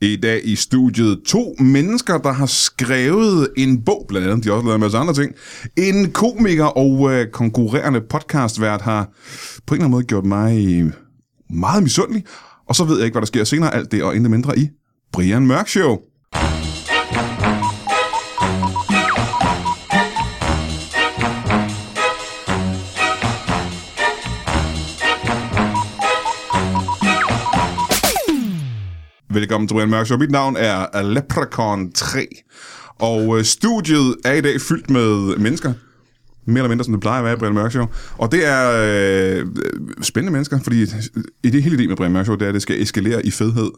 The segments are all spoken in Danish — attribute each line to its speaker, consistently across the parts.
Speaker 1: I dag i studiet to mennesker, der har skrevet en bog, blandt andet, de har også lavet en masse andre ting. En komiker og øh, konkurrerende podcastvært har på en eller anden måde gjort mig øh, meget misundelig. Og så ved jeg ikke, hvad der sker senere, alt det og intet mindre i Brian Mørk Show. Velkommen til Brian Mørk Show. Mit navn er Leprechaun 3. Og øh, studiet er i dag fyldt med mennesker. Mere eller mindre, som det plejer at være i Brian Mørk Show. Og det er øh, øh, spændende mennesker, fordi øh, i det hele idé med Brian Mørk Show, det er, at det skal eskalere i fedhed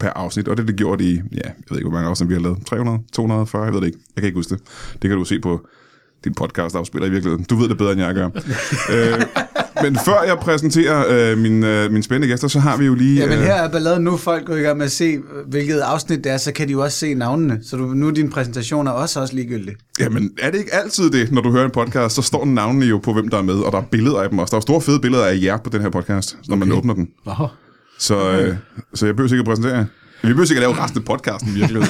Speaker 1: per afsnit. Og det er det gjort i, ja, jeg ved ikke, hvor mange afsnit vi har lavet. 300? 240? Jeg ved det ikke. Jeg kan ikke huske det. Det kan du se på din podcast afspiller i virkeligheden. Du ved det bedre, end jeg gør. øh, men før jeg præsenterer øh, min, øh, min spændende gæster, så har vi jo lige...
Speaker 2: Jamen
Speaker 1: øh,
Speaker 2: her er balladen nu, folk går i gang med at se, hvilket afsnit det er, så kan de jo også se navnene. Så du, nu er dine præsentationer også, også ligegyldige.
Speaker 1: Jamen, er det ikke altid det, når du hører en podcast, så står navnene jo på, hvem der er med, og der er billeder af dem også. Der er jo store fede billeder af jer på den her podcast, når okay. man åbner den.
Speaker 2: Nå.
Speaker 1: Så, øh, så jeg behøver ikke at præsentere jer. Vi behøver ikke at lave resten af podcasten, virkelig.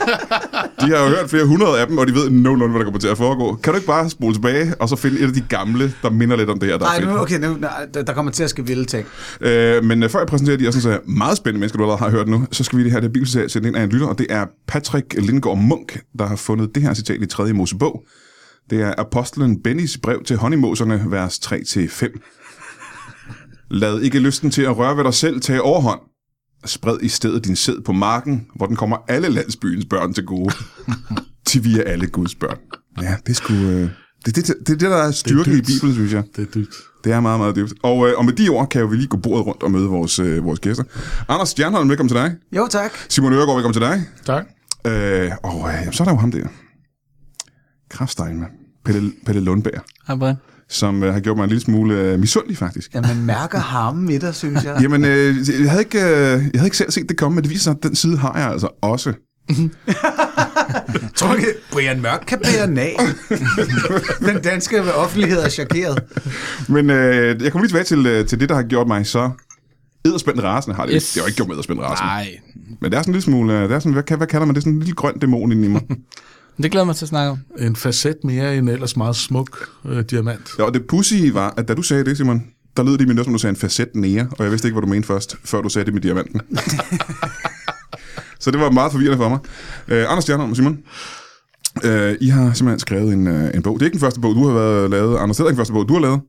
Speaker 1: de har jo hørt flere hundrede af dem, og de ved nogenlunde, hvad der kommer til at foregå. Kan du ikke bare spole tilbage, og så finde et af de gamle, der minder lidt om det her, der
Speaker 2: Ej,
Speaker 1: er
Speaker 2: nu,
Speaker 1: fedt?
Speaker 2: okay, nu, nej, der der kommer til at ske vilde ting.
Speaker 1: Øh, men øh, før jeg præsenterer de her sådan, så meget spændende mennesker, du allerede har hørt nu, så skal vi i det her det bibelcitat sende ind af en lytter, og det er Patrick Lindgaard Munk, der har fundet det her citat i 3. Mosebog. Det er apostlen Bennys brev til honeymåserne, vers 3-5. Lad ikke lysten til at røre ved dig selv tage overhånd. Spred i stedet din sæd på marken, hvor den kommer alle landsbyens børn til gode. til vi er alle Guds børn. Ja, det skulle... Øh, det, det, det, det, er det, der er styrken i
Speaker 3: dybt.
Speaker 1: Bibelen, synes jeg.
Speaker 3: Det er dybt.
Speaker 1: Det er meget, meget dybt. Og, øh, og med de ord kan vi lige gå bordet rundt og møde vores, øh, vores gæster. Anders Stjernholm, velkommen til dig.
Speaker 2: Jo tak.
Speaker 1: Simon Øregård, velkommen til dig.
Speaker 3: Tak.
Speaker 1: Øh, og øh, jamen, så er der jo ham der. Kraftstein, mand. Pelle, Pelle Lundberg,
Speaker 3: Hej, Brian.
Speaker 1: som øh, har gjort mig en lille smule øh, misundelig, faktisk.
Speaker 2: Ja, man mærker harmen i dig, synes jeg.
Speaker 1: Jamen, øh, jeg, havde ikke, øh, jeg havde ikke selv set det komme, men det viser sig, at den side har jeg altså også.
Speaker 2: Tror ikke, Brian Mørk kan bære den af. Den danske offentlighed er chokeret.
Speaker 1: Men øh, jeg kommer lige tilbage til, øh, til det, der har gjort mig så edderspændt rasende. Har det, yes.
Speaker 3: Yes.
Speaker 1: det har jo ikke gjort mig edderspændt rasende.
Speaker 3: Nej.
Speaker 1: Men det er sådan en lille smule, øh, det er sådan, hvad, kan- hvad kalder man det, sådan en lille grøn dæmon inde i mig.
Speaker 4: Det glæder jeg mig til at snakke om.
Speaker 3: En facet mere en ellers meget smuk øh, diamant.
Speaker 1: Ja, og det pussy var, at da du sagde det, Simon, der lød det i min øre, som du sagde en facet nære, og jeg vidste ikke, hvad du mente først, før du sagde det med diamanten. så det var meget forvirrende for mig. Øh, Anders Stjernholm og Simon, øh, I har simpelthen skrevet en, øh, en bog. Det er ikke den første bog, du har været lavet, Anders. Det er ikke den første bog, du har lavet.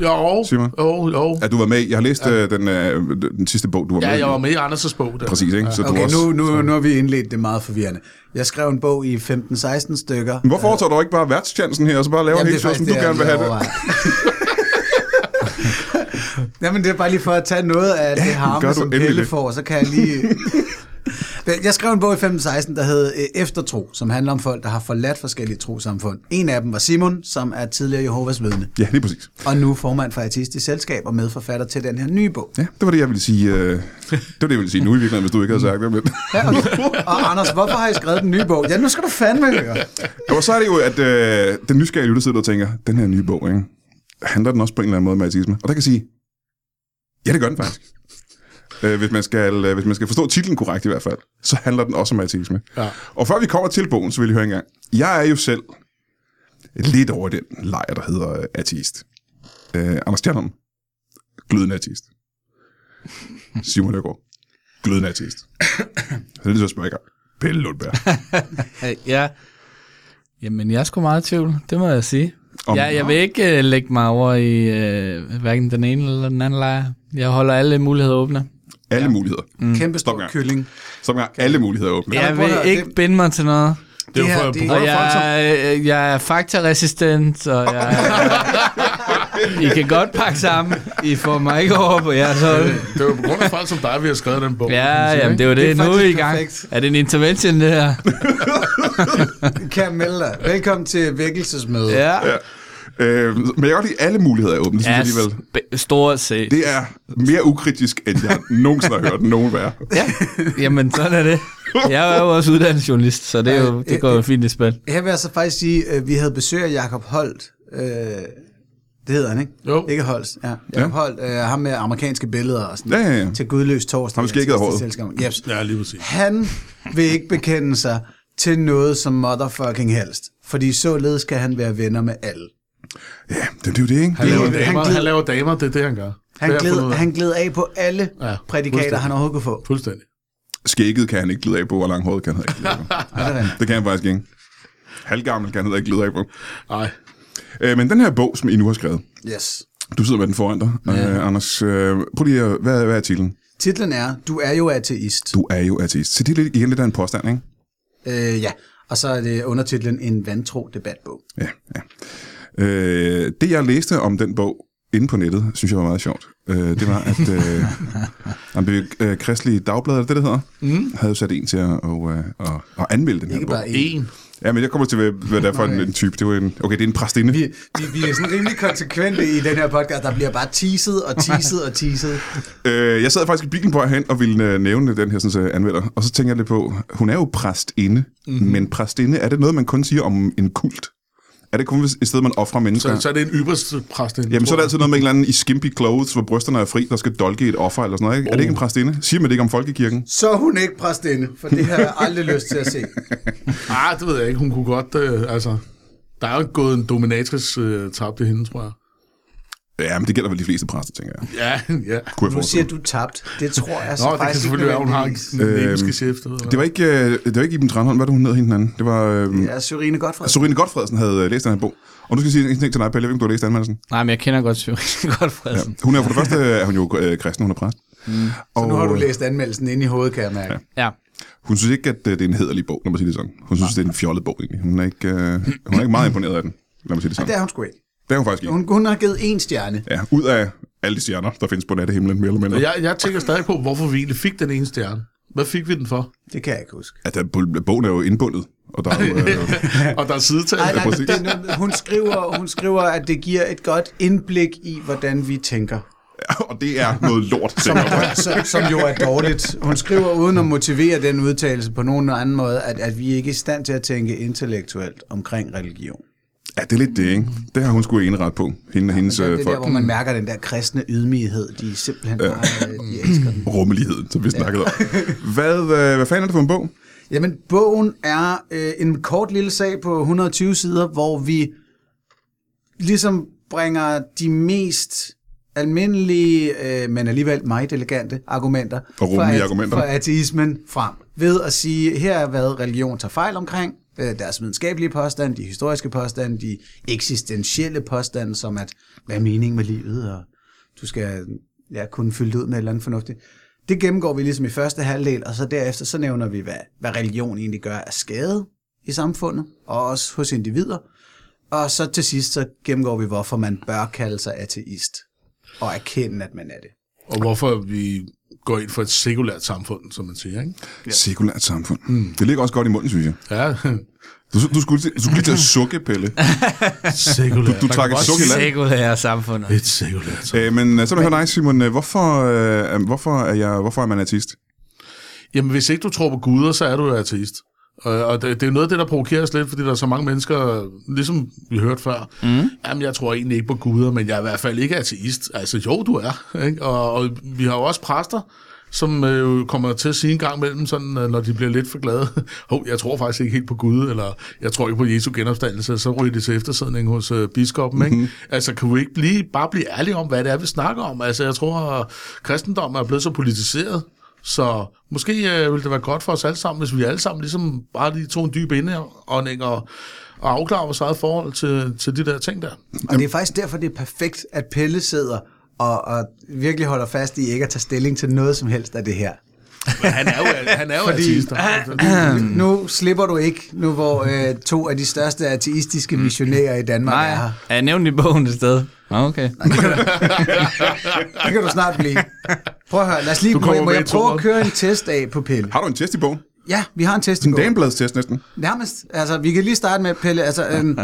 Speaker 3: Jo,
Speaker 1: Simon?
Speaker 3: jo, jo.
Speaker 1: At du var med i. Jeg har læst øh, den, øh, den sidste bog, du var med
Speaker 3: Ja, jeg
Speaker 1: i.
Speaker 3: var med i Anders' bog der.
Speaker 1: Præcis, ikke? Så du
Speaker 2: Okay,
Speaker 1: også...
Speaker 2: nu, nu, nu har vi indledt det meget forvirrende. Jeg skrev en bog i 15-16 stykker.
Speaker 1: Men hvorfor tager du ikke bare værtschancen her, og så bare laver helt showet, som du gerne vil have det?
Speaker 2: det. Jamen, det er bare lige for at tage noget af det
Speaker 1: gør
Speaker 2: harme,
Speaker 1: du
Speaker 2: som
Speaker 1: endelig
Speaker 2: Pelle
Speaker 1: det.
Speaker 2: får, så kan jeg lige... Men Jeg skrev en bog i 1516, der hed øh, Eftertro, som handler om folk, der har forladt forskellige trosamfund. En af dem var Simon, som er tidligere Jehovas vidne,
Speaker 1: Ja, lige præcis.
Speaker 2: og nu formand for Artistisk Selskab og medforfatter til den her nye bog.
Speaker 1: Ja, det var det, jeg ville sige. Øh, det var det, jeg ville sige nu i virkeligheden, hvis du ikke havde sagt det. Men...
Speaker 2: Ja, okay. Og Anders, hvorfor har I skrevet den nye bog? Ja, nu skal du fandme høre.
Speaker 1: Og så er det jo, at øh, den nysgerrige lytter sidder og tænker, den her nye bog, ikke? handler den også på en eller anden måde om ateisme? Og der kan jeg sige, ja, det gør den faktisk. Øh, hvis, man skal, øh, hvis man skal forstå titlen korrekt i hvert fald, så handler den også om ateisme.
Speaker 3: Ja.
Speaker 1: Og før vi kommer til bogen, så vil jeg høre en gang. Jeg er jo selv lidt over i den lejr, der hedder øh, ateist. Øh, Anders Stjernholm, glødende ateist. Simon Løgaard, glødende ateist. så det er lige så spørger jeg Pelle Lundberg.
Speaker 4: Hey, ja. Jamen, jeg er sgu meget i tvivl, det må jeg sige.
Speaker 1: Om-
Speaker 4: Om, ja, jeg vil ikke uh, lægge mig over i uh, hverken den ene eller den anden lejr. Jeg holder alle muligheder åbne.
Speaker 1: Alle ja. muligheder.
Speaker 2: Kæmpe
Speaker 1: Mm. Stop
Speaker 2: stor
Speaker 1: gang.
Speaker 2: kylling.
Speaker 1: Som har alle muligheder åbne.
Speaker 4: Jeg
Speaker 2: prøv at
Speaker 4: vil
Speaker 2: høre,
Speaker 4: ikke
Speaker 2: det-
Speaker 4: binde mig til noget.
Speaker 3: Det er
Speaker 2: Det
Speaker 3: jo
Speaker 2: her,
Speaker 3: for,
Speaker 2: det-
Speaker 3: det...
Speaker 4: Og jeg, øh, jeg er faktaresistent, og jeg I kan godt pakke sammen. I får mig ikke over på jeres hold.
Speaker 3: det er jo på grund af folk som dig, vi har skrevet den bog.
Speaker 4: Ja, jamen, det er jo
Speaker 2: Det er
Speaker 4: det. Nu er I
Speaker 2: faktisk
Speaker 4: i gang.
Speaker 2: perfekt.
Speaker 4: Er det en intervention, det her?
Speaker 2: Kan jeg melde dig? Velkommen til vækkelsesmødet.
Speaker 4: Ja.
Speaker 1: Øh, men jeg kan godt lide, at alle muligheder er åbne, det synes
Speaker 4: Ja,
Speaker 1: jeg alligevel.
Speaker 4: sp- stort set.
Speaker 1: Det er mere ukritisk, end jeg nogensinde har hørt nogen være.
Speaker 4: Ja, jamen sådan er det. Jeg er jo også uddannet journalist, så det, er jo, det går jo fint i spil.
Speaker 2: Her vil jeg så faktisk sige, at vi havde besøg af Jacob Holt øh, Det hedder han, ikke?
Speaker 3: Jo.
Speaker 2: Ikke Holst, ja. Jeg ja. Holdt, øh, ham med amerikanske billeder og sådan
Speaker 1: Ja, ja, ja.
Speaker 2: til gudløs torsdag.
Speaker 1: Ham med skægget og håret.
Speaker 2: Selskab. Yes.
Speaker 3: Ja, lige præcis.
Speaker 2: Han vil ikke bekende sig til noget som motherfucking helst, fordi således skal han være venner med alle.
Speaker 1: Ja, det, det er jo det, ikke?
Speaker 3: Han
Speaker 1: Det er jo-
Speaker 3: laver,
Speaker 2: han
Speaker 3: damer, han,
Speaker 2: glider-
Speaker 3: laver damer, det er det, han gør.
Speaker 2: Han
Speaker 3: Det har jeg fundet
Speaker 2: gled,
Speaker 3: ud af.
Speaker 2: han gled af på alle
Speaker 3: Ja,
Speaker 2: ja, prædikater,
Speaker 3: fuldstændig.
Speaker 2: han overhovedet kunne få.
Speaker 3: Fuldstændig.
Speaker 1: Skægget kan han ikke glide af på, og langhåret kan han ikke glide af på.
Speaker 2: Ja. Det, er rigtigt.
Speaker 1: Det kan han faktisk ikke. Halvgammel kan han heller ikke glide af på.
Speaker 3: Nej.
Speaker 1: Øh, men den her bog, som I nu har skrevet,
Speaker 2: yes.
Speaker 1: du sidder med den foran dig, ja. øh, Anders. Øh, prøv lige at, hvad, hvad er titlen?
Speaker 2: Titlen er, du er jo ateist.
Speaker 1: Du er jo ateist. Så det er lidt, igen lidt af en påstand, ikke?
Speaker 2: Øh, ja, og så er det undertitlen En vantro debatbog.
Speaker 1: Ja, ja. Øh, det, jeg læste om den bog inde på nettet, synes jeg var meget sjovt. Øh, det var, at øh, jamen, det er jo, øh, Kristelige Dagblad, er det det, det hedder, mm. havde jo sat en til at, og, øh, og, og anmelde den her
Speaker 2: Ikke
Speaker 1: bog.
Speaker 2: bare en.
Speaker 3: En.
Speaker 1: Ja, men jeg kommer til, hvad, hvad det er for en, en type. Det var en, okay, det er en præstinde.
Speaker 2: Vi, vi, vi er sådan rimelig konsekvente i den her podcast. Der bliver bare teaset og teaset og teaset.
Speaker 1: Øh, jeg sad faktisk i bilen på vej hen og ville øh, nævne den her sådan, øh, anmelder, og så tænker jeg lidt på, hun er jo præstinde,
Speaker 2: Mhm.
Speaker 1: mm-hmm. men præstinde, er det noget, man kun siger om en kult? Er det kun et sted, man offrer
Speaker 3: Så,
Speaker 1: mennesker?
Speaker 3: så er det en ypperste præst. inden,
Speaker 1: Jamen, så er
Speaker 3: tror
Speaker 1: det
Speaker 3: jeg.
Speaker 1: altid noget med en eller anden i skimpy clothes, hvor brysterne er fri, der skal dolke et offer eller sådan noget. Ikke? Er det ikke
Speaker 2: Oh.
Speaker 1: en præstinde? Siger man det ikke om folkekirken?
Speaker 2: Så er hun ikke præstinde, for det har jeg aldrig lyst til at se.
Speaker 3: Ah, det ved jeg ikke. Hun kunne godt... Øh, altså, der er jo ikke gået en dominatrix øh, tabt i hende, tror jeg.
Speaker 1: Ja, men det gælder vel de fleste præster, tænker jeg.
Speaker 3: Ja, ja.
Speaker 1: Kunne jeg
Speaker 2: Nu siger
Speaker 1: forestille.
Speaker 2: du tabt. Det tror jeg så
Speaker 3: Nå, det kan
Speaker 2: faktisk
Speaker 3: selvfølgelig være, hun har en
Speaker 2: nødvendigvis.
Speaker 3: nemiske chef. Det, ved jeg.
Speaker 1: Det var ikke, øh, det var ikke Iben Tranholm, hvad er det, hun hed hende den anden. Det var... Øh,
Speaker 2: Ja, Syrine Godfred.
Speaker 1: Sorine Godfredsen havde øh, læst den her bog. Og nu skal jeg sige en ting til dig, Pelle. Jeg ved ikke, om du har læst anmeldelsen.
Speaker 4: Nej, men jeg kender godt Syrien godt, Fredsen.
Speaker 1: Hun er for det første er hun jo øh, kristen, hun er præst. Mm. Og,
Speaker 2: Nu har du læst anmeldelsen ind i hovedet, kan jeg mærke.
Speaker 4: Ja.
Speaker 1: Hun synes ikke, at øh, det er en hederlig bog, lad mig sige det sådan. Hun synes, det er en fjollet bog, egentlig. Hun er ikke, øh, hun er ikke meget imponeret af den, lad mig sige det sådan.
Speaker 2: Det er hun sgu ikke.
Speaker 1: Det er hun faktisk ikke.
Speaker 2: Hun, hun har givet én stjerne.
Speaker 1: Ja, ud af alle de stjerner, der findes på nattehimlen, mere eller mindre.
Speaker 3: Og Jeg, jeg tænker stadig på, hvorfor vi egentlig fik den ene stjerne. Hvad fik vi den for?
Speaker 2: Det kan jeg ikke huske.
Speaker 1: at der, bogen er jo indbundet, og der er jo, øh,
Speaker 3: Og der er sidetal.
Speaker 2: Ej, nej,
Speaker 1: præcis.
Speaker 2: det, er noget med- hun, skriver, hun skriver, at det giver et godt indblik i, hvordan vi tænker.
Speaker 1: øh, og det er noget lort. tænker jeg.
Speaker 2: Så, som jo er dårligt. Hun skriver uden at motivere den udtalelse på nogen anden måde, at, at vi ikke er i stand til at tænke intellektuelt omkring religion.
Speaker 1: ja, det er lidt det, ikke? Det har hun sgu indret på, hende og hendes
Speaker 2: Så det
Speaker 1: øh,
Speaker 2: er der,
Speaker 1: folk.
Speaker 2: hvor man mærker den der kristne ydmyghed, de simpelthen bare, øh, de elsker den.
Speaker 1: Rummeligheden, som vi snakkede om. Hvad, øh, hvad fanden er det for en bog?
Speaker 2: Jamen, bogen er øh, en kort lille sag på 120 sider, hvor vi ligesom bringer de mest almindelige, øh, men alligevel meget elegante argumenter
Speaker 1: Og rummelige
Speaker 2: for, at-
Speaker 1: argumenter.
Speaker 2: for ateismen frem. Ved at sige, her er hvad religion tager fejl omkring, øh, deres videnskabelige påstand, de historiske påstande, de eksistentielle påstande, som at, hvad er meningen med livet, og du skal ja, kunne fylde det ud med et eller andet fornuftigt. Det gennemgår vi ligesom i første halvdel, og så derefter så nævner vi, hvad, hvad religion egentlig gør af skade i samfundet, og også hos individer. Og så til sidst, så gennemgår vi, hvorfor man bør kalde sig ateist, og erkende, at man er det.
Speaker 3: Og hvorfor vi går ind for et sekulært samfund, som man siger, ikke?
Speaker 1: Ja. Sekulært samfund. Mm. Det ligger også godt i munden, synes jeg.
Speaker 3: Ja,
Speaker 1: Du, du, skulle, til- du skulle lige til at sukke, Pelle.
Speaker 3: sekulært.
Speaker 1: Du- du trak et suk i land.
Speaker 4: Sekulære samfundet.
Speaker 3: Et sekulært samfund.
Speaker 1: Æ, men øh, så vil jeg høre dig, Simon. øh, Hvorfor, øh, hvorfor, er jeg, hvorfor er man artist?
Speaker 3: Jamen, hvis ikke du tror på guder, så er du jo ateist. Og, og det, det er noget af det, der provokerer os lidt, fordi der er så mange mennesker, ligesom vi hørte før, mm. jamen jeg tror egentlig ikke på guder, men jeg er i hvert fald ikke ateist. Altså jo, du er. Ikke? Og, og vi har jo også præster, som øh, jo kommer til at sige en gang imellem, sådan, øh, når de bliver lidt for glade, hov, jeg tror faktisk ikke helt på Gud, eller jeg tror ikke på Jesu genopstandelse, så ryger de til eftersidning hos øh, biskoppen. Mm-hmm. Ikke? Altså, kan vi ikke blive, bare blive ærlige om, hvad det er, vi snakker om? Altså, jeg tror, at kristendommen er blevet så politiseret, så måske øh, ville det være godt for os alle sammen, hvis vi alle sammen ligesom bare lige tog en dyb indånding og, og afklarer vores eget forhold til, til de der ting der.
Speaker 2: Og det er faktisk derfor, det er perfekt, at Pelle sidder og, og virkelig holder fast i ikke at tage stilling til noget som helst af det her.
Speaker 3: Men han er jo, han er jo Fordi, ateist.
Speaker 2: Nu slipper du ikke, nu hvor øh, to af de største
Speaker 3: Mm.
Speaker 2: ateistiske missionærer i Danmark
Speaker 4: Nej,
Speaker 2: er her.
Speaker 4: er jeg nævnt i bogen et sted? Nå, okay.
Speaker 2: Det kan du snart blive. Prøv at høre, lad os lige,
Speaker 3: Du
Speaker 2: må,
Speaker 3: kommer
Speaker 2: må
Speaker 3: med
Speaker 2: jeg
Speaker 3: i
Speaker 2: prøve at
Speaker 3: toret.
Speaker 2: køre en test af på Pelle?
Speaker 1: Har du en test i bogen?
Speaker 2: Ja, vi har en test i
Speaker 1: En
Speaker 2: går.
Speaker 1: damebladstest næsten.
Speaker 2: Nærmest, altså vi kan lige starte med Pelle, altså øhm,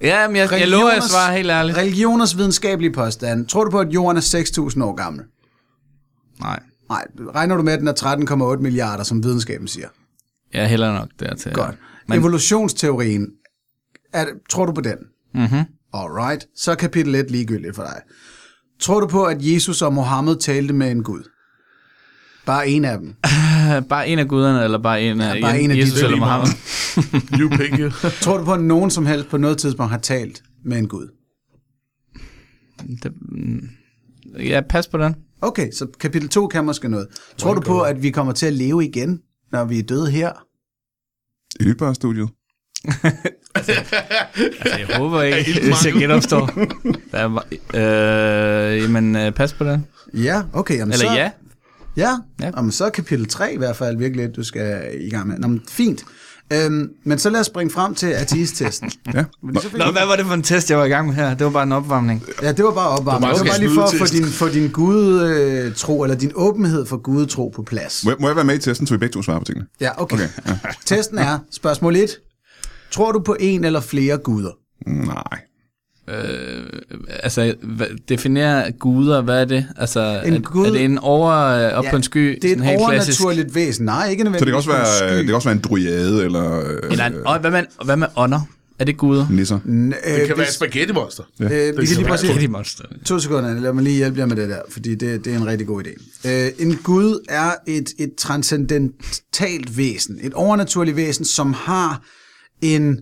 Speaker 4: Ja, men jeg, jeg lover, at jeg svarer helt ærligt.
Speaker 2: religioners videnskabelige påstand. Tror du på, at jorden er 6.000 år gammel?
Speaker 4: Nej.
Speaker 2: Nej, regner du med, at den er 13,8 milliarder, som videnskaben siger?
Speaker 4: Jeg hælder nok dertil.
Speaker 2: Godt. Men... Evolutionsteorien, er, tror du på den?
Speaker 4: Mm-hmm.
Speaker 2: Alright, så er kapitel 1 ligegyldigt for dig. Tror du på, at Jesus og Mohammed talte med en Gud? Bare en af dem.
Speaker 4: Øh, Bare en af guderne, eller bare en af,
Speaker 2: Ja, bare en af de
Speaker 4: Jesus
Speaker 2: to.
Speaker 4: eller Mohammed.
Speaker 3: You pick you.
Speaker 2: Tror du på, at nogen som helst på noget tidspunkt har talt med en Gud?
Speaker 4: Det- mm. Ja, pas på den.
Speaker 2: Okay, så kapitel 2 kan måske noget. Tror du på, at vi kommer til at leve igen, når vi er døde her?
Speaker 1: I Lytbar-studiet.
Speaker 4: Altså, jeg håber ikke,
Speaker 3: helt
Speaker 4: hvis jeg
Speaker 3: mange.
Speaker 4: genopstår. Der er, ma- øh, jamen, øh, pas på den.
Speaker 2: Ja, okay. Jamen
Speaker 4: Eller
Speaker 2: så,
Speaker 4: ja.
Speaker 2: Ja,
Speaker 4: Ja.
Speaker 2: ja. Jamen, så er kapitel 3 i hvert fald virkelig, at du skal i gang med. Nå, men fint. Øhm, men så lad os springe frem til ateist-testen.
Speaker 1: Ja. Nå,
Speaker 4: Nå, hvad var det for en test, jeg var i gang med her? Det var bare en opvarmning.
Speaker 2: Ja, det var bare opvarmning.
Speaker 3: Det
Speaker 2: Det
Speaker 3: var
Speaker 2: var bare lige
Speaker 3: sådan
Speaker 2: for at få
Speaker 3: snydetest.
Speaker 2: din, få din gudetro, eller din åbenhed for gudetro på plads.
Speaker 1: må, jeg, må jeg være med i testen, så vi begge to svarer på tingene?
Speaker 2: Ja, okay. okay ja. Testen er, spørgsmål 1. Tror du på en eller flere guder?
Speaker 1: Mm, Nej.
Speaker 4: Altså, hva- definere guder, hvad er det? Altså,
Speaker 2: En
Speaker 4: en gud,
Speaker 2: gud-
Speaker 4: er det en over, øh, op ja, på en sky?
Speaker 2: Det er
Speaker 4: sådan
Speaker 2: et
Speaker 4: helt klassisk?
Speaker 2: overnaturligt væsen. Nej, ikke nødvendigvis.
Speaker 1: Så det kan, også
Speaker 2: på en
Speaker 1: være, øh,
Speaker 2: sky.
Speaker 1: det kan også være en druiade, eller... øh,
Speaker 4: Eller en, og hvad med, hvad med ånder? Er det guder?
Speaker 1: Nisser.
Speaker 2: Øh,
Speaker 3: Det kan være
Speaker 2: hvis-
Speaker 3: et spaghetti monster.
Speaker 2: øh, vi kan lige prøve at se.
Speaker 4: Spaghetti monster.
Speaker 2: To sekunder, lad mig lige hjælpe jer med det der, fordi det, det er en rigtig god idé. Øh, en gud er et, et transcendentalt væsen, et overnaturligt væsen, som har en,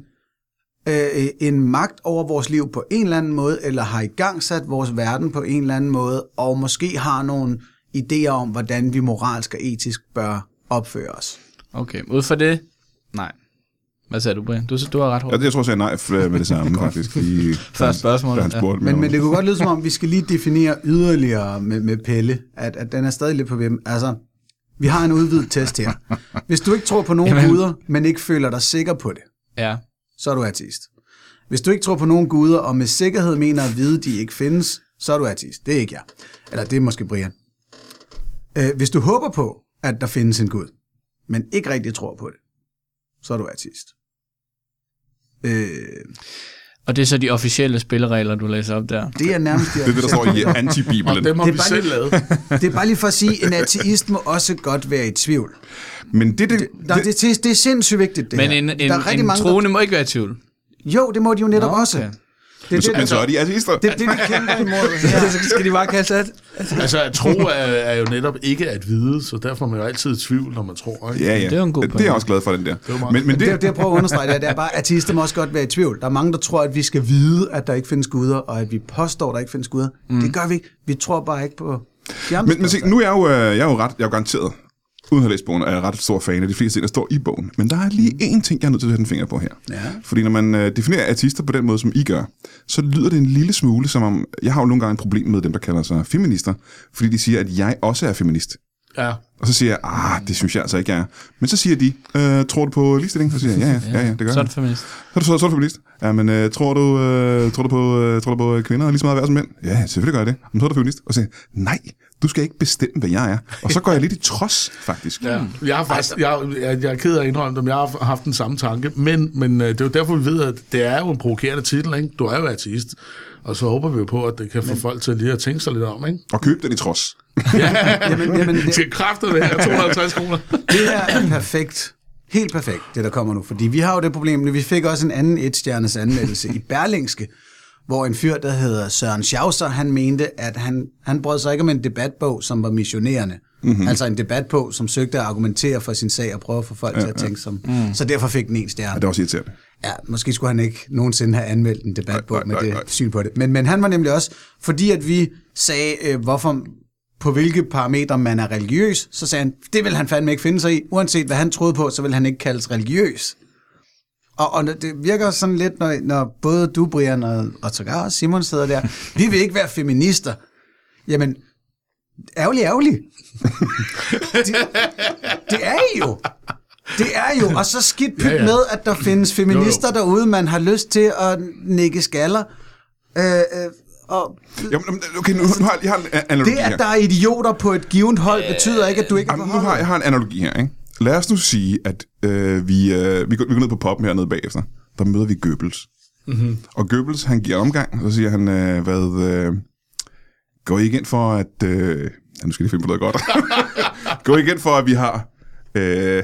Speaker 2: øh, en magt over vores liv på en eller anden måde, eller har igangsat vores verden på en eller anden måde, og måske har nogle idéer om, hvordan vi moralsk og etisk bør opføre os.
Speaker 4: Okay, ud fra det, nej. Hvad sagde du, Brian? Du, du har ret
Speaker 1: Jeg,
Speaker 4: hårdt.
Speaker 1: jeg tror, jeg sagde nej f- øh, med det samme, faktisk. Lige,
Speaker 4: Første spørgsmål,
Speaker 1: Da han
Speaker 4: ja.
Speaker 1: spurgte ja.
Speaker 2: Men, men det kunne godt lyde som om, vi skal lige definere yderligere med, med Pelle, at, at den er stadig lidt på hvem. Altså, vi har en udvidet test her. Hvis du ikke tror på nogen
Speaker 4: Jamen.
Speaker 2: guder, men ikke føler dig sikker på det,
Speaker 4: Ja.
Speaker 2: så er du ateist. Hvis du ikke tror på nogen guder, og med sikkerhed mener at vide, de ikke findes, så er du ateist. Det er ikke jeg. Eller det er måske Brian. Øh, hvis du håber på, at der findes en gud, men ikke rigtig tror på det, så er du ateist. Øh,
Speaker 4: Og det er så de officielle spilleregler, du læser op der.
Speaker 2: det er nærmest...
Speaker 1: Det er det, der står i
Speaker 3: Og
Speaker 1: antibibelen.
Speaker 3: dem har
Speaker 2: Det er
Speaker 3: vi
Speaker 2: bare
Speaker 3: selv
Speaker 2: lige-
Speaker 3: lavet.
Speaker 2: Det er bare lige for at sige, at en ateist må også godt være i tvivl.
Speaker 1: Men det, det,
Speaker 2: Der, det, det, det er sindssygt vigtigt, det
Speaker 4: Men
Speaker 2: her.
Speaker 4: en, en,
Speaker 2: der er rigtig
Speaker 4: en
Speaker 2: mange,
Speaker 4: troende må ikke være i tvivl.
Speaker 2: Der... Jo, det må de jo netop også.
Speaker 4: okay.
Speaker 2: Det er det,
Speaker 1: men, så, men så
Speaker 2: det,
Speaker 1: er de altså, ateister.
Speaker 2: det, er det, vi kæmper imod her.
Speaker 4: så skal de bare kaste af.
Speaker 3: Altså, at tro er, er jo netop ikke at vide, så derfor er man jo altid i tvivl, når man tror. Ikke?
Speaker 1: Ja, ja.
Speaker 4: Det er jo en god
Speaker 1: Det er
Speaker 4: pointe.
Speaker 1: jeg også glad for, den der.
Speaker 3: meget-
Speaker 1: Men, men det,
Speaker 2: Det, er jo det, jeg prøver at understrege, det er, det er bare, at ateister må også godt være i tvivl. Der er mange, der tror, at vi skal vide, at der ikke findes guder, og at vi påstår, at der ikke findes guder. Mm. Det gør vi ikke. Vi tror bare ikke på... de andre
Speaker 1: Men, men se, nu
Speaker 4: altså.
Speaker 1: er jeg jo, øh, jeg er jo ret, jeg er jo garanteret, uden at have læst bogen, er jeg ret stor fan af de fleste ting, der står i bogen. Men der er
Speaker 4: Mm.
Speaker 1: lige én ting, jeg er nødt til at sætte en finger på her. Ja. Fordi når man øh, definerer artister på den måde, som I gør, så lyder det en lille smule som om, jeg har jo nogle gange et problem med dem, der kalder sig feminister, fordi de siger, at jeg også er feminist.
Speaker 3: Ja.
Speaker 1: Og så siger jeg, ah, det synes jeg altså ikke, jeg er. Men så siger de, øh, tror du på ligestilling? Så siger jeg, ja, ja, ja, ja det gør
Speaker 4: Så er
Speaker 1: jeg.
Speaker 4: det feminist.
Speaker 1: Så er du, så, så er du feminist. Ja, men øh, tror, du, øh, tror, du på, øh, tror du på øh, kvinder er lige så meget værd som mænd? Ja, selvfølgelig gør jeg det. Men så er du feminist. Og så siger jeg, nej, du skal ikke bestemme, hvad jeg er. Og så går jeg lidt i trods, faktisk.
Speaker 3: Ja. Jeg, har faktisk,
Speaker 4: Altså-
Speaker 3: jeg, jeg, jeg er ked af at indrømme dem, jeg har f- haft den samme tanke, men, men øh, det er jo derfor, vi ved, at det er jo en provokerende titel, ikke? du er jo artist, og så håber vi jo på, at det kan få folk til lige at tænke sig lidt om, ikke?
Speaker 1: Og køb den i trods.
Speaker 2: Jamen, jamen,
Speaker 3: Det
Speaker 2: det,
Speaker 3: skal kræfte det her, 250 kroner.
Speaker 2: det her er perfekt. Helt perfekt, det der kommer nu. Fordi vi har jo det problem, vi fik også en anden etstjernes anmeldelse i Berlingske, hvor en fyr, der hedder Søren Schauser, han mente, at han, han brød sig ikke om en debatbog, som var missionerende. Mm-hmm. Altså en debatbog, som søgte at argumentere for sin sag og prøve at få folk ja, til at tænke som... Mm. Så derfor fik den en
Speaker 1: Ja,
Speaker 2: stjerne.
Speaker 1: det er også irriterende.
Speaker 2: Ja, måske skulle han ikke nogensinde have anmeldt en debatbog
Speaker 1: Nej, nej,
Speaker 2: med
Speaker 1: nej,
Speaker 2: det
Speaker 1: nej.
Speaker 2: syn på det. Men, men han var nemlig også, fordi at vi sagde, øh, hvorfor, på hvilke parametre man er religiøs, så sagde han, det vil han fandme ikke finde sig i. Uanset hvad han troede på, så vil han ikke kaldes religiøs. Og, og det virker sådan lidt, når, når både du, Brian, og, og sågar også Simon sidder der, vi vil ikke være feminister. Jamen, ærgerlig, ærgerlig. det, det er I jo. Det er jo, og så skidt pyt ja,
Speaker 3: ja.
Speaker 2: ja. med, at der findes feminister jo, jo. derude, man har lyst til at nikke skaller. Øh, øh, og
Speaker 1: Jamen, jamen, okay, nu, nu har jeg, jeg har en a- analogi
Speaker 2: det,
Speaker 1: her.
Speaker 2: at der er idioter på et givet hold, betyder ikke, at du ikke er på
Speaker 1: Jamen, nu har
Speaker 2: holdet.
Speaker 1: jeg har en analogi her, ikke? Lad os nu sige, at øh, vi, øh, vi, går, vi går ned på poppen hernede bagefter. Der møder vi Goebbels. Mm-hmm. Og Goebbels, han giver omgang, og så siger han, øh, hvad... Øh, går I ikke ind for, at... Øh, ja, nu skal jeg lige finde på noget godt. går I ikke ind for, at vi har Øh,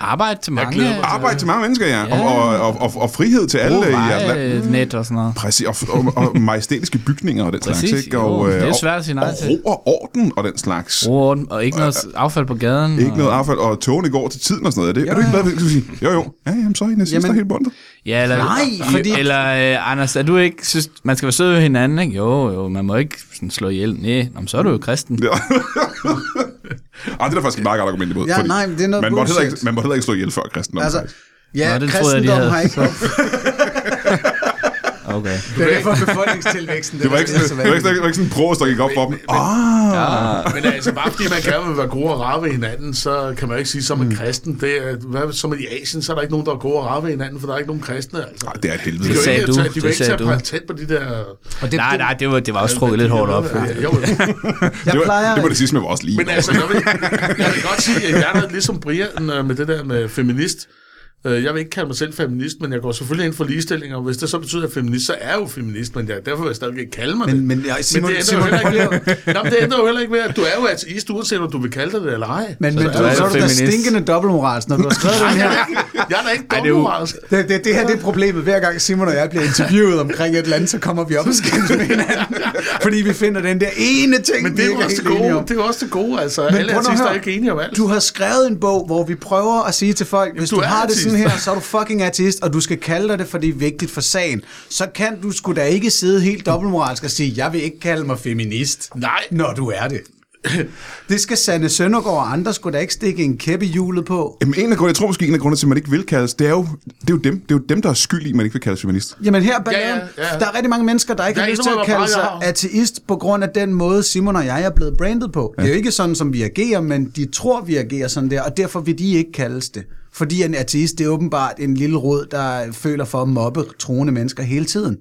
Speaker 4: Arbejde til mange. øh,
Speaker 3: glæder mig til
Speaker 1: arbejde til mange mennesker, ja. Og, og, og, og, og frihed til alle
Speaker 4: Bruge
Speaker 1: i jeres land.
Speaker 4: vejnet øh, og sådan noget.
Speaker 1: Præcis, og, og, og majestætiske bygninger og den slags,
Speaker 4: Præcis,
Speaker 1: ikke?
Speaker 4: jo,
Speaker 1: Og,
Speaker 4: det er
Speaker 1: øh,
Speaker 4: jo
Speaker 1: og-
Speaker 4: svært at sige nej
Speaker 1: og
Speaker 4: til.
Speaker 1: ro og orden og den slags.
Speaker 4: Bruge orden, og ikke noget affald på gaden.
Speaker 1: Ikke noget affald, og togene går til tiden og sådan noget. Er, det, er du ikke glad for det? Skal du sige, jo jo, ja, jamen, så er I nazister
Speaker 2: Jamen-
Speaker 1: helt bundet.
Speaker 4: Ja, eller,
Speaker 2: Nej, fordi-
Speaker 4: Eller, øh, Anders, er du ikke... Synes, man skal være sød ved hinanden, ikke? Jo, jo, man må ikke sådan, slå ihjel. Nej, Nå, men så er du jo kristen.
Speaker 1: Ja. Ej, det er der faktisk et meget godt argument imod.
Speaker 2: Ja, nej, men det er noget
Speaker 1: man måtte, heller ikke,
Speaker 2: bullshit.
Speaker 1: man måtte heller ikke slå ihjel før kristendommen.
Speaker 2: Altså,
Speaker 1: Altså,
Speaker 2: ja,
Speaker 4: Nå, den troede jeg, de
Speaker 2: kristendom
Speaker 4: havde.
Speaker 2: har ikke...
Speaker 4: Okay.
Speaker 2: Det er derfor befolkningstilvæksten.
Speaker 1: det var ikke, sådan- det var ikke, det var ikke sådan en pros, der gik op for dem. Ah,
Speaker 3: Men altså, bare fordi man gerne vil være gode og rare ved hinanden, så kan man jo ikke sige, som en
Speaker 4: Mm.
Speaker 3: kristen. Det er, hvad, som i Asien, så er der ikke nogen, der er gode og rare ved hinanden, for der er ikke nogen kristne. Altså.
Speaker 1: ej, det er et helvede.
Speaker 3: De kan jo
Speaker 4: sagde
Speaker 3: ikke
Speaker 4: du.
Speaker 3: tage-
Speaker 4: Det
Speaker 3: De kan jo ikke
Speaker 4: sagde
Speaker 3: tage
Speaker 4: du.
Speaker 3: patent på de der...
Speaker 4: Det, nej, nej, det var, det var også trukket lidt hårdt op.
Speaker 3: Ja, jo, jo.
Speaker 2: Jeg
Speaker 1: Det var,
Speaker 2: plejer...
Speaker 1: det var det sidste med vores liv.
Speaker 3: Men altså, jeg vil, jeg vil godt sige, at jeg er da ligesom Brian øh, med det der med feminist. Øh, Jeg vil ikke kalde mig selv feminist, men jeg går selvfølgelig ind for ligestilling, og hvis det så betyder, at jeg er feminist, så er jeg jo feminist, men jeg, derfor vil jeg stadig ikke kalde mig
Speaker 2: Men-
Speaker 3: det.
Speaker 2: men, ja, Simon-
Speaker 3: det ændrer
Speaker 2: Simon,
Speaker 3: jo heller
Speaker 2: prøv
Speaker 3: ikke, ved- Nå, men det ændrer jo heller ikke ved, at du er jo ateist, uanset om du vil kalde dig det eller ej.
Speaker 2: Men,
Speaker 3: Så
Speaker 2: men
Speaker 3: der
Speaker 2: du,
Speaker 3: er
Speaker 4: jo
Speaker 2: så er du da
Speaker 4: feminist.
Speaker 2: stinkende dobbeltmoralsk, når du har skrevet den her.
Speaker 3: Jeg er da ikke
Speaker 4: Ej, det er jo-
Speaker 3: dobbeltmoralsk.
Speaker 2: Det, det, det her det er problemet. Hver gang Simon og jeg bliver interviewet omkring et eller andet, så kommer vi op og skændes med hinanden. Fordi vi finder den der ene ting,
Speaker 3: Men det
Speaker 2: vi
Speaker 3: er jo
Speaker 2: ikke
Speaker 3: også det
Speaker 2: helt enige
Speaker 3: gode.
Speaker 2: om.
Speaker 3: Det er jo også det gode, altså.
Speaker 2: Men
Speaker 3: Alle
Speaker 2: prøv nu at
Speaker 3: artister er
Speaker 2: høre.
Speaker 3: ikke enige om alt.
Speaker 2: Du har skrevet en bog, hvor vi prøver at sige til folk, hvis
Speaker 3: du
Speaker 2: du, du
Speaker 3: er
Speaker 2: har
Speaker 3: artist.
Speaker 2: det sådan her, så er du fucking artist, og du skal kalde dig det, for det er vigtigt for sagen. Så kan du sgu da ikke sidde helt dobbeltmoralsk og sige, jeg vil ikke kalde mig feminist,
Speaker 3: Nej.
Speaker 2: når du er det. Det skal Sanne Søndergaard og andre skulle da ikke stikke en kæppe i hjulet på.
Speaker 1: Jamen, en af grunde, jeg tror måske, en af grundene til, at man ikke vil kaldes, det er jo, det er jo dem, det er jo dem der er skyld i, at man ikke vil kaldes feminist.
Speaker 2: Jamen her,
Speaker 3: ja,
Speaker 2: balladen, ja,
Speaker 3: ja.
Speaker 2: ja. der er rigtig mange mennesker, der ikke
Speaker 3: Jeg
Speaker 2: har lyst til at
Speaker 3: indrømmer
Speaker 2: kalde
Speaker 3: bare,
Speaker 2: sig
Speaker 3: jeg har-
Speaker 2: ateist på grund af den måde, Simon og jeg er blevet brandet på. Ja. Det er jo ikke sådan, som vi agerer, men de tror, vi agerer sådan der, og derfor vil de ikke kaldes det. Fordi en ateist, det er åbenbart en lille rød, der føler for at mobbe troende mennesker hele tiden.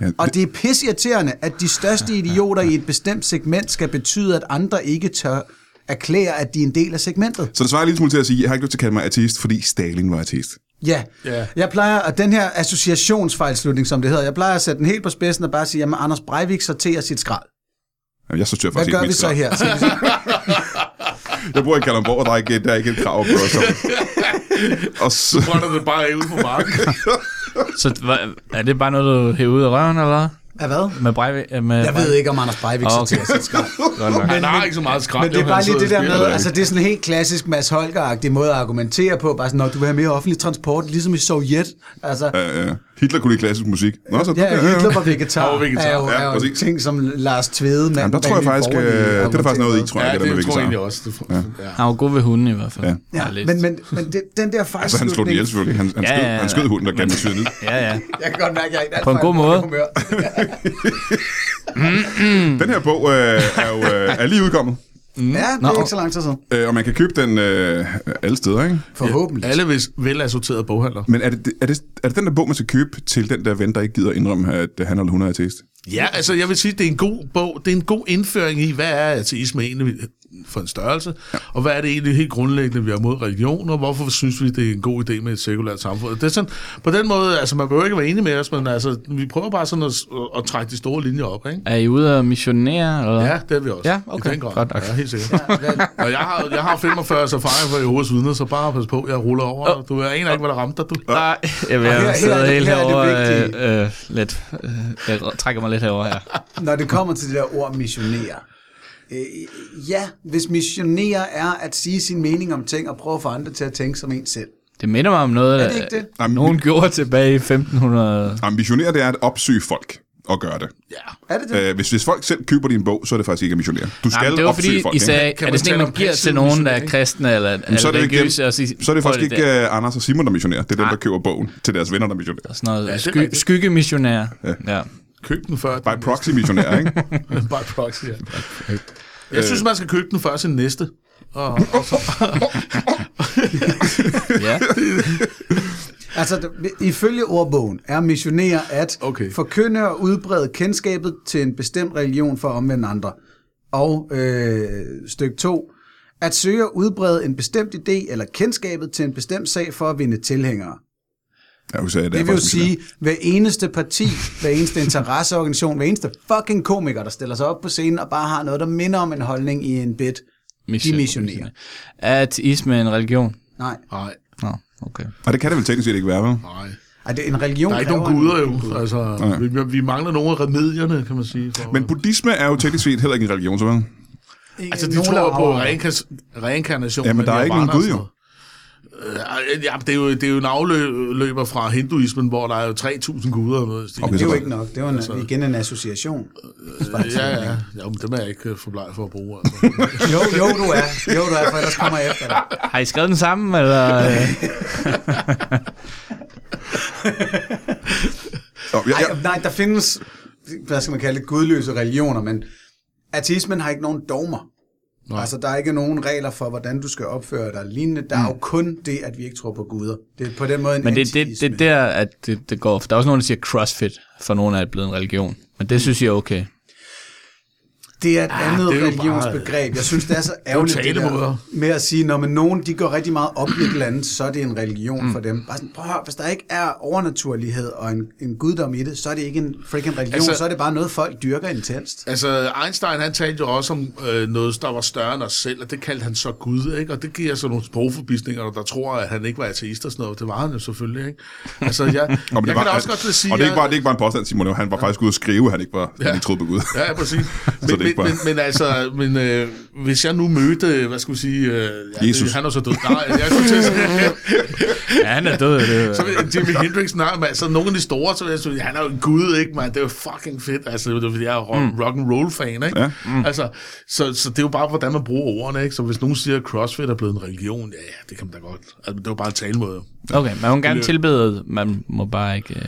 Speaker 1: Ja,
Speaker 2: Og det er pissirriterende, at de største idioter i et bestemt segment skal betyde, at andre ikke tør erklære, at de er en del af segmentet.
Speaker 1: Så det svarer lidt smule til at sige, jeg har ikke lyst til at kalde mig ateist, fordi Stalin var ateist.
Speaker 2: Ja,
Speaker 3: Ja.
Speaker 2: yeah. jeg plejer, og den her associationsfejlslutning, som det hedder, jeg plejer at sætte den helt på spidsen og bare sige, jamen Anders Breivik sorterer sit skrald.
Speaker 1: Jamen, jeg så tør
Speaker 2: Hvad
Speaker 1: faktisk
Speaker 2: gør
Speaker 1: ikke
Speaker 2: vi
Speaker 1: mit
Speaker 2: så
Speaker 1: skrald.
Speaker 2: her? Skal vi sige,
Speaker 1: Jeg bor i Kalamborg, og der er ikke, der er ikke et krav om noget som. Og så,
Speaker 3: Brænder det bare af ude på marken.
Speaker 4: Så hva- er det bare noget, du hæver ud af røven, eller hvad?
Speaker 2: "Ja, hvad?
Speaker 4: Med Breivik? øh, Med
Speaker 2: Jeg ved ikke, om Anders Breivik
Speaker 4: Ah, okay.
Speaker 2: sorterer sit skrald.
Speaker 4: Godt nok.
Speaker 3: Han har ikke så meget skræk.
Speaker 2: Men det er
Speaker 3: jo,
Speaker 2: bare
Speaker 3: han
Speaker 2: lige det
Speaker 3: sidder
Speaker 2: der
Speaker 3: og
Speaker 2: med,
Speaker 3: spiller
Speaker 2: altså det er sådan en helt klassisk Mads Holger-agtig måde at argumentere på, bare sådan, når du vil have mere offentlig transport, ligesom i Sovjet. Altså,
Speaker 1: øh, øh, Hitler kunne lide klassisk musik. Nå, så,
Speaker 2: ja, Hitler var vegetar,
Speaker 3: Han var vegetar,
Speaker 2: er jo,
Speaker 1: ja,
Speaker 2: er jo en
Speaker 1: præcis.
Speaker 2: ting, som Lars Tvede, mand.
Speaker 1: Jamen, der tror jeg faktisk, øh, det er der faktisk noget i, tror jeg,
Speaker 3: Ja,
Speaker 1: det, der
Speaker 3: det
Speaker 1: med
Speaker 3: tror jeg
Speaker 1: vegetar.
Speaker 3: egentlig også. Det får- ja.
Speaker 4: Han var god ved hunden i hvert fald.
Speaker 1: Ja.
Speaker 2: Ja,
Speaker 4: lidt.
Speaker 2: men, men, men det, den der
Speaker 1: Altså, han slog den ihjel
Speaker 2: fejlslutning,
Speaker 1: selvfølgelig. Han, han,
Speaker 4: Ja,
Speaker 1: skød,
Speaker 4: ja, ja.
Speaker 1: han skød hunden, der gav den syde ned.
Speaker 4: Ja, ja.
Speaker 2: jeg kan godt mærke, at jeg ikke er
Speaker 4: På en
Speaker 2: alt for
Speaker 4: god
Speaker 2: i
Speaker 4: måde.
Speaker 2: humør.
Speaker 1: Den her bog øh, er jo øh, er lige udkommet,
Speaker 2: Ja, det
Speaker 4: Nå.
Speaker 2: er ikke så lang tid siden.
Speaker 1: øh, og man kan købe den øh, alle steder, ikke?
Speaker 2: Forhåbentlig.
Speaker 3: Alle vis- velassorterede boghandler.
Speaker 1: Men er det, er, det, er det den der bog, man skal købe til den der ven, der ikke gider indrømme, at øh, han eller hun er ateist?
Speaker 3: Ja, altså jeg vil sige, det er en god bog. Det er en god indføring i, hvad er ateisme egentlig for en størrelse, og hvad er det egentlig helt grundlæggende, vi har mod religion, og hvorfor synes vi, det er en god idé med et sekulært samfund. Det er sådan, på den måde, altså man behøver ikke være enig med os, men altså, vi prøver bare sådan at, at trække de store linjer op, ikke?
Speaker 4: Er I ude og missionere? Eller?
Speaker 3: Ja, det er vi også.
Speaker 4: Ja, okay.
Speaker 3: I den grad.
Speaker 4: Godt nok.
Speaker 3: Ja, helt sikkert. og jeg har, jeg har 45 års erfaring fra Jehovas vidner, så bare pas på, jeg ruller over. Du er en af ikke, hvad der ramte dig, du.
Speaker 4: Nej, jeg vil
Speaker 2: her- her
Speaker 4: her,
Speaker 2: er
Speaker 4: sidde
Speaker 2: det-
Speaker 4: helt
Speaker 2: her er det
Speaker 4: herovre
Speaker 2: vigtige.
Speaker 4: øh, øh, lidt. Øh, jeg trækker mig lidt herover her.
Speaker 2: Når det kommer til det der ord missionere. Øh, ja, hvis missionere er at sige sin mening om ting og prøve at få andre til at tænke som en selv.
Speaker 4: Det minder mig om noget,
Speaker 2: Er det ikke det?
Speaker 4: øh, nogen gjorde tilbage i 1500.
Speaker 1: Ambitionere, det er at opsøge folk og gøre det.
Speaker 3: Ja.
Speaker 2: Er det det?
Speaker 1: Øh, hvis, hvis folk selv køber din bog, så er det faktisk ikke at missionere. Du skal
Speaker 4: Jamen, det var
Speaker 1: opsøge
Speaker 4: fordi,
Speaker 1: folk.
Speaker 4: I
Speaker 1: ikke?
Speaker 4: sagde,
Speaker 3: Kan
Speaker 4: er
Speaker 3: man
Speaker 4: det sådan en,
Speaker 3: tale om
Speaker 4: man giver til
Speaker 3: passiv
Speaker 4: nogen, der er
Speaker 3: missionering?
Speaker 4: kristne eller, eller
Speaker 1: Men så er, det jo ikke dem,
Speaker 4: religiøse? og sige,
Speaker 1: så er det
Speaker 4: prøv
Speaker 1: faktisk ikke
Speaker 4: der.
Speaker 1: uh, Anders og Simon, der er missionærer. Det er dem, der køber bogen til deres venner, der er missionærer.
Speaker 4: Sådan noget
Speaker 3: det er
Speaker 4: sky,
Speaker 3: rigtigt.
Speaker 4: skyggemissionærer. Ja.
Speaker 3: Køb den før.
Speaker 1: By proxy missionærer, ikke?
Speaker 3: By proxy, ja. Jeg synes, man skal købe den før sin næste. Og, og så,
Speaker 4: ja.
Speaker 2: Altså, det- ifølge ordbogen er missionere at
Speaker 3: Okay.
Speaker 2: forkynde og udbrede kendskabet til en bestemt religion for at omvende andre. Og øh, stykke 2. At søge at udbrede en bestemt idé eller kendskabet til en bestemt sag for at vinde tilhængere.
Speaker 1: Ja, USA, det, er
Speaker 2: Det vil jo
Speaker 1: faktisk missionærer.
Speaker 2: sige, hver eneste parti, hver eneste interesseorganisation, hver eneste fucking komiker, der stiller sig op på scenen og bare har noget, der minder om en holdning i en bit,
Speaker 4: Mission-
Speaker 2: missionerer.
Speaker 4: Er ateisme en religion?
Speaker 2: Nej.
Speaker 3: Nej,
Speaker 4: Nå, okay.
Speaker 1: Og det kan det vel teknisk set ikke være, vel?
Speaker 3: nej.
Speaker 2: Ej, det, en religion
Speaker 3: Der er ikke nogen
Speaker 2: kræver en-
Speaker 3: guder jo. Altså, vi, vi mangler nogle af remedierne, kan man sige. For,
Speaker 1: Men buddhisme er jo teknisk set heller ikke en religion, så vel?
Speaker 3: altså, de
Speaker 2: Nogle
Speaker 3: tror
Speaker 2: af
Speaker 3: på
Speaker 2: arverne.
Speaker 3: reinkas- reinkarnation.
Speaker 1: Ja, men der er ikke nogen gud, jo.
Speaker 3: Øh, Ja, det er jo, det er jo en afløber fra hinduismen, hvor der er jo 3.000 guder. eller noget i stil.
Speaker 1: Okay,
Speaker 2: Det er jo
Speaker 1: så-
Speaker 2: ikke nok. Det var en, igen en association.
Speaker 3: Ja, ja. ja men dem er jeg ikke øh, for bleg for at bruge. Altså.
Speaker 2: Jo, jo, du er. Jo, du er, for ellers kommer jeg efter dig.
Speaker 4: Har I skrevet den sammen, eller? øh?
Speaker 1: Nå, jeg, jeg,
Speaker 2: Ej, nej, der findes, hvad skal man kalde det, gudløse religioner, men ateismen har ikke nogen dogmer. Nej. Altså, der er ikke nogen regler for, hvordan du skal opføre dig og lignende. Der er jo kun det, at vi ikke tror på guder. Det er på den måde en
Speaker 4: Men det, det,
Speaker 2: antiisme.
Speaker 4: det, det der, at det, det går... For der er også nogen, der siger CrossFit, for nogen er det blevet en religion. Men det synes jeg er okay.
Speaker 2: Det er et ah, andet
Speaker 3: det er jo
Speaker 2: religionsbegreb. Jeg synes, det er så ærgerligt det der,
Speaker 3: talemåder.
Speaker 2: med at sige, når man nogen de går rigtig meget op i et eller andet, så er det en religion mm. for dem. Bare sådan, prøv at høre, hvis der ikke er overnaturlighed og en, en guddom i det, så er det ikke en freaking religion, altså,
Speaker 3: Altså-
Speaker 2: så er det bare noget, folk dyrker intenst.
Speaker 3: Altså, Einstein, han talte jo også om øh, noget, der var større end os selv, og det kaldte han så Gud, ikke? Og det giver så nogle sprogforbisninger, der tror, at han ikke var ateist og sådan noget. Det var han jo selvfølgelig, ikke? Altså, jeg, jeg
Speaker 1: Nå, men det
Speaker 3: kan
Speaker 1: var-
Speaker 3: da også godt til at sige...
Speaker 1: og det er, ikke
Speaker 3: jeg-
Speaker 1: bare, det er ikke bare en påstand, Simon. Han var faktisk ude at skrive, at han ikke var, ja. han ikke troede på Gud.
Speaker 3: Ja, ja præcis.
Speaker 1: det er
Speaker 3: Men, men,
Speaker 1: ikke bare-
Speaker 3: men, men altså, men, øh, hvis jeg nu mødte, hvad skulle vi sige... Øh, ja,
Speaker 1: Jesus.
Speaker 3: Det, han er så død. Nej, jeg skulle til at sige...
Speaker 4: Ja, han er død. Det,
Speaker 3: Så vil Jimi Hendrix, nej, men altså nogle af de store, så vil jeg sige, han er jo en gud, ikke, man? Det er jo fucking fedt, altså, det er, fordi jeg er rock, mm. rock and roll fan, ikke?
Speaker 1: Ja.
Speaker 3: Mm. Altså, så, så det er jo bare, hvordan man bruger ordene, ikke? Så hvis nogen siger, at CrossFit er blevet en religion, ja, ja, det kan man da godt. Altså, det er jo bare en talemåde.
Speaker 4: Okay, man må gerne tilbede, man må bare ikke øh,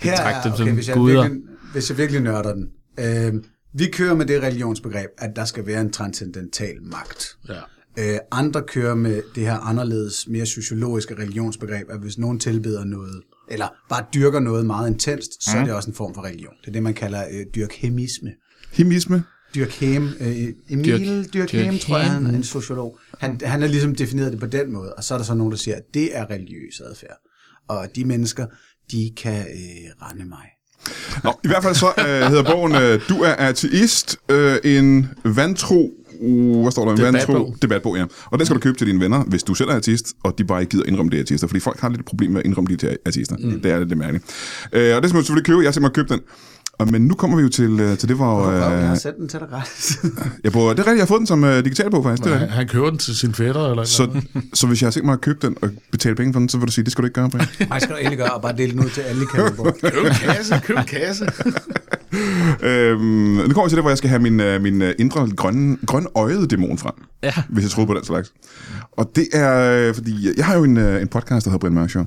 Speaker 4: betragte dem som
Speaker 2: hvis jeg,
Speaker 4: guder.
Speaker 2: virkelig, hvis jeg virkelig nørder den. Øh, vi kører med det religionsbegreb, at der skal være en transcendental magt.
Speaker 3: Ja.
Speaker 2: Øh, andre kører med det her anderledes, mere sociologiske religionsbegreb, at hvis nogen tilbeder noget, eller bare dyrker noget meget intenst,
Speaker 1: Mhm.
Speaker 2: så er det også en form for religion. Det er det, man kalder øh, dyrkhemisme.
Speaker 1: Himisme.
Speaker 2: Dyrkheim, øh, Emil
Speaker 4: Dyrk-
Speaker 2: Dyrkheim, tror jeg, han er
Speaker 4: Dyrkheim.
Speaker 2: en sociolog. Han, han har ligesom defineret det på den måde, og så er der så nogen, der siger, at det er religiøs adfærd. Og de mennesker, de kan øh, rende mig.
Speaker 1: Nå, i hvert fald så øh, hedder bogen øh, Du er ateist, øh, en vantro... Uh, hvad står der? En
Speaker 3: Debatbog.
Speaker 1: vantro debatbog, ja. Og den skal du købe til dine venner, hvis du selv er ateist, og de bare ikke gider indrømme det er ateister, fordi folk har lidt et problem med at indrømme de er ateister. Mm. Det er lidt mærkeligt. Øh, og det skal man selvfølgelig købe, jeg har simpelthen købt den. Og- Men nu kommer vi jo til, øh, til det, hvor...
Speaker 2: Øh, jeg
Speaker 1: Øh,
Speaker 2: har sendt den til dig gratis.
Speaker 1: jeg bruger, det er rigtigt, jeg har fået den som øh, digital bog, faktisk. Det er
Speaker 3: Han,
Speaker 1: rigtigt.
Speaker 3: han kører den til sin fætter, eller så,
Speaker 1: så, så hvis jeg har tænkt mig at købe den og betale penge for den, så vil du sige, det skal du ikke gøre, Brian.
Speaker 2: Nej, skal du endelig gøre, og bare dele den ud til alle i Kalundborg.
Speaker 3: Køb en kasse, køb en kasse.
Speaker 1: øhm, nu kommer vi til det, hvor jeg skal have min, øh, min øh, indre grønne, grønøjede dæmon frem.
Speaker 4: Ja.
Speaker 1: Hvis jeg troede på den slags. Og det er, øh, fordi jeg har jo en, øh, en podcast, der hedder Brian Mørk Show.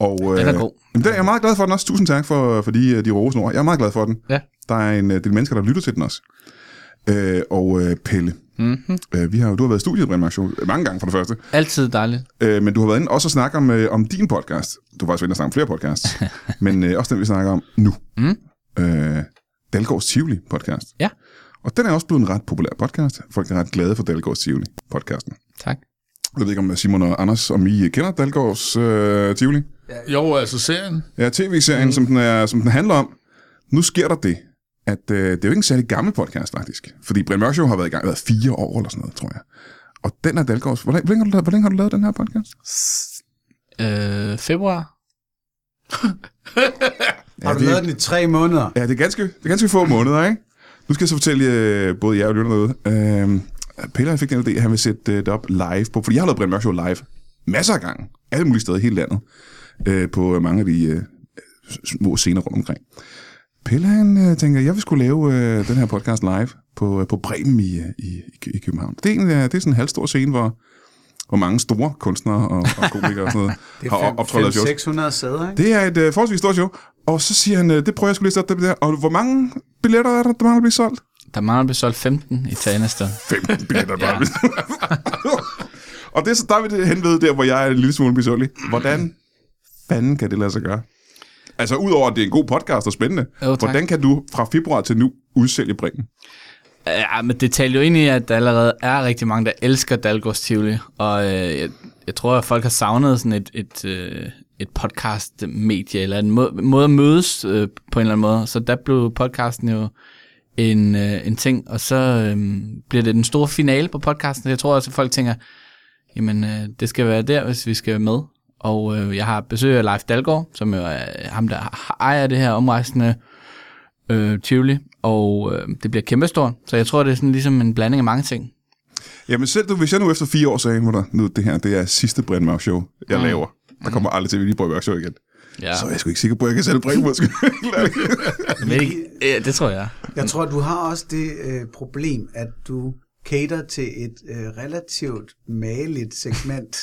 Speaker 1: Og, øh,
Speaker 4: Den er god.
Speaker 1: Jamen, den, jeg er meget glad for den også. Tusind tak for, for de, øh, de rosende ord. Jeg er meget glad for den.
Speaker 4: Ja.
Speaker 1: Der er en øh, del mennesker, der lytter til den også. Øh, og øh, Pelle,
Speaker 4: Mhm.
Speaker 1: mm-hmm. øh, vi har, jo- du har været i studiet, Brian Mørk Show, øh, mange gange for det første.
Speaker 4: Altid dejligt.
Speaker 1: Øh, men du har været inde også at snakke om, øh, om din podcast. Du var faktisk inde og snakke om flere podcasts. men øh, også den, vi snakker om nu.
Speaker 4: Mm.
Speaker 1: Øh, Dalgårds Tivoli podcast.
Speaker 4: Ja.
Speaker 1: Og den er også blevet en ret populær podcast. Folk er ret glade for Dalgårds Tivoli podcasten.
Speaker 4: Tak.
Speaker 1: Jeg ved ikke, om øh, Simon og Anders, om I kender Dalgårds øh, Tivoli?
Speaker 3: Jo, altså serien.
Speaker 1: Ja, tv-serien, mm. som, den er, som den handler om. Nu sker der det, at øh, det er jo ikke en særlig gammel podcast, faktisk. Fordi Brian Mørk Show har været i gang været fire år eller sådan noget, tror jeg. Og den er Dalgårds. Hvor længe, hvor længe, har du, hvor længe har du lavet den her podcast?
Speaker 4: Øh, februar?
Speaker 2: Har du
Speaker 1: det-
Speaker 2: lavet den i tre måneder?
Speaker 1: Ja, det er ganske, det er ganske få måneder, ikke? Nu skal jeg så fortælle øh, både jer og lytterne derude. Øh, Peter, jeg fik den idé, at han vil sætte øh, det op live på, fordi jeg har lavet Brian Mørk Show live masser af gange, alle mulige steder i hele landet, øh, på mange af de øh, små scener rundt omkring. Pelle, han øh, tænker, jeg vil skulle lave øh, den her podcast live på, øh, på Bremen i, øh, i, i Kø- i København. Det er, en, øh, det er sådan en halvstor scene, hvor, hvor mange store kunstnere og, og komikere og sådan noget har op- optrådt og shows.
Speaker 2: 600 sæder, ikke?
Speaker 1: Det er et øh, forholdsvis stort show. Og så siger han, øh, det prøver jeg skulle lige sætte det der. Og hvor mange billetter er der, der mangler at blive solgt?
Speaker 4: Der mangler blevet solgt 15 i Tanestad.
Speaker 1: 15 billetter, der ja. Og det er så der er vi det hen ved der, hvor jeg er en lille smule misundelig. Hvordan fanden kan det lade sig gøre? Altså, udover at det er en god podcast og spændende,
Speaker 4: Jo, tak.
Speaker 1: hvordan kan du fra februar til nu udsælge bringen?
Speaker 4: Ja, men det taler jo ind i, at der allerede er rigtig mange, der elsker Dalgårds Tivoli, og øh, jeg, jeg tror, at folk har savnet sådan et, et, øh, et podcast-medie, eller en må, måde at mødes øh, på en eller anden måde, så der blev podcasten jo en, øh, en ting, og så øh, bliver det den store finale på podcasten. Jeg tror også, at folk tænker, jamen øh, det skal være der, hvis vi skal være med. Og øh, jeg har besøg af Leif Dalgaard, som jo er ham, der ejer det her omrejsende øh, Tivoli, og øh, det bliver kæmpestort. Så jeg tror, det er sådan ligesom en blanding af mange ting.
Speaker 1: Jamen selv du, hvis jeg nu efter fire år sagde, "Mutter, nu det her, det er sidste Brian Mørk Show, jeg mm. laver. Der kommer aldrig til, at vi lige prøver Mørk Show igen.
Speaker 4: Ja,
Speaker 1: Så er jeg sgu ikke sikker på, at jeg kan selv bringe måske.
Speaker 4: det, ja, det tror jeg.
Speaker 2: Jeg tror, du har også det øh, problem, at du cater til et øh, relativt maligt segment.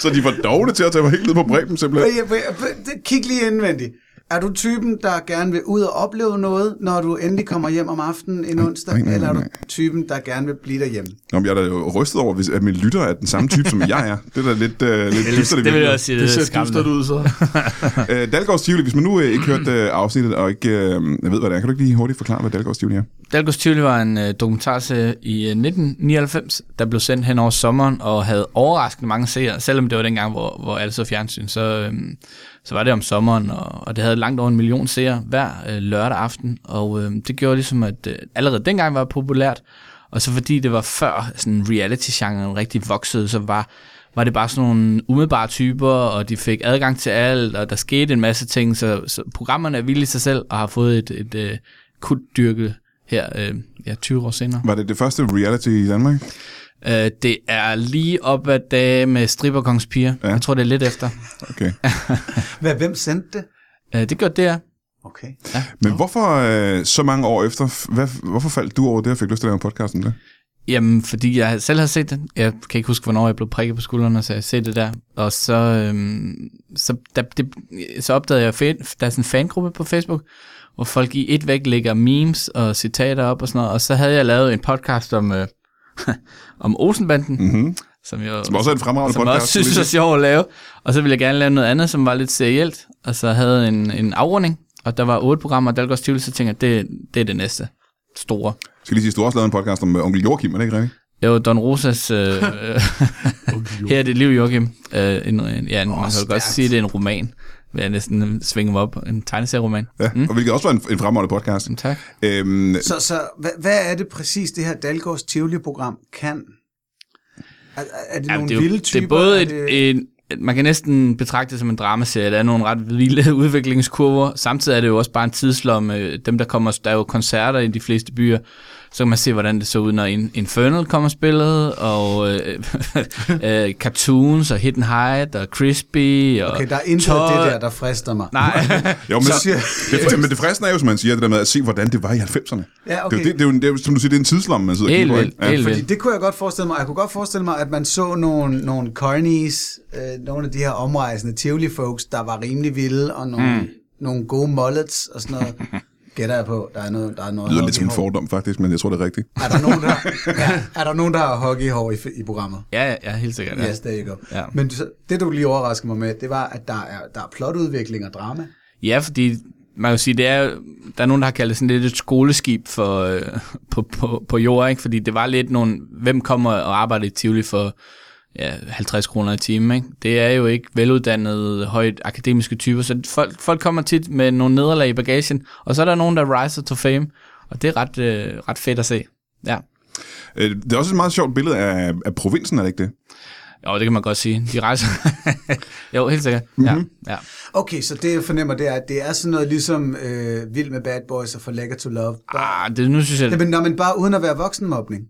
Speaker 1: så de var dogne til at tage mig helt ned på Bremen simpelthen.
Speaker 2: Men jeg- men jeg- men det- Kig lige indvendigt. Er du typen, der gerne vil ud og opleve noget, når du endelig kommer hjem om aftenen en onsdag?
Speaker 1: nej, nej,
Speaker 2: Eller er du
Speaker 1: nej.
Speaker 2: typen, der gerne vil blive derhjemme?
Speaker 1: Nå, men jeg er da jo rystet over, hvis- at min lytter er den samme type, som jeg er. Det er da lidt, øh, lidt dyster,
Speaker 4: Det vil jeg også sige, det,
Speaker 3: Det
Speaker 4: det er
Speaker 3: ser dystert
Speaker 4: skræmmende.
Speaker 3: ud, så.
Speaker 1: Øh, Dalgårds Tivoli, hvis man nu øh, ikke hørte øh, afsnittet, og ikke øh, jeg ved, hvad det er, kan du ikke lige hurtigt forklare, hvad Dalgårds Tivoli er?
Speaker 4: Dalgos Tivoli var en øh, dokumentarserie i øh, 1999, der blev sendt hen over sommeren og havde overraskende mange seere, selvom det var dengang, hvor, hvor alle så fjernsyn, så, øh, så var det om sommeren, og, og det havde langt over en million seere hver øh, lørdag aften, og øh, det gjorde ligesom, at øh, allerede dengang var det populært, og så fordi det var før sådan reality-genren rigtig voksede, så var var det bare sådan nogle umiddelbare typer, og de fik adgang til alt, og der skete en masse ting, så, så programmerne er vilde i sig selv, og har fået et, et, et kutdyrke her øh, ja, 20 år senere.
Speaker 1: Var det det første reality i Danmark?
Speaker 4: Øh, det er lige op ad dage med Stripperkongens piger. Ja. Jeg tror, det er lidt efter.
Speaker 1: Okay.
Speaker 2: Hvad, hvem sendte det?
Speaker 4: Øh, det gør det her.
Speaker 2: Okay.
Speaker 1: Men hvorfor øh, så mange år efter, f- hvad, hvorfor faldt du over det og fik lyst til at lave en podcast om det?
Speaker 4: Jamen, fordi jeg selv har set det. Jeg kan ikke huske, hvornår jeg blev prikket på skuldrene, så jeg har set det der. Og så, øhm, så, der, det, så opdagede jeg, at der er sådan en fangruppe på Facebook, hvor folk i et væk lægger memes og citater op og sådan noget. Og så havde jeg lavet en podcast om, øh, om Olsenbanden, mm-hmm. som jo
Speaker 1: Som også er en fremragende
Speaker 4: som jeg
Speaker 1: podcast.
Speaker 4: også synes
Speaker 1: skulle
Speaker 4: var
Speaker 1: jeg lige
Speaker 4: sjov at lave. Og så ville jeg gerne lave noget andet, som var lidt serielt, og så havde en, en afrunding. Og der var otte programmer, og Dalgårds Tivoli, så tænkte jeg, det, det er det næste store.
Speaker 1: sige. Skal lige sige, at du har også lavede en podcast om øh, onkel Joachim, er det ikke rigtigt?
Speaker 4: Jo, Don Rosas... Øh, øh, her er det liv, Joachim. Øh, en, en, ja, en, oh, man kan jo godt sige, at det er en roman. Vil jeg næsten svinge mig op. En tegneserieroman.
Speaker 1: Ja, mm. og hvilket også var en, en fremragende podcast.
Speaker 4: Tak.
Speaker 1: Øhm,
Speaker 2: Så, så hvad, hvad er det præcis, det her Dalgårds Tivoli-program kan? Er, er- er det ja, nogle
Speaker 4: det, er jo-
Speaker 2: vilde typer?
Speaker 4: det er både
Speaker 2: Er
Speaker 4: et, det... en, man kan næsten betragte det som en dramaserie. Der er nogle ret vilde udviklingskurver. Samtidig er det jo også bare en tidslomme. Dem, der kommer, der er jo koncerter i de fleste byer. Så kan man se, hvordan det så ud, når In- Infernal kommer spillet, og øh, øh, Cartoons, og Hidden Height, og Crispy, og
Speaker 2: Okay, der er intet af
Speaker 4: tøj-
Speaker 2: det der, der frister mig.
Speaker 4: Nej,
Speaker 1: jo, men, så, det, men det fristende er jo, som man siger, det der med at se, hvordan det var i 90'erne.
Speaker 2: Ja,
Speaker 1: det, er
Speaker 2: okay.
Speaker 1: jo det, det, er jo, en- det er, jo- som du siger, det er en tidslomme, man sidder
Speaker 4: Helt
Speaker 1: og kigger på.
Speaker 4: vildt,
Speaker 1: ikke?
Speaker 4: helt
Speaker 2: Fordi
Speaker 4: Vel.
Speaker 2: Øh, det kunne jeg godt forestille mig. Jeg kunne godt forestille mig, at man så nogle, nogle cornies, øh, nogle af de her omrejsende Tivoli-folks, der var rimelig vilde, og nogle, mm. nogle gode mullets og sådan noget. Gætter jeg på, der er noget... Der er noget
Speaker 1: Det lyder lidt som
Speaker 2: hockeyhår.
Speaker 1: en fordom, faktisk, men jeg tror, det er rigtigt.
Speaker 2: Er der nogen, der, ja, er der nogen, der har hockeyhår i, i programmet?
Speaker 4: Ja, ja, ja, helt sikkert. Ja.
Speaker 2: Ja. Yes, there you go.
Speaker 4: Ja.
Speaker 2: Ja. Men så- det, du lige overraskede mig med, det var, at der er, der er plotudvikling og drama.
Speaker 4: ja, fordi man kan jo sige, det er, der er nogen, der har kaldt det sådan lidt et skoleskib for, øh, på, på, på jord, ikke? fordi det var lidt nogle, hvem kommer og arbejder i Tivoli for ja, 50 kroner i timen. Ikke? Det er jo ikke veluddannede, højt akademiske typer, så folk, folk kommer tit med nogle nederlag i bagagen, og så er der nogen, der riser to fame, og det er ret, øh, ret fedt at se. Ja.
Speaker 1: Øh, Det er også et meget sjovt billede af, af provinsen, er det ikke det?
Speaker 4: Jo, det kan man godt sige. De rejser. jo, helt sikkert. Ja, mm-hmm. ja.
Speaker 2: Okay, så det, jeg fornemmer, det er, at det er sådan noget ligesom øh, Vild med Bad Boys og For Lækker to Love.
Speaker 4: Ah, det, nu synes jeg,
Speaker 2: Jamen, når man bare uden at være voksenmobning.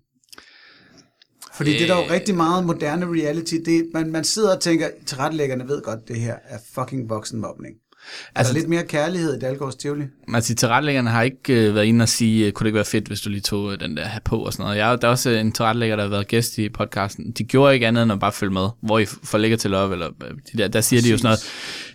Speaker 2: Fordi øh... det er der jo
Speaker 4: Øh.
Speaker 2: rigtig meget moderne reality. Det, er- man, man sidder og tænker, tilrettelæggerne ved godt, det her er fucking voksenmobning. Altså,
Speaker 4: Altså-
Speaker 2: er der lidt mere kærlighed i Dalgårds Tivoli?
Speaker 4: Altså, tilrettelæggerne har ikke øh, været inde og sige, øh, kunne det ikke være fedt, hvis du lige tog øh, den der her på og sådan noget. Jeg, er- der er også øh, en tilrettelægger, der har været gæst i podcasten. De gjorde ikke andet end at bare følge med, hvor I får lægger til op, eller øh, de der, der siger de jo sådan noget,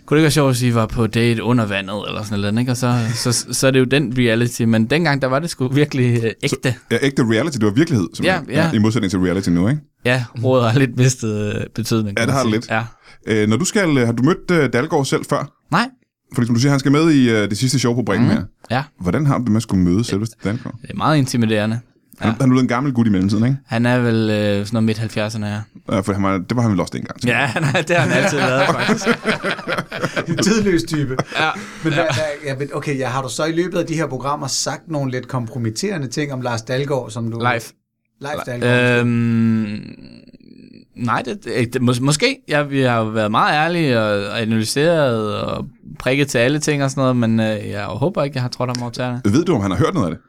Speaker 4: kunne det ikke være sjovt, hvis I var på date under vandet, eller sådan noget, ikke? Og så, så, så, så er det jo den reality, men dengang, der var det sgu virkelig øh, ægte.
Speaker 1: Ja, ægte reality, det var virkelighed, simpelthen.
Speaker 4: Ja, ja.
Speaker 1: I modsætning til reality nu, ikke?
Speaker 4: Ja, ordet har lidt mistet øh, betydning.
Speaker 1: Ja,
Speaker 4: kan
Speaker 1: det
Speaker 4: man
Speaker 1: har det
Speaker 4: sige.
Speaker 1: lidt.
Speaker 4: Ja.
Speaker 1: Øh, når du skal, øh, har du mødt øh, Dalgaard selv før?
Speaker 4: Nej,
Speaker 1: Fordi som du siger, han skal med i øh, det sidste show på Bremen mm. her.
Speaker 4: ja,
Speaker 1: Hvordan har du det med at skulle møde selveste Dalgaard?
Speaker 4: det er meget intimiderende.
Speaker 1: Han, han er blevet en gammel gut i mellemtiden, ikke?
Speaker 4: Han er vel øh, sådan noget midt-70'erne her.
Speaker 1: Ja, for han var, det var han vel også dengang. Ja.
Speaker 4: Ja, han er, det har han altid været, faktisk.
Speaker 2: En tidløs type.
Speaker 4: Ja.
Speaker 2: Men, hvad, hvad, ja, men okay, ja, har du så i løbet af de her programmer sagt nogle lidt kompromitterende ting om Lars Dalgaard, som du...
Speaker 4: Live.
Speaker 2: Live Dalgaard. Øh,
Speaker 4: Øhm, nej, det, det, det, mås- måske. Ja, vi har jo været meget ærlige og, og analyseret og prikket til alle ting og sådan noget, men øh, jeg håber ikke, jeg har trådt ham over tæerne.
Speaker 1: Ved du, om han har hørt noget af det?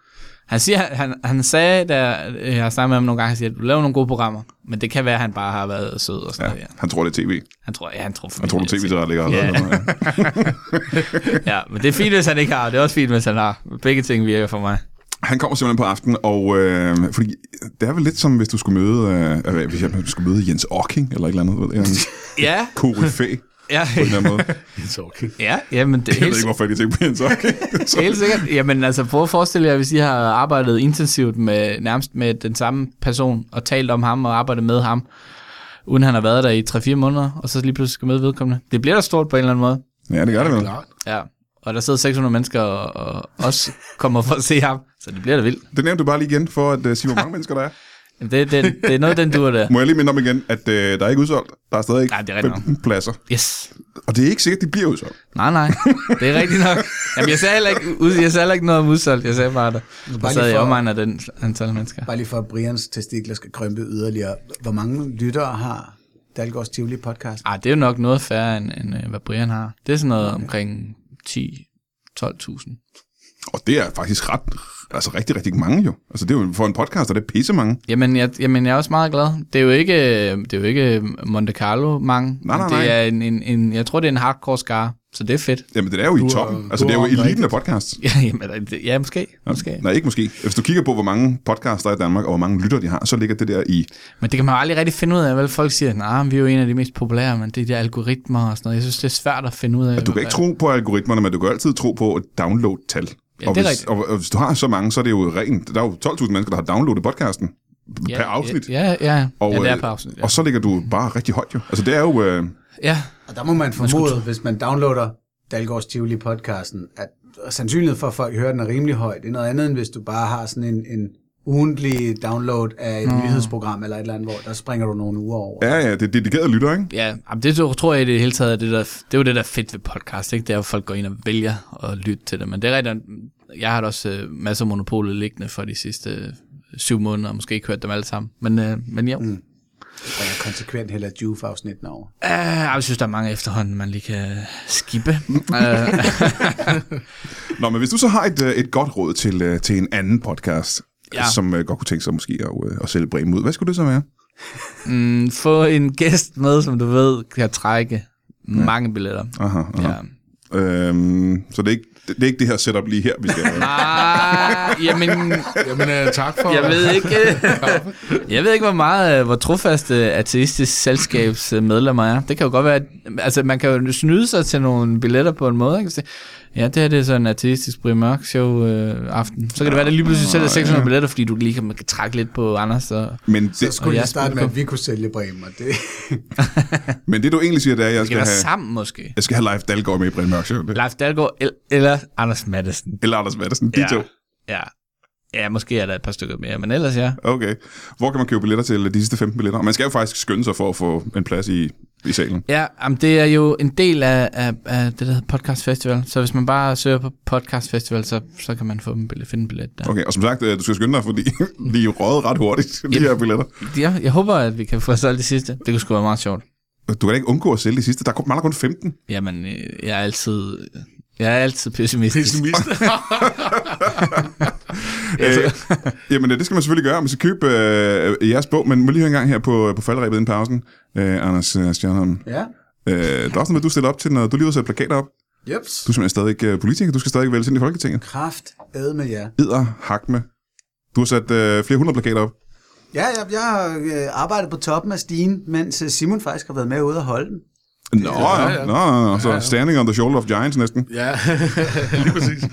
Speaker 4: Han, siger, han, han sagde, da jeg har snakket med ham nogle gange, han siger, at du laver nogle gode programmer, men det kan være, at han bare har været sød og sådan
Speaker 1: Ja.
Speaker 4: ja. noget. Ja.
Speaker 1: Han tror, det er tv.
Speaker 4: Han tror, ja, han tror,
Speaker 1: Han tror, det er tv, der ligger.
Speaker 4: Ja.
Speaker 1: Ja.
Speaker 4: Ja, men det er fint, hvis han ikke har, og det er også fint, hvis han har. Begge ting virker for mig.
Speaker 1: Han kommer simpelthen på aftenen, og øh, fordi det er vel lidt som, hvis du skulle møde, øh, øh, hvis jeg skulle møde Jens Orking, eller et eller andet, ved, en
Speaker 4: Ja,
Speaker 1: koryfæ,
Speaker 4: ja,
Speaker 1: på en eller anden måde.
Speaker 3: It's okay.
Speaker 4: ja, jamen det er
Speaker 1: Jeg ved
Speaker 4: helt,
Speaker 1: ikke, hvorfor jeg lige tænkte på Jens Orking. Så-
Speaker 4: helt sikkert. Jamen altså, prøv at forestille jer, hvis I har arbejdet intensivt med, nærmest med den samme person, og talt om ham og arbejdet med ham, uden han har været der i 3-4 måneder, og så lige pludselig skal møde vedkommende. Det bliver da stort på en eller anden måde.
Speaker 1: Ja, det gør det vel.
Speaker 3: Klart.
Speaker 4: Ja, og der sidder 600 mennesker og, og også kommer for at se ham, så det bliver da vildt.
Speaker 1: Det nævnte du bare lige igen, for at øh, sige, hvor mange mennesker der er.
Speaker 4: Jamen, det, det, det er noget, den dur der.
Speaker 1: Må jeg lige minde om igen, at øh, der er ikke udsolgt. Der er stadig
Speaker 4: Nej, det er rigtigt
Speaker 1: 15 pladser.
Speaker 4: Yes.
Speaker 1: Og det er ikke sikkert, de bliver udsolgt.
Speaker 4: Nej, nej. Det er rigtigt nok. Jamen, jeg sagde heller ikke, ud, jeg sagde heller ikke noget om udsolgt. Jeg sagde bare, at der
Speaker 2: lige
Speaker 4: sad i
Speaker 2: for-
Speaker 4: omegn af den antal mennesker.
Speaker 2: Bare lige for, at Brians testikler skal krømpe yderligere. Hvor mange lyttere har Dalgaards Tivoli podcast?
Speaker 4: Ej, det er jo nok noget færre, end, end øh, hvad Brian har. Det er sådan noget omkring 10-12.000.
Speaker 1: Og det er faktisk ret, altså rigtig, rigtig mange jo. Altså det er jo for en podcast, og det er pisse mange.
Speaker 4: Jamen jeg, jamen, jeg er også meget glad. Det er jo ikke, øh, det er jo ikke Monte Carlo mange.
Speaker 1: Nej, nej, nej.
Speaker 4: Det er en, en, en, jeg tror, det er en hardcore skare, så det er fedt.
Speaker 1: Jamen det er jo i
Speaker 3: Du er-
Speaker 1: toppen.
Speaker 3: du
Speaker 1: Altså det er
Speaker 3: er
Speaker 1: jo
Speaker 3: ramt
Speaker 1: eliten
Speaker 3: rigtigt.
Speaker 1: af podcasts.
Speaker 4: Ja, jamen, det- ja måske. måske.
Speaker 1: Nej, ikke måske. Hvis du kigger på, hvor mange podcasts der er i Danmark, og hvor mange lytter de har, så ligger det der i...
Speaker 4: Men det kan man jo aldrig rigtig finde ud af, vel? Folk siger, at nah, vi er jo en af de mest populære, men det er de der algoritmer og sådan noget. Jeg synes, det er svært at finde ud af.
Speaker 1: Du kan ikke tro på algoritmerne, men du kan altid tro på et download-tal.
Speaker 4: Ja,
Speaker 1: og,
Speaker 4: det er
Speaker 1: hvis,
Speaker 4: rigtigt.
Speaker 1: og, og hvis du har så mange, så er det jo rent... Der er jo 12.000 mennesker, der har downloadet podcasten ja, per afsnit.
Speaker 4: Ja, ja, ja, og,
Speaker 1: Og,
Speaker 4: ja det er
Speaker 1: øh,
Speaker 4: per afsnit. Ja.
Speaker 1: Og så ligger du bare rigtig højt jo. Altså det er jo... Øh,
Speaker 4: ja.
Speaker 2: Og der må man formode, hvis man downloader Dalgaards Tivoli podcasten, at sandsynligheden for, at folk hører den er rimelig høj. Det er noget andet, end hvis du bare har sådan en, en ugentlig download af et nyhedsprogram eller et eller andet, hvor der springer du nogle uger over.
Speaker 1: ja, ja, det er dedikerede lytter, ikke?
Speaker 4: ja. Jamen, det tror- tror jeg i det hele taget, er det, der, det er jo det, der er fedt ved podcast, ikke? Det er jo, at folk går ind og vælger at lytte til det. Men det er rigtigt, jeg har da også øh, masser af monopolet liggende for de sidste øh, syv måneder, og måske ikke hørt dem alle sammen. Men, øh, men jo. Mm.
Speaker 2: Jeg bringer konsekvent heller Juve-afsnitten over.
Speaker 4: Uh, jeg synes, der er mange efterhånden, man lige kan skippe. uh,
Speaker 1: Nå, men hvis du så har et, øh, et godt råd til, øh, til en anden podcast, ja.
Speaker 4: Ja.
Speaker 1: som øh, godt kunne tænke sig måske at, øh, at sælge Bremen ud, hvad skulle det så være?
Speaker 4: mm, få en gæst med, som du ved, kan trække mange billetter.
Speaker 1: Aha, aha.
Speaker 4: Ja.
Speaker 1: Øhm, så det er, ikke, det, det er ikke det her setup lige her, vi skal
Speaker 4: Ah, jamen,
Speaker 3: Jamen, øh, tak for...
Speaker 4: Jeg ved ikke, jeg ved ikke hvor meget, øh, hvor trofaste ateistisk selskabs øh, medlemmer er. Det kan jo godt være, at, altså man kan jo snyde sig til nogle billetter på en måde. Ikke? Så, ja, det her det er så en ateistisk Brian Mørk show øh, aften. Så kan det være, at det lige pludselig sælger 600 billetter, fordi du lige kan, man kan trække lidt på Anders. Og,
Speaker 1: men,
Speaker 2: Så
Speaker 1: det,
Speaker 4: Og
Speaker 2: skulle jeg
Speaker 4: jeres
Speaker 2: starte med,
Speaker 4: publikum.
Speaker 2: at vi kunne sælge Bremen, og det
Speaker 1: men det du egentlig siger, det er, at jeg
Speaker 4: vi kan
Speaker 1: skal
Speaker 4: være
Speaker 1: have,
Speaker 4: sammen måske.
Speaker 1: jeg skal have Leif Dalgaard med i Brian Mørk Show. Det-
Speaker 4: Leif Dahlgaard el- eller Anders Madsen.
Speaker 1: Eller Anders Madsen, de
Speaker 4: Ja.
Speaker 1: to.
Speaker 4: Ja. ja, måske er der et par stykker mere, men ellers ja.
Speaker 1: Okay. Hvor kan man købe billetter til øh, de sidste 15 billetter? Og man skal jo faktisk skynde sig for at få en plads i, i salen.
Speaker 4: Ja, jamen det er jo en del af, af, af det, der hedder Podcast Festival. Så hvis man bare søger på Podcast Festival, så, så kan man få en billet, finde en billet der.
Speaker 1: Okay, og som sagt, øh, du skal skynde dig, fordi de er jo røget ret hurtigt, de her billetter.
Speaker 4: Okay. Jeg, jeg håber, at vi kan få solgt det sidste. Det kunne sgu være meget sjovt.
Speaker 1: Du kan da ikke undgå at sælge de sidste. Der er kun- mangler kun 15.
Speaker 4: Jamen, øh, jeg er altid, jeg er altid pessimistisk.
Speaker 3: Pessimist.
Speaker 1: Øh, jamen, øh, det skal man selvfølgelig gøre. Man skal købe øh, øh, jeres bog, men må lige høre en gang her på, på faldrebet inden pausen. Øh, Anders øh, Stjernholm,
Speaker 2: Ja.
Speaker 1: øh, der er også noget, du stiller op til, når du lige ud sætter plakater op.
Speaker 2: Jeps.
Speaker 1: Du er simpelthen stadig øh, politiker, du skal stadig vælges ind i Folketinget.
Speaker 2: Kraft ad med jer.
Speaker 1: Edder, hak med. Du har sat øh, flere hundrede plakater op.
Speaker 2: Ja, jeg, jeg har øh, arbejdet på toppen af stigen, mens øh, Simon faktisk har været med ude og holde den.
Speaker 1: Nå, ja, ja.
Speaker 3: ja.
Speaker 1: Nå, ja, ja. så standing on the shoulder of giants næsten.
Speaker 3: ja, lige præcis.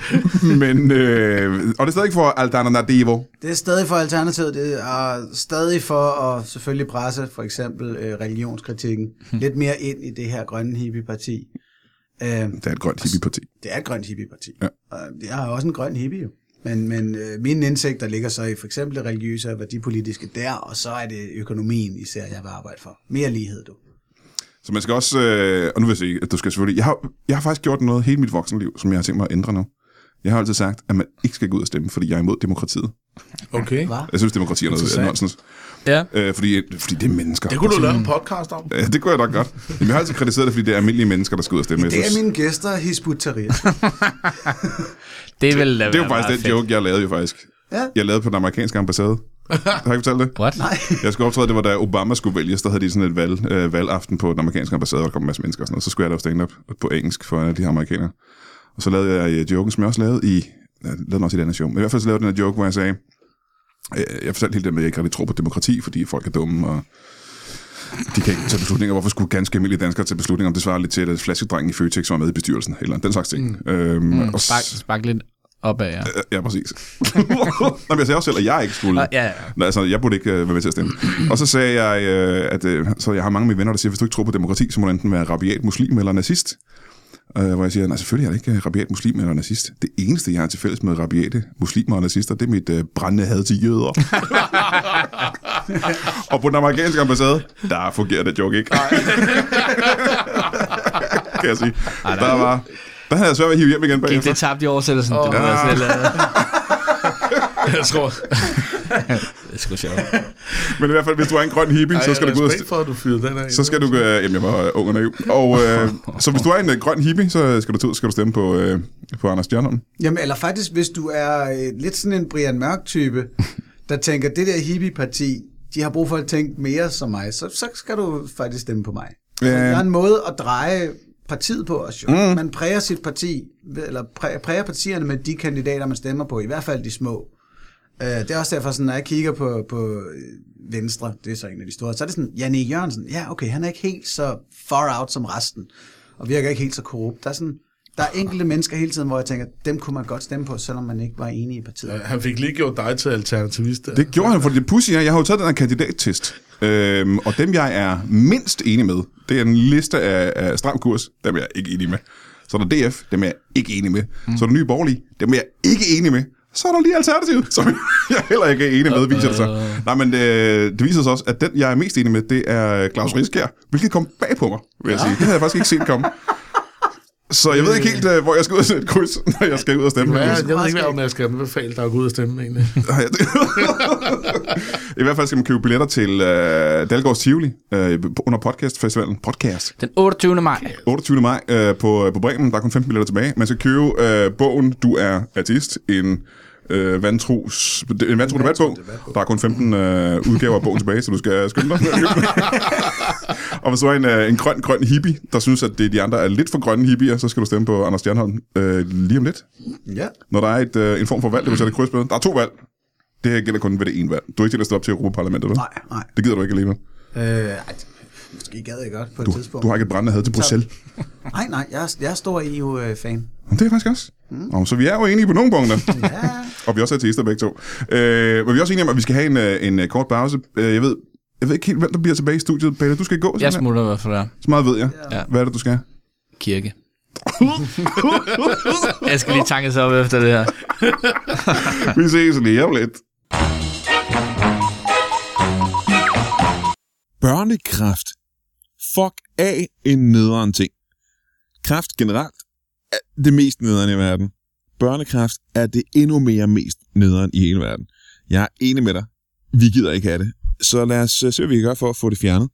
Speaker 1: Men, øh, og det er stadig for Aldana Nadevo.
Speaker 2: Det er stadig for Alternativet, det er stadig for at selvfølgelig presse for eksempel øh, religionskritikken
Speaker 1: Hmm.
Speaker 2: lidt mere ind i det her grønne hippieparti. Øh,
Speaker 1: Det er et grønt hippieparti.
Speaker 2: det er et grønt hippieparti.
Speaker 1: Ja.
Speaker 2: Ja. Jeg er også en grøn hippie jo. Men, men øh, mine indsigter ligger så i for eksempel det religiøse og værdipolitiske der, og så er det økonomien især, jeg vil arbejde for. Mere lighed, du.
Speaker 1: Så man skal også, øh, og nu vil jeg sige, at du skal selvfølgelig, jeg har, jeg har faktisk gjort noget hele mit voksenliv, som jeg har tænkt mig at ændre nu. Jeg har altid sagt, at man ikke skal gå ud og stemme, fordi jeg er imod demokratiet.
Speaker 3: Okay.
Speaker 2: Hva?
Speaker 1: Jeg synes, demokrati er noget
Speaker 3: Interessant.
Speaker 1: nonsens.
Speaker 4: Ja.
Speaker 1: Øh, fordi, fordi det er mennesker.
Speaker 3: Det kunne du lave en podcast om.
Speaker 1: Ja, det kunne jeg nok godt. Jamen, jeg har altid kritiseret det, fordi det er almindelige mennesker, der skal ud og stemme. Jeg
Speaker 2: Det
Speaker 1: synes-
Speaker 2: er mine gæster, Hizbut Tahrir.
Speaker 4: Det vil da
Speaker 1: det er jo faktisk den
Speaker 4: være meget
Speaker 1: fedt. joke, jeg lavede jo faktisk.
Speaker 2: Ja.
Speaker 1: Jeg lavede på den amerikanske ambassade. Har jeg ikke fortalt det?
Speaker 4: What?
Speaker 2: Nej.
Speaker 1: Jeg skulle optræde, det var da Obama skulle vælges, der havde de sådan et valg, øh, valgaften på den amerikanske ambassade, hvor der kom en masse mennesker og sådan noget. Så skulle jeg lave stand-up på engelsk for øh, de her amerikanere. Og så lavede jeg øh, joken, som jeg også lavede i, jeg lavede den også i et andet show, men i hvert fald så lavede jeg den her joke, hvor jeg sagde, øh, jeg fortalte hele det med, at jeg ikke rigtig tror på demokrati, fordi folk er dumme, og de kan ikke tage beslutninger. Hvorfor skulle ganske almindelige danskere tage beslutninger, om det svarer lidt til, at flaskedrengen i Føtex var med i bestyrelsen, eller den slags ting. Mm. Øhm, mm, og,
Speaker 4: Spark,
Speaker 1: s-
Speaker 4: spark lidt op af jer.
Speaker 1: Ja, præcis. Nå, men jeg sagde også selv, at jeg ikke skulle.
Speaker 4: Nå, ja, ja.
Speaker 1: Nej, altså, jeg burde ikke øh, være med til at stemme. Og så sagde jeg, øh, at øh, så jeg har mange af mine venner, der siger, hvis du ikke tror på demokrati, så må du enten være rabiat muslim eller nazist. Øh, hvor jeg siger, nej, selvfølgelig er det ikke øh, rabiat muslim eller nazist. Det eneste, jeg har til fælles med rabiate muslimer og nazister, det er mit øh, brændende had til jøder. og på den amerikanske ambassade, der fungerer det joke ikke. kan jeg sige. Der var... Der havde jeg svært ved at hive hjem igen
Speaker 4: Gik
Speaker 1: bagefter.
Speaker 4: det tabt i oversættelsen? Oh. Det var jeg selv lavet.
Speaker 3: Jeg tror,
Speaker 4: Det er sgu sjovt.
Speaker 1: Men i hvert fald, hvis du er en grøn hippie, så skal du gå ud og...
Speaker 3: for, at du fyrede den af.
Speaker 1: Så skal du... Øh, jamen, jeg var øh, ung og naiv. Og, øh, så hvis du er en øh, grøn hippie, så skal du, tage ud, skal du stemme på, øh, på Anders Jørgensen.
Speaker 2: Jamen, eller faktisk, hvis du er øh, lidt sådan en Brian Mørk-type, der tænker, det der hippie-parti, de har brug for at tænke mere som mig, så, så skal du faktisk stemme på mig.
Speaker 1: Ja.
Speaker 2: Ja. Der er en måde at dreje partiet på også, jo. Mm. Man præger sit parti, eller præ- præger partierne med de kandidater, man stemmer på, i hvert fald de små. Øh, det er også derfor, sådan, når jeg kigger på, på øh, Venstre, det er så en af de store, så er det sådan, Jan E. Jørgensen, ja okay, han er ikke helt så far out som resten, og virker ikke helt så korrupt. Der er, sådan, der er enkelte mennesker hele tiden, hvor jeg tænker, dem kunne man godt stemme på, selvom man ikke var enig i partiet. Ja.
Speaker 3: Han fik lige gjort dig til alternativist. Der.
Speaker 1: Det gjorde han, fordi det pussy er, jeg har jo taget den her kandidattest. Øhm, og dem, jeg er mindst enig med, det er en liste af, af stram kurs, dem er jeg ikke enig med. Så er der DF, dem er jeg ikke enig med. Mm. Så er der Nye Borgerlige, dem er jeg ikke enig med. Så er der lige Alternativet, som jeg heller ikke er enig med, viser det sig. Nej, men øh, det viser sig også, at den, jeg er mest enig med, det er Claus Rieskjær, hvilket kom bag på mig, vil jeg ja. sige. Det havde jeg faktisk ikke set komme. Så jeg ved ikke helt, øh, hvor jeg skal ud og sætte et kryds, når jeg skal ud og stemme.
Speaker 3: Hvad,
Speaker 1: Ja,
Speaker 3: jeg ved ikke, hvad om jeg skal anbefale dig at gå ud og stemme egentlig.
Speaker 1: Nej, det- I hvert fald skal man købe billetter til øh, Dalgårds Tivoli øh, på- under podcastfestivalen. Podcast.
Speaker 4: Den 28. maj.
Speaker 1: 28. maj øh, på, på Bremen. Der er kun 15 billetter tilbage. Man skal købe øh, bogen Du er artist. En øh, vantros, en vantro debatbog. Der er kun 15 øh, udgaver af bogen tilbage, så du skal øh, skynde dig. Og hvis du er en, øh, en grøn, grøn hippie, der synes, at det, de andre er lidt for grønne hippier, så skal du stemme på Anders Stjernholm øh, lige om lidt
Speaker 2: ja.
Speaker 1: når der er et, øh, en form for valg, der vil sætte et kryds på. Der er to valg. Det her gælder kun ved det ene valg. Du er ikke til at stille op til Europaparlamentet, vel?
Speaker 2: Nej, nej.
Speaker 1: Det gider du ikke alene.
Speaker 2: Øh, ej, det- måske gad jeg godt på et
Speaker 1: Du,
Speaker 2: tidspunkt.
Speaker 1: du har ikke et brændende had til Bruxelles.
Speaker 2: Nej, nej, jeg er, jeg er stor E EU-fan.
Speaker 1: Jamen, Det er jeg faktisk også. Mm. Nå, så vi er jo enige på nogle punkter.
Speaker 2: Ja.
Speaker 1: og vi er også ateister begge to. Øh, men vi er også enige om, at vi skal have en, øh, en øh, kort pause. Øh, jeg, ved, jeg ved ikke helt, hvem der bliver tilbage i studiet. Pelle, du skal gå.
Speaker 4: Jeg
Speaker 1: simpelthen.
Speaker 4: smutter i hvert fald der.
Speaker 1: Så meget ved jeg.
Speaker 4: Ja.
Speaker 1: Hvad er det, du skal?
Speaker 4: Kirke. Jeg skal lige tanke sig op efter det her.
Speaker 1: vi ses lige om lidt.
Speaker 5: Børnekræft. Fuck af en nederen ting. Kræft generelt er det mest nederen i verden. Børnekræft er det endnu mere mest nederen i hele verden. Jeg er enig med dig. Vi gider ikke have det. Så lad os øh, se, hvad vi kan gøre for at få det fjernet.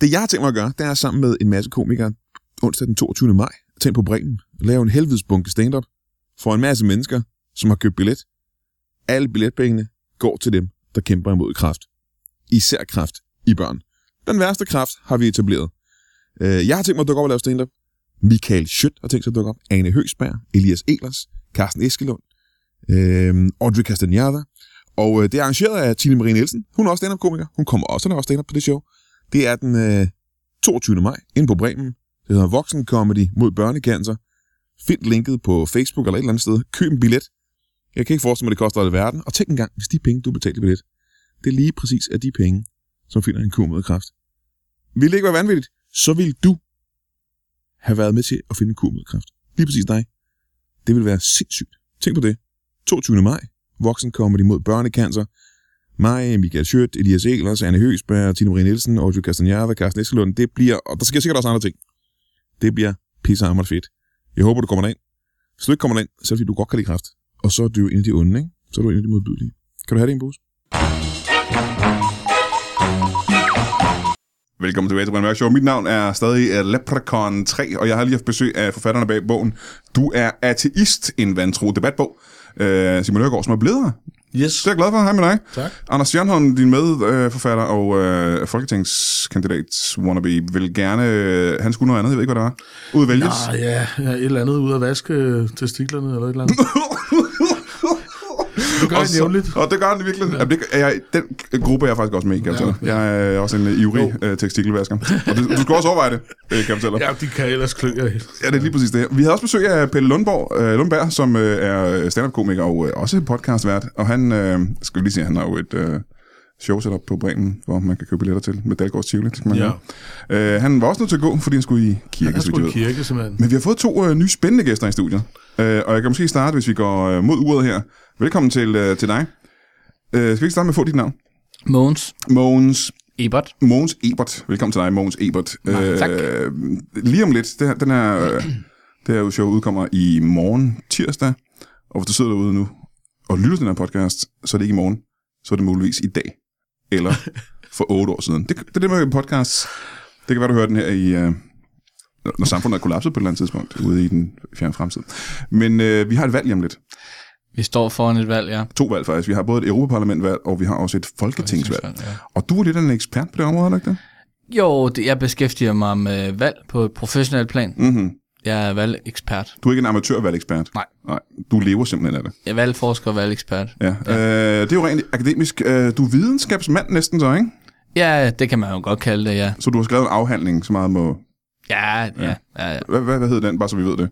Speaker 5: Det jeg har tænkt mig at gøre, det er sammen med en masse komikere onsdag den 22. maj, tænd på Bremen, lave en helvedes bunke stand-up for en masse mennesker, som har købt billet. Alle billetpengene går til dem, der kæmper imod kræft. Især kræft i børn. Den værste kraft har vi etableret. Øh, Jeg har tænkt mig at dukke op og lave stand-up. Michael Schødt har tænkt sig at dukke op. Ane Høgsberg, Elias Elers, Carsten Eskelund, øh, Audrey Castaneda. Og øh, det er arrangeret af Tine Marie Nielsen. Hun er også stand-up-komiker. Hun kommer også og laver stand-up på det show. Det er den øh, 22. maj inde på Bremen. Det hedder Voksen Comedy mod børnecancer. Find linket på Facebook eller et eller andet sted. Køb en billet. Jeg kan ikke forestille mig, det koster alverden. Og tænk engang, hvis de penge, du betalte i billet, det er lige præcis af de penge, som finder en kur mod kræft. Vil det ikke være vanvittigt, så vil du have været med til at finde en kur mod kræft. Lige præcis dig. Det vil være sindssygt. Tænk på det. 22. maj, Voksen Comedy mod børnecancer. Mig, Michael Schødt, Elias Ehlers, Anne Høsberg, Tine Marie Nielsen, Audrey Castanjava, Carsten Eskelund. Det bliver, og der sker sikkert også andre ting. Det bliver pissehammer fedt. Jeg håber, du kommer derind. Hvis du ikke kommer derind, så er det fordi, du godt kan lide kraft. Og så er du jo en af de onde, ikke? Så er du en af de modbydelige. Kan du have det i en pose?
Speaker 1: Velkommen tilbage til Brian Mørk Show. Mit navn er stadig øh, Leprechaun 3, og jeg har lige haft besøg af forfatterne bag bogen Du er ateist, en vantro debatbog. Øh, Simon Ørgaard, som er blevet her.
Speaker 3: Yes.
Speaker 1: Så er jeg glad for. Hej med dig.
Speaker 3: Tak.
Speaker 1: Anders Jørgenholm, din medforfatter og øh, folketingskandidat wannabe, vil gerne... Øh, han skulle noget andet, jeg ved ikke, hvad det var. Udvælges.
Speaker 3: Ah, ja, ja, et eller andet ud af vaske øh, testiklerne eller et eller andet. Det gør jeg jævnligt.
Speaker 1: Og det gør han virkelig. Ja. Det, er jeg, den gruppe er jeg faktisk også med i, kan jeg fortælle dig. Jeg er også en øh, ivrig øh, tekstilvasker. Og du, du skal også overveje det, øh, kan jeg fortælle dig.
Speaker 3: Ja, de kan ellers klø jer helt.
Speaker 1: Ja, det er lige præcis det. Vi havde også besøg af Pelle Lundborg, øh, Lundberg, som øh, er stand-up-komiker og øh, også podcastvært. Og han, øh, skal vi lige se, han har jo et øh, show sat op på Bremen, hvor man kan købe billetter til med Dalgårds Tivoli. det skal man
Speaker 3: Ja.
Speaker 1: gøre. Øh, han var også nødt til at gå, fordi han skulle i kirke.
Speaker 3: Jeg
Speaker 1: så vidt jeg
Speaker 3: skulle
Speaker 1: ved.
Speaker 3: i kirke, simpelthen.
Speaker 1: Men vi har fået to øh, nye spændende gæster i studiet. Øh, og jeg kan måske starte, hvis vi går øh, mod uret her. Velkommen til, øh, til dig. Øh, skal vi ikke starte med at få dit navn?
Speaker 4: Mogens
Speaker 1: Mogens
Speaker 4: Ebert.
Speaker 1: Mogens Ebert. Velkommen til dig, Mogens Ebert.
Speaker 4: Mange tak.
Speaker 1: Øh, lige om lidt, det her, den her, øh, det her show udkommer i morgen tirsdag, og hvis du sidder derude nu og lytter til den her podcast, så er det ikke i morgen, så er det muligvis i dag, eller for otte år siden. Det, det er det med podcasts. Det kan være, du hører den her i... Øh, når samfundet er kollapset på et eller andet tidspunkt, ude i den fjerne fremtid. Men øh, vi har et valg lige om lidt.
Speaker 4: Vi står foran et valg, ja.
Speaker 1: To valg faktisk. Vi har både et Europaparlamentvalg, og vi har også et folketingsvalg.
Speaker 4: Ja.
Speaker 1: Og du er lidt af en ekspert på det område, er du ikke det?
Speaker 4: Jo, det, jeg beskæftiger mig med valg på et professionelt plan.
Speaker 1: Mm-hmm.
Speaker 4: Jeg er valgekspert.
Speaker 1: Du er ikke en amatørvalgekspert?
Speaker 4: Nej.
Speaker 1: Nej, du lever simpelthen af det.
Speaker 4: Jeg er valgforsker og valgekspert.
Speaker 1: Ja. Øh, det er jo rent akademisk. Øh, du er videnskabsmand næsten så, ikke?
Speaker 4: Ja, det kan man jo godt kalde det, ja.
Speaker 1: Så du har skrevet en afhandling, så meget må...
Speaker 4: Ja, ja, ja. ja.
Speaker 1: Hvad, hvad, hvad hed den, bare så vi ved det?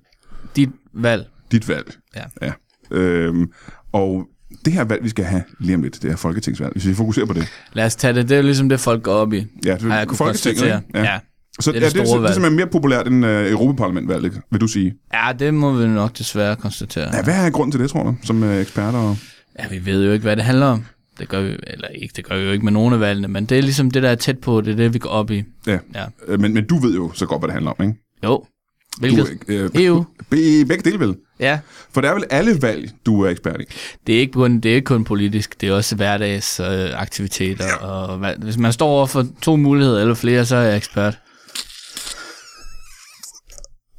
Speaker 4: Dit valg.
Speaker 1: Dit valg.
Speaker 4: Ja.
Speaker 1: ja. Øhm, og det her valg, vi skal have lige om lidt, det her folketingsvalg, hvis vi fokuserer på det.
Speaker 4: Lad os tage det. Det er jo ligesom det, folk går op i.
Speaker 1: Ja, det
Speaker 4: Har jeg kunne konstatere.
Speaker 1: ikke?
Speaker 4: Ja. ja.
Speaker 1: Så
Speaker 4: det er det
Speaker 1: ja, det,
Speaker 4: store
Speaker 1: det er
Speaker 4: valg.
Speaker 1: simpelthen mere populært end øh, Europaparlamentvalget, vil du sige.
Speaker 4: Ja, det må vi nok desværre konstatere.
Speaker 1: Ja, hvad er grunden til det, tror du, som øh, eksperter? Og...
Speaker 4: Ja, vi ved jo ikke, hvad det handler om. Det gør vi, eller ikke, det gør vi jo ikke med nogen af valgene, men det er ligesom det, der er tæt på, det er det, vi går op i.
Speaker 1: Ja.
Speaker 4: Ja.
Speaker 1: Øh, Men, men du ved jo så godt, hvad det handler om, ikke?
Speaker 4: Jo.
Speaker 1: Du,
Speaker 4: Hvilket? E
Speaker 1: øh,
Speaker 4: EU.
Speaker 1: be- begge dele vel?
Speaker 4: Ja.
Speaker 1: For det er vel alle valg, du er ekspert i?
Speaker 4: Det er ikke kun, det er ikke kun politisk, det er også hverdagsaktiviteter. Øh, ja. og hvad- hvis man står over for to muligheder eller flere, så er jeg ekspert.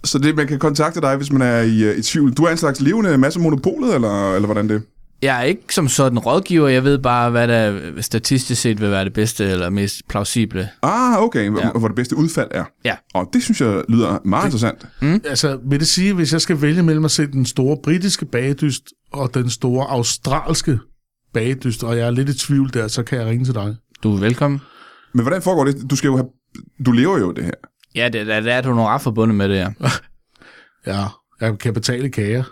Speaker 1: Så det, man kan kontakte dig, hvis man er i, øh, i tvivl. Du er en slags levende masse af monopolet, eller, eller hvordan det
Speaker 4: Jeg er ikke som sådan rådgiver, jeg ved bare, hvad der statistisk set vil være det bedste eller mest plausible.
Speaker 1: Ah, okay,
Speaker 4: Ja.
Speaker 1: ja. hvor det bedste udfald er.
Speaker 4: Ja.
Speaker 1: Og det synes jeg lyder meget interessant.
Speaker 3: Altså, vil det sige, hvis jeg skal vælge mellem at se den store britiske bagedyst og den store australske bagedyst, og jeg er lidt i tvivl der, så kan jeg ringe til dig.
Speaker 4: Du er velkommen.
Speaker 1: Men hvordan foregår det? Du skal jo have... Du lever jo af det her.
Speaker 4: Ja, det, der, der er et honorar forbundet med det, ja.
Speaker 3: Ja, jeg kan betale kager.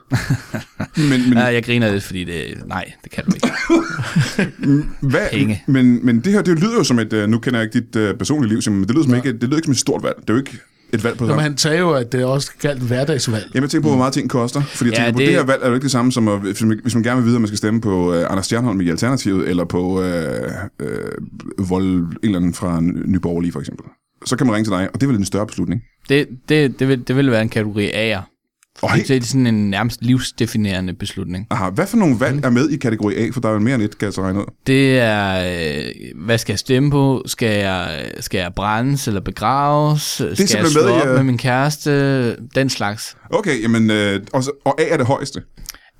Speaker 1: Men, men,
Speaker 4: ja. Jeg griner lidt, fordi det, nej, det kan du ikke.
Speaker 1: hvad,
Speaker 4: penge.
Speaker 1: men, men det her, det lyder jo som et... øh, Nu kender jeg ikke dit uh, personlige liv, Simon, men det lyder, som ikke, det lyder ikke som et stort valg. Det er jo ikke et valg på
Speaker 3: Nå, men
Speaker 1: sig.
Speaker 3: han sagde jo, at det også galt hverdagsvalg.
Speaker 1: Jamen, jeg tænker på, hvor meget ting koster. Fordi jeg
Speaker 4: Ja,
Speaker 1: tænker på, det...
Speaker 4: det-
Speaker 1: det her valg er jo ikke det samme som, at, hvis, man, hvis man gerne vil vide, om man skal stemme på uh, Anders Stjernholm i Alternativet, eller på uh, uh, Vold, en eller anden fra Nye Borgerlige, for eksempel. Så kan man ringe til dig, og det er vel en større beslutning.
Speaker 4: Det, det, det, vil, det vil være en kategori A'er.
Speaker 1: Og
Speaker 4: Det er sådan en nærmest livsdefinerende beslutning.
Speaker 1: Aha, hvad for nogle valg er med i kategori A? For der er jo mere end et, kan jeg så regne ud.
Speaker 4: Det er, øh, hvad skal jeg stemme på? Skal jeg, øh, skal jeg brændes eller begraves? Skal jeg
Speaker 1: simpelthen
Speaker 4: slå
Speaker 1: med i,
Speaker 4: op
Speaker 1: øh,
Speaker 4: med min kæreste? Den slags.
Speaker 1: Okay, jamen, øh, og, så, og A er det højeste.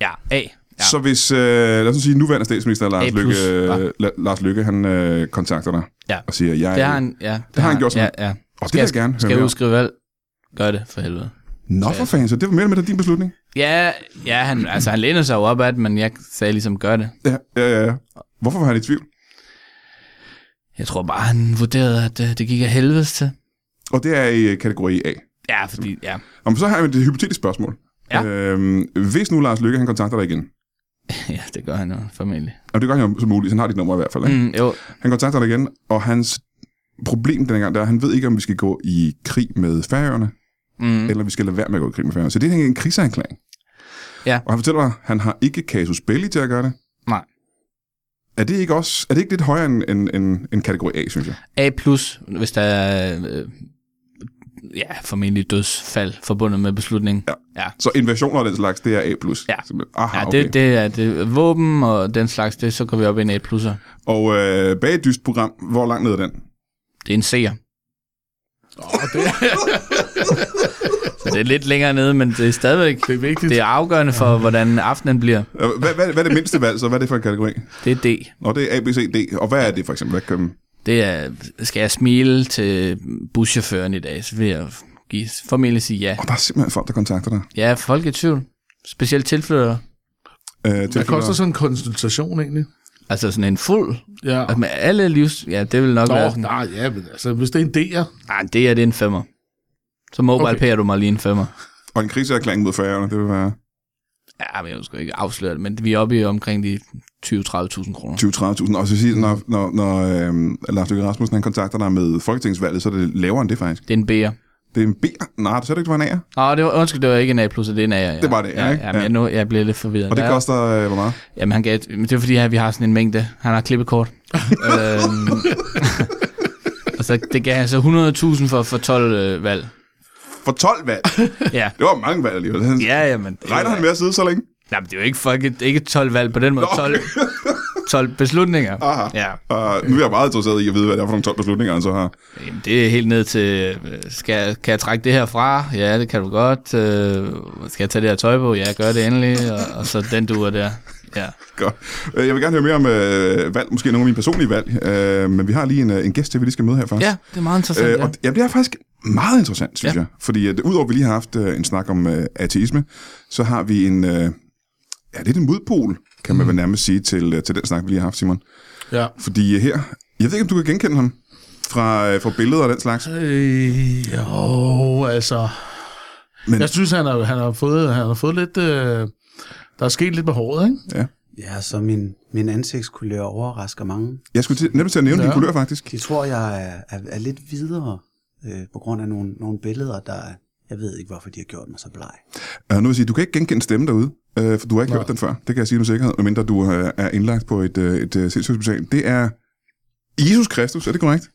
Speaker 4: Ja, A. Ja.
Speaker 1: Ja. Så hvis, øh, lad os nu sige, nuværende statsminister Lars,
Speaker 4: A+,
Speaker 1: Lykke,
Speaker 4: hva?
Speaker 1: øh, La- Lars Lykke, han øh, kontakter dig
Speaker 4: Ja.
Speaker 1: og siger, jeg
Speaker 4: Det har han, ja,
Speaker 1: Det har han gjort
Speaker 4: Ja,
Speaker 1: sådan.
Speaker 4: ja.
Speaker 1: Og det vil jeg gerne høre
Speaker 4: Skal
Speaker 1: mere
Speaker 4: jeg
Speaker 1: om.
Speaker 4: udskrive valg? Gør det, for helvede.
Speaker 1: Nå for fanden, så det var mere eller mindre din beslutning.
Speaker 4: Ja, ja han, altså, han læner sig jo op ad det, men jeg sagde ligesom, gør det.
Speaker 1: Ja, ja, ja, ja. Hvorfor var han i tvivl?
Speaker 4: Jeg tror bare, han vurderede, at øh, det gik af helvedes til.
Speaker 1: Og det er i øh, kategori A.
Speaker 4: Ja, fordi, ja.
Speaker 1: Om så har jeg et hypotetisk spørgsmål.
Speaker 4: Ja.
Speaker 1: Øhm, hvis nu Lars Lykke, han kontakter dig igen.
Speaker 4: ja, det gør han jo formentlig.
Speaker 1: Og det gør han jo som muligt, så han har dit nummer i hvert fald. Ikke?
Speaker 4: Mm, jo,
Speaker 1: Han kontakter dig igen, og hans problem denne gang, der er, at han ved ikke, om vi skal gå i krig med færøerne,
Speaker 4: mm.
Speaker 1: eller vi skal lade være med at gå i krig med færøerne. Så det er en kriseerklæring.
Speaker 4: Ja.
Speaker 1: Og han fortæller mig, at han har ikke casus belli til at gøre det.
Speaker 4: Nej.
Speaker 1: Er det ikke, også, er det ikke lidt højere end, end, end, end kategori A, synes jeg?
Speaker 4: A+, hvis der er øh, ja, formentlig dødsfald forbundet med beslutningen.
Speaker 1: Ja.
Speaker 4: ja.
Speaker 1: Så invasioner og den slags, det er A+.
Speaker 4: Ja.
Speaker 1: Simpelthen. Aha,
Speaker 4: Ja,
Speaker 1: okay.
Speaker 4: det, det er det. Våben og den slags, det, så går vi op i en 1-plusser.
Speaker 1: Og øh, bag et dyst program, hvor langt ned er den?
Speaker 4: Det er en C'er.
Speaker 3: Og det,
Speaker 4: Så det er lidt længere nede, men det er stadigvæk
Speaker 3: det er vigtigt.
Speaker 4: det er afgørende for, hvordan aftenen bliver.
Speaker 1: Øh, Hvad, hvad, hvad er det mindste valg, så hvad er det for en kategori?
Speaker 4: Det er D.
Speaker 1: Nå, det er A, B, C, D. Og hvad er det for eksempel? Hvad kan...
Speaker 4: Det er, skal jeg smile til buschaufføren i dag, så vil jeg give, formentlig sige ja.
Speaker 1: Og der er simpelthen folk, der kontakter dig.
Speaker 4: Ja, folk er i tvivl. Specielt tilflyttere.
Speaker 1: Øh,
Speaker 3: Hvad koster
Speaker 1: så?
Speaker 3: sådan en konsultation egentlig?
Speaker 4: Altså sådan en fuld.
Speaker 3: Ja.
Speaker 4: Altså med alle livs... Ja, det vil nok
Speaker 3: Nå,
Speaker 4: være sådan...
Speaker 3: nej, ja, men altså, hvis det er en DR,
Speaker 4: Nej, det er det er en femmer. Så mobile okay. du mig lige en femmer.
Speaker 1: Og en kriseerklæring mod færgerne, det vil være
Speaker 4: Ja, men jeg skal ikke afsløre det, men vi er oppe i omkring de 20-30.000 kroner.
Speaker 1: 20-30.000. Og så siger, når, når, når øhm, Lars Løkke Rasmussen han kontakter dig med folketingsvalget, så er det lavere end det faktisk.
Speaker 4: Det er en B'er.
Speaker 1: Det er en B. Nej, så er det ikke, det var en A'er.
Speaker 4: Nå, det var, undskyld, det var ikke en A+, det er en A, ja.
Speaker 1: Det var det, ja,
Speaker 4: ja,
Speaker 1: ikke?
Speaker 4: ja, men jeg, nu, jeg blev lidt forvirret.
Speaker 1: Og det
Speaker 4: Der-
Speaker 1: koster øh, hvor meget?
Speaker 4: Jamen, han gav, men det er fordi, at vi har sådan en mængde. Han har klippekort. øhm, og så det gav han så 100.000 for, for 12 øh, valg.
Speaker 1: For 12 valg.
Speaker 4: Ja.
Speaker 1: Det var mange valg alligevel. Han,
Speaker 4: Ja, jamen. det-
Speaker 1: Regner han med at sidde så længe?
Speaker 4: Nej, men det er jo ikke, fucking, ikke 12 valg på den måde.
Speaker 1: Nå.
Speaker 4: 12, 12 beslutninger.
Speaker 1: Aha.
Speaker 4: Ja.
Speaker 1: Og nu er jeg meget interesseret i at vide, hvad det er for nogle 12 beslutninger, han så har.
Speaker 4: Jamen, det er helt ned til, øh, skal, kan jeg trække det her fra? Ja, det kan du godt. Øh, skal jeg tage det her tøj på? Ja, gør det endelig. Og, og så den duer der. Ja.
Speaker 1: Godt. Øh, Jeg vil gerne høre mere om øh, valg, måske nogle af mine personlige valg, øh, men vi har lige en, øh, en gæst til, vi lige skal møde her først.
Speaker 4: ja, det er meget interessant.
Speaker 1: Øh,
Speaker 4: ja.
Speaker 1: og d- jamen, det er faktisk meget interessant, synes ja.
Speaker 4: Ja.
Speaker 1: jeg. Fordi at, udover at vi lige har haft øh, en snak om øh, ateisme, så har vi en, øh, ja, lidt en modpol, kan man vel nærmest sige, til, øh, til den snak, vi lige har haft, Simon.
Speaker 3: ja.
Speaker 1: Fordi øh, her, jeg ved ikke, om du kan genkende ham fra, øh, fra billeder og den slags.
Speaker 3: Øh, jo, altså...
Speaker 1: Men-
Speaker 3: Men... Jeg synes, han har, han har, fået, han har fået lidt... Øh, der er sket lidt med håret, ikke?
Speaker 2: Ja, så min, min ansigtskulør overrasker mange.
Speaker 1: Jeg skulle til, nemlig til at nævne ja.
Speaker 3: Ja.
Speaker 1: din kulør, faktisk.
Speaker 2: De tror, jeg er, er, er lidt videre øh, på grund af nogle, nogle billeder, der... er- Jeg ved ikke, hvorfor de har gjort mig så bleg.
Speaker 1: Uh, nu vil jeg sige, du kan ikke genkende stemmen derude, øh, for du har ikke Nå. hørt den før. Det kan jeg sige med sikkerhed, medmindre du øh, er indlagt på et, øh, et øh, sindssygshospital. Det er Jesus Kristus, er det korrekt?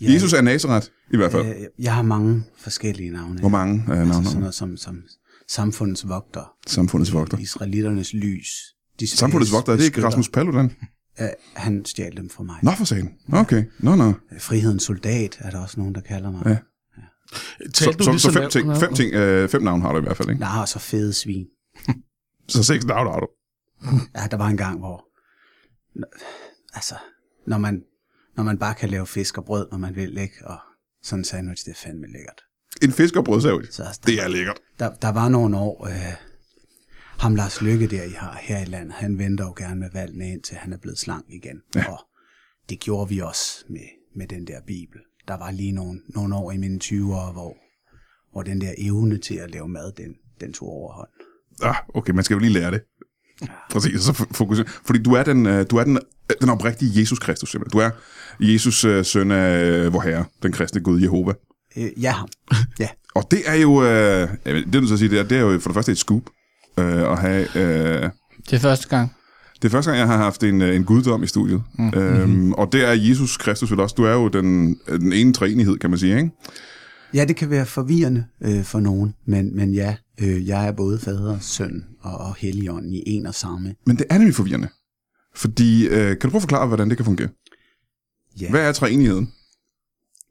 Speaker 1: Ja. Jesus er Nazareth, i hvert fald. Øh,
Speaker 2: øh, jeg har mange forskellige navne.
Speaker 1: Hvor mange øh, navne
Speaker 2: Altså
Speaker 1: har
Speaker 2: sådan
Speaker 1: du?
Speaker 2: noget som, som samfundets vogter,
Speaker 1: Samfundets vogter.
Speaker 2: israeliternes lys. De
Speaker 1: Samfundets vogter, er det ikke Rasmus Paludan?
Speaker 2: Ja, han stjal dem fra mig.
Speaker 1: Nå for sagen. Okay, nå, nå.
Speaker 2: Frihedens soldat er der også nogen, der kalder mig.
Speaker 1: Ja.
Speaker 2: Ja.
Speaker 1: Så,
Speaker 3: Talte du
Speaker 1: så,
Speaker 3: lige
Speaker 1: så fem,
Speaker 3: nemt?
Speaker 1: ting, fem, ting, øh, fem navne har du i hvert fald, ikke?
Speaker 2: Nej, og så fede svin.
Speaker 1: Så seks navne har du.
Speaker 2: Ja, der var en gang, hvor... Nå, Altså, når man, når man bare kan lave fisk og brød, når man vil, ikke? Og sådan en sandwich, det er fandme lækkert.
Speaker 1: En fisk og brødsavl.
Speaker 2: Så altså, der,
Speaker 1: Det er lækkert.
Speaker 2: der, der var nogle år, øh, ham Lars Lykke der, I har her i landet, han venter jo gerne med valgene ind, til han er blevet slank igen. Ja. Og det gjorde vi også med, med den der bibel. Der var lige nogle, nogle år i mine 20'ere, hvor, hvor den der evne til at lave mad, den, den tog overhånd.
Speaker 1: Ah, okay, man skal jo lige lære det. Præcis, så f- fokuser. Fordi du er den, øh, du er den, øh, den oprigtige Jesus Kristus, simpelthen. Du er Jesus øh, søn af øh, vor herre, den kristne Gud Jehova.
Speaker 2: Øh, ja, ham. Ja.
Speaker 1: Og det er jo, øh, jamen, det er nødt til at sige, det er, det er jo for det første et scoop øh, at have... Øh,
Speaker 4: Det er første gang.
Speaker 1: det er første gang, jeg har haft en, øh, en guddom i studiet. Mm. Øhm, og det er Jesus Kristus vel også. Du er jo den, øh, den ene træenighed, kan man sige, ikke?
Speaker 2: ja, det kan være forvirrende øh, for nogen, men, men ja, øh, jeg er både fader, søn og, og helligånd i en og samme.
Speaker 1: Men det er nemlig forvirrende. Fordi, øh, kan du prøve at forklare, hvordan det kan fungere?
Speaker 2: Ja.
Speaker 1: Hvad er træenigheden?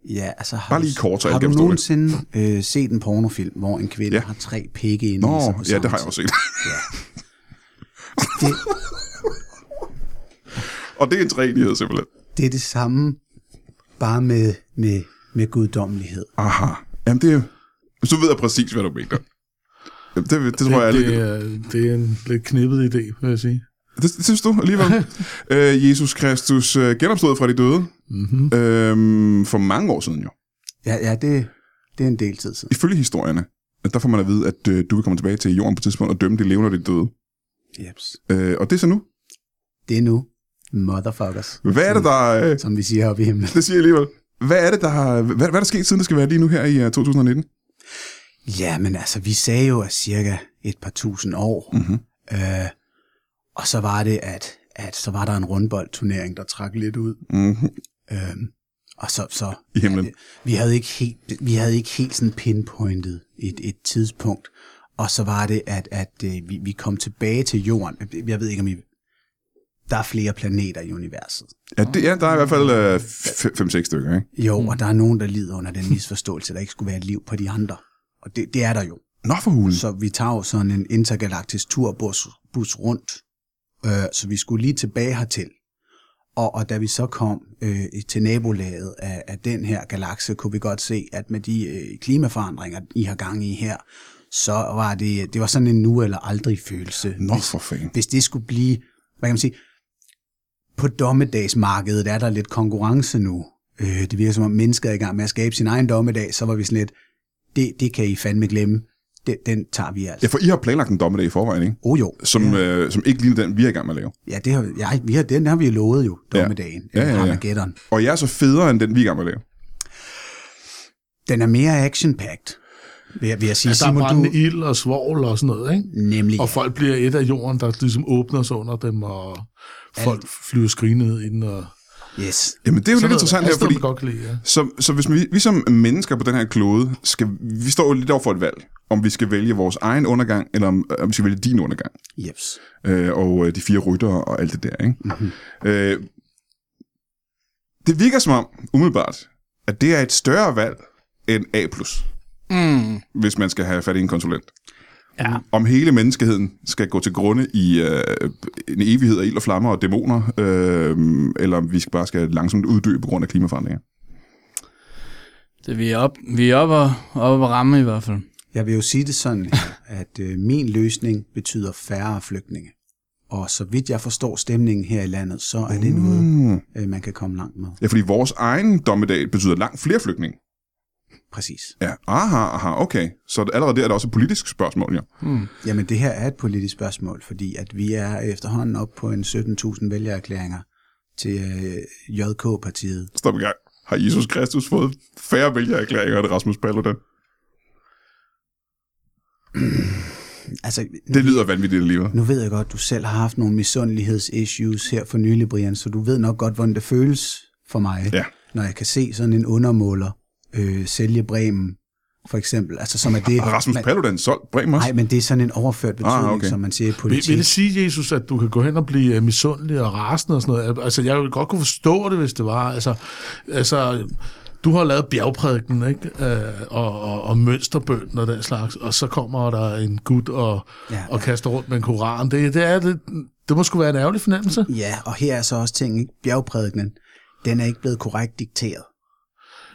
Speaker 2: Ja, altså har
Speaker 1: Bare
Speaker 2: du-
Speaker 1: lige kort, så alle
Speaker 2: Har
Speaker 1: kan
Speaker 2: du
Speaker 1: forstå
Speaker 2: nogensinde øh, set en pornofilm, hvor en kvinde
Speaker 1: Ja.
Speaker 2: ja. har tre pikke inde
Speaker 1: Nå,
Speaker 2: i sig på
Speaker 1: ja,
Speaker 2: samme
Speaker 1: det har jeg
Speaker 2: tid?
Speaker 1: også set.
Speaker 2: Det,
Speaker 1: og det er en træenighed, simpelthen.
Speaker 2: det er det samme, bare med, med, med guddommelighed.
Speaker 1: Aha. Jamen, det er... Så ved jeg præcis, hvad du mener. Jamen, Det, det, det tror jeg,
Speaker 3: det,
Speaker 1: alle...
Speaker 3: det, er, det er en lidt knippet idé, vil jeg sige.
Speaker 1: Det, det synes du alligevel. øh, Jesus Kristus øh, genopstod fra de døde. Mm-hmm. Øh, for mange år siden jo.
Speaker 2: Ja, ja det, det er en del tid siden.
Speaker 1: Ifølge historierne, der får man at vide, at øh, du vil komme tilbage til jorden på et tidspunkt og dømme de levende og de døde.
Speaker 2: Jeps.
Speaker 1: Øh, og det er så nu.
Speaker 2: Det er nu. Motherfuckers.
Speaker 1: Hvad er det, der... Øh,
Speaker 2: Som vi siger oppe i himlen.
Speaker 1: det siger jeg alligevel. Hvad er det, der har... Hvad, hvad er der sket, siden det skal være lige nu her i øh, 2019?
Speaker 2: Ja, men altså, vi sagde jo, at cirka et par tusind år. Mm-hmm. Øh, og så var det, at, at så var der en rundboldturnering, der trak lidt ud.
Speaker 1: Mhm.
Speaker 2: Øh, og så, så
Speaker 1: I himlen.
Speaker 2: vi havde ikke helt, vi havde ikke helt sådan pinpointet et, et tidspunkt. Og så var det, at, at øh, vi, vi kom tilbage til jorden. Jeg ved ikke, om I... Der er flere planeter i universet.
Speaker 1: Ja, det, ja der er i hvert fald øh, 5-6 stykker, ikke?
Speaker 2: Jo, mm. og der er nogen, der lider under den misforståelse, at der ikke skulle være liv på de andre. Og det, det er der jo.
Speaker 1: Nå for hulen.
Speaker 2: Så vi tager jo sådan en intergalaktisk turbus bus rundt. Øh, så vi skulle lige tilbage hertil. Og, og da vi så kom øh, til nabolaget af, af den her galakse, kunne vi godt se, at med de øh, klimaforandringer, I har gang i her, så var det, det var sådan en nu eller aldrig følelse.
Speaker 1: Nå for fanden.
Speaker 2: Hvis det skulle blive, hvad kan man sige, på dommedagsmarkedet er der lidt konkurrence nu. Øh, det virker som om mennesket er i gang med at skabe sin egen dommedag, så var vi sådan lidt, det, det kan I fandme glemme. Den, den tager vi altså.
Speaker 1: Ja, for I har planlagt en dommedag i forvejen, ikke?
Speaker 2: Oh jo,
Speaker 1: Som, øh, som ikke ligner den, vi er i gang med at lave.
Speaker 2: ja, det har, ja, vi har, den har vi lovet jo,
Speaker 1: Ja.
Speaker 2: dommedagen,
Speaker 1: Ja,
Speaker 2: ja,
Speaker 1: ja,
Speaker 2: ja,
Speaker 1: ja.
Speaker 2: ja. Armageddon.
Speaker 1: Og jeg er så federe end den, vi er i gang med at lave.
Speaker 2: Den er mere action-packed, vil jeg, vil jeg sige.
Speaker 3: Altså, der er
Speaker 2: Simon, du,
Speaker 3: brændende ild og svovl og sådan noget, ikke?
Speaker 2: nemlig,
Speaker 3: Og folk bliver et af jorden, der ligesom åbner sig under dem, og folk flyver skrigende ned i den. Og
Speaker 2: yes.
Speaker 1: Jamen, det er jo lidt interessant her,
Speaker 3: fordi...
Speaker 1: fordi...
Speaker 3: Man godt kan lide, ja.
Speaker 1: Så, så hvis vi, vi som mennesker på den her klode, skal, vi står jo lidt over for et valg, om vi skal vælge vores egen undergang, eller om, om vi skal vælge din undergang,
Speaker 2: Yes.
Speaker 1: øh, og øh, de fire ryttere og alt det der. Ikke?
Speaker 2: Mhm.
Speaker 1: Mm-hmm. Øh, det virker som om, umiddelbart, at det er et større valg end A+,
Speaker 4: Mm.
Speaker 1: hvis man skal have fat i en konsulent. Ja. Om hele menneskeheden skal gå til grunde i øh, en evighed af ild og flammer og dæmoner, øh, eller om vi skal bare skal langsomt uddø på grund af klimaforandringer.
Speaker 4: Det, vi er op, vi er oppe og, oppe og ramme i hvert fald.
Speaker 2: Jeg vil jo sige det sådan, her, at øh, min løsning betyder færre flygtninge. Og så vidt jeg forstår stemningen her i landet, så er det
Speaker 1: Mm.
Speaker 2: noget, øh, man kan komme langt med.
Speaker 1: Ja, fordi vores egen dommedag betyder langt flere flygtninge.
Speaker 2: Præcis.
Speaker 1: Ja, aha, aha, okay. Så allerede der er der også et politisk spørgsmål, ja.
Speaker 2: Jamen, det her er et politisk spørgsmål, fordi at vi er efterhånden op på en 17.000 vælgererklæringer til øh, JK-partiet.
Speaker 1: Stop i gang. Har Jesus Kristus fået færre vælgererklæringer end Rasmus Paludan?
Speaker 2: Altså,
Speaker 1: Det lyder vanvittigt alligevel.
Speaker 2: nu ved jeg godt, du selv har haft nogle misundelighedsissues her for nylig, Brian, så du ved nok godt, hvordan det føles for mig,
Speaker 1: Ja.
Speaker 2: når jeg kan se sådan en undermåler øh, sælge Bremen, for eksempel. Altså, som er det...
Speaker 1: Har Rasmus
Speaker 2: man-
Speaker 1: Paludan solgt Bremer?
Speaker 2: Nej, men det er sådan en overført betydning,
Speaker 1: Ah,
Speaker 2: ah,
Speaker 1: okay.
Speaker 2: okay. som man siger i
Speaker 3: Vil,
Speaker 2: politik.
Speaker 3: vil det sige, Jesus, at du kan gå hen og blive øh, misundelig og rasende og sådan noget? Altså, jeg ville godt kunne forstå det, hvis det var. Altså, altså du har lavet bjergprædiken, ikke? Øh, og, og, og mønsterbønden og den slags, og så kommer der en gut og, ja,
Speaker 2: Ja,
Speaker 3: og kaster rundt med en koran. Det, det, er, det, det må sgu være en ærgerlig fornemmelse.
Speaker 2: Ja, og her er så også ting, ikke? bjergprædikenen, den er ikke blevet korrekt dikteret.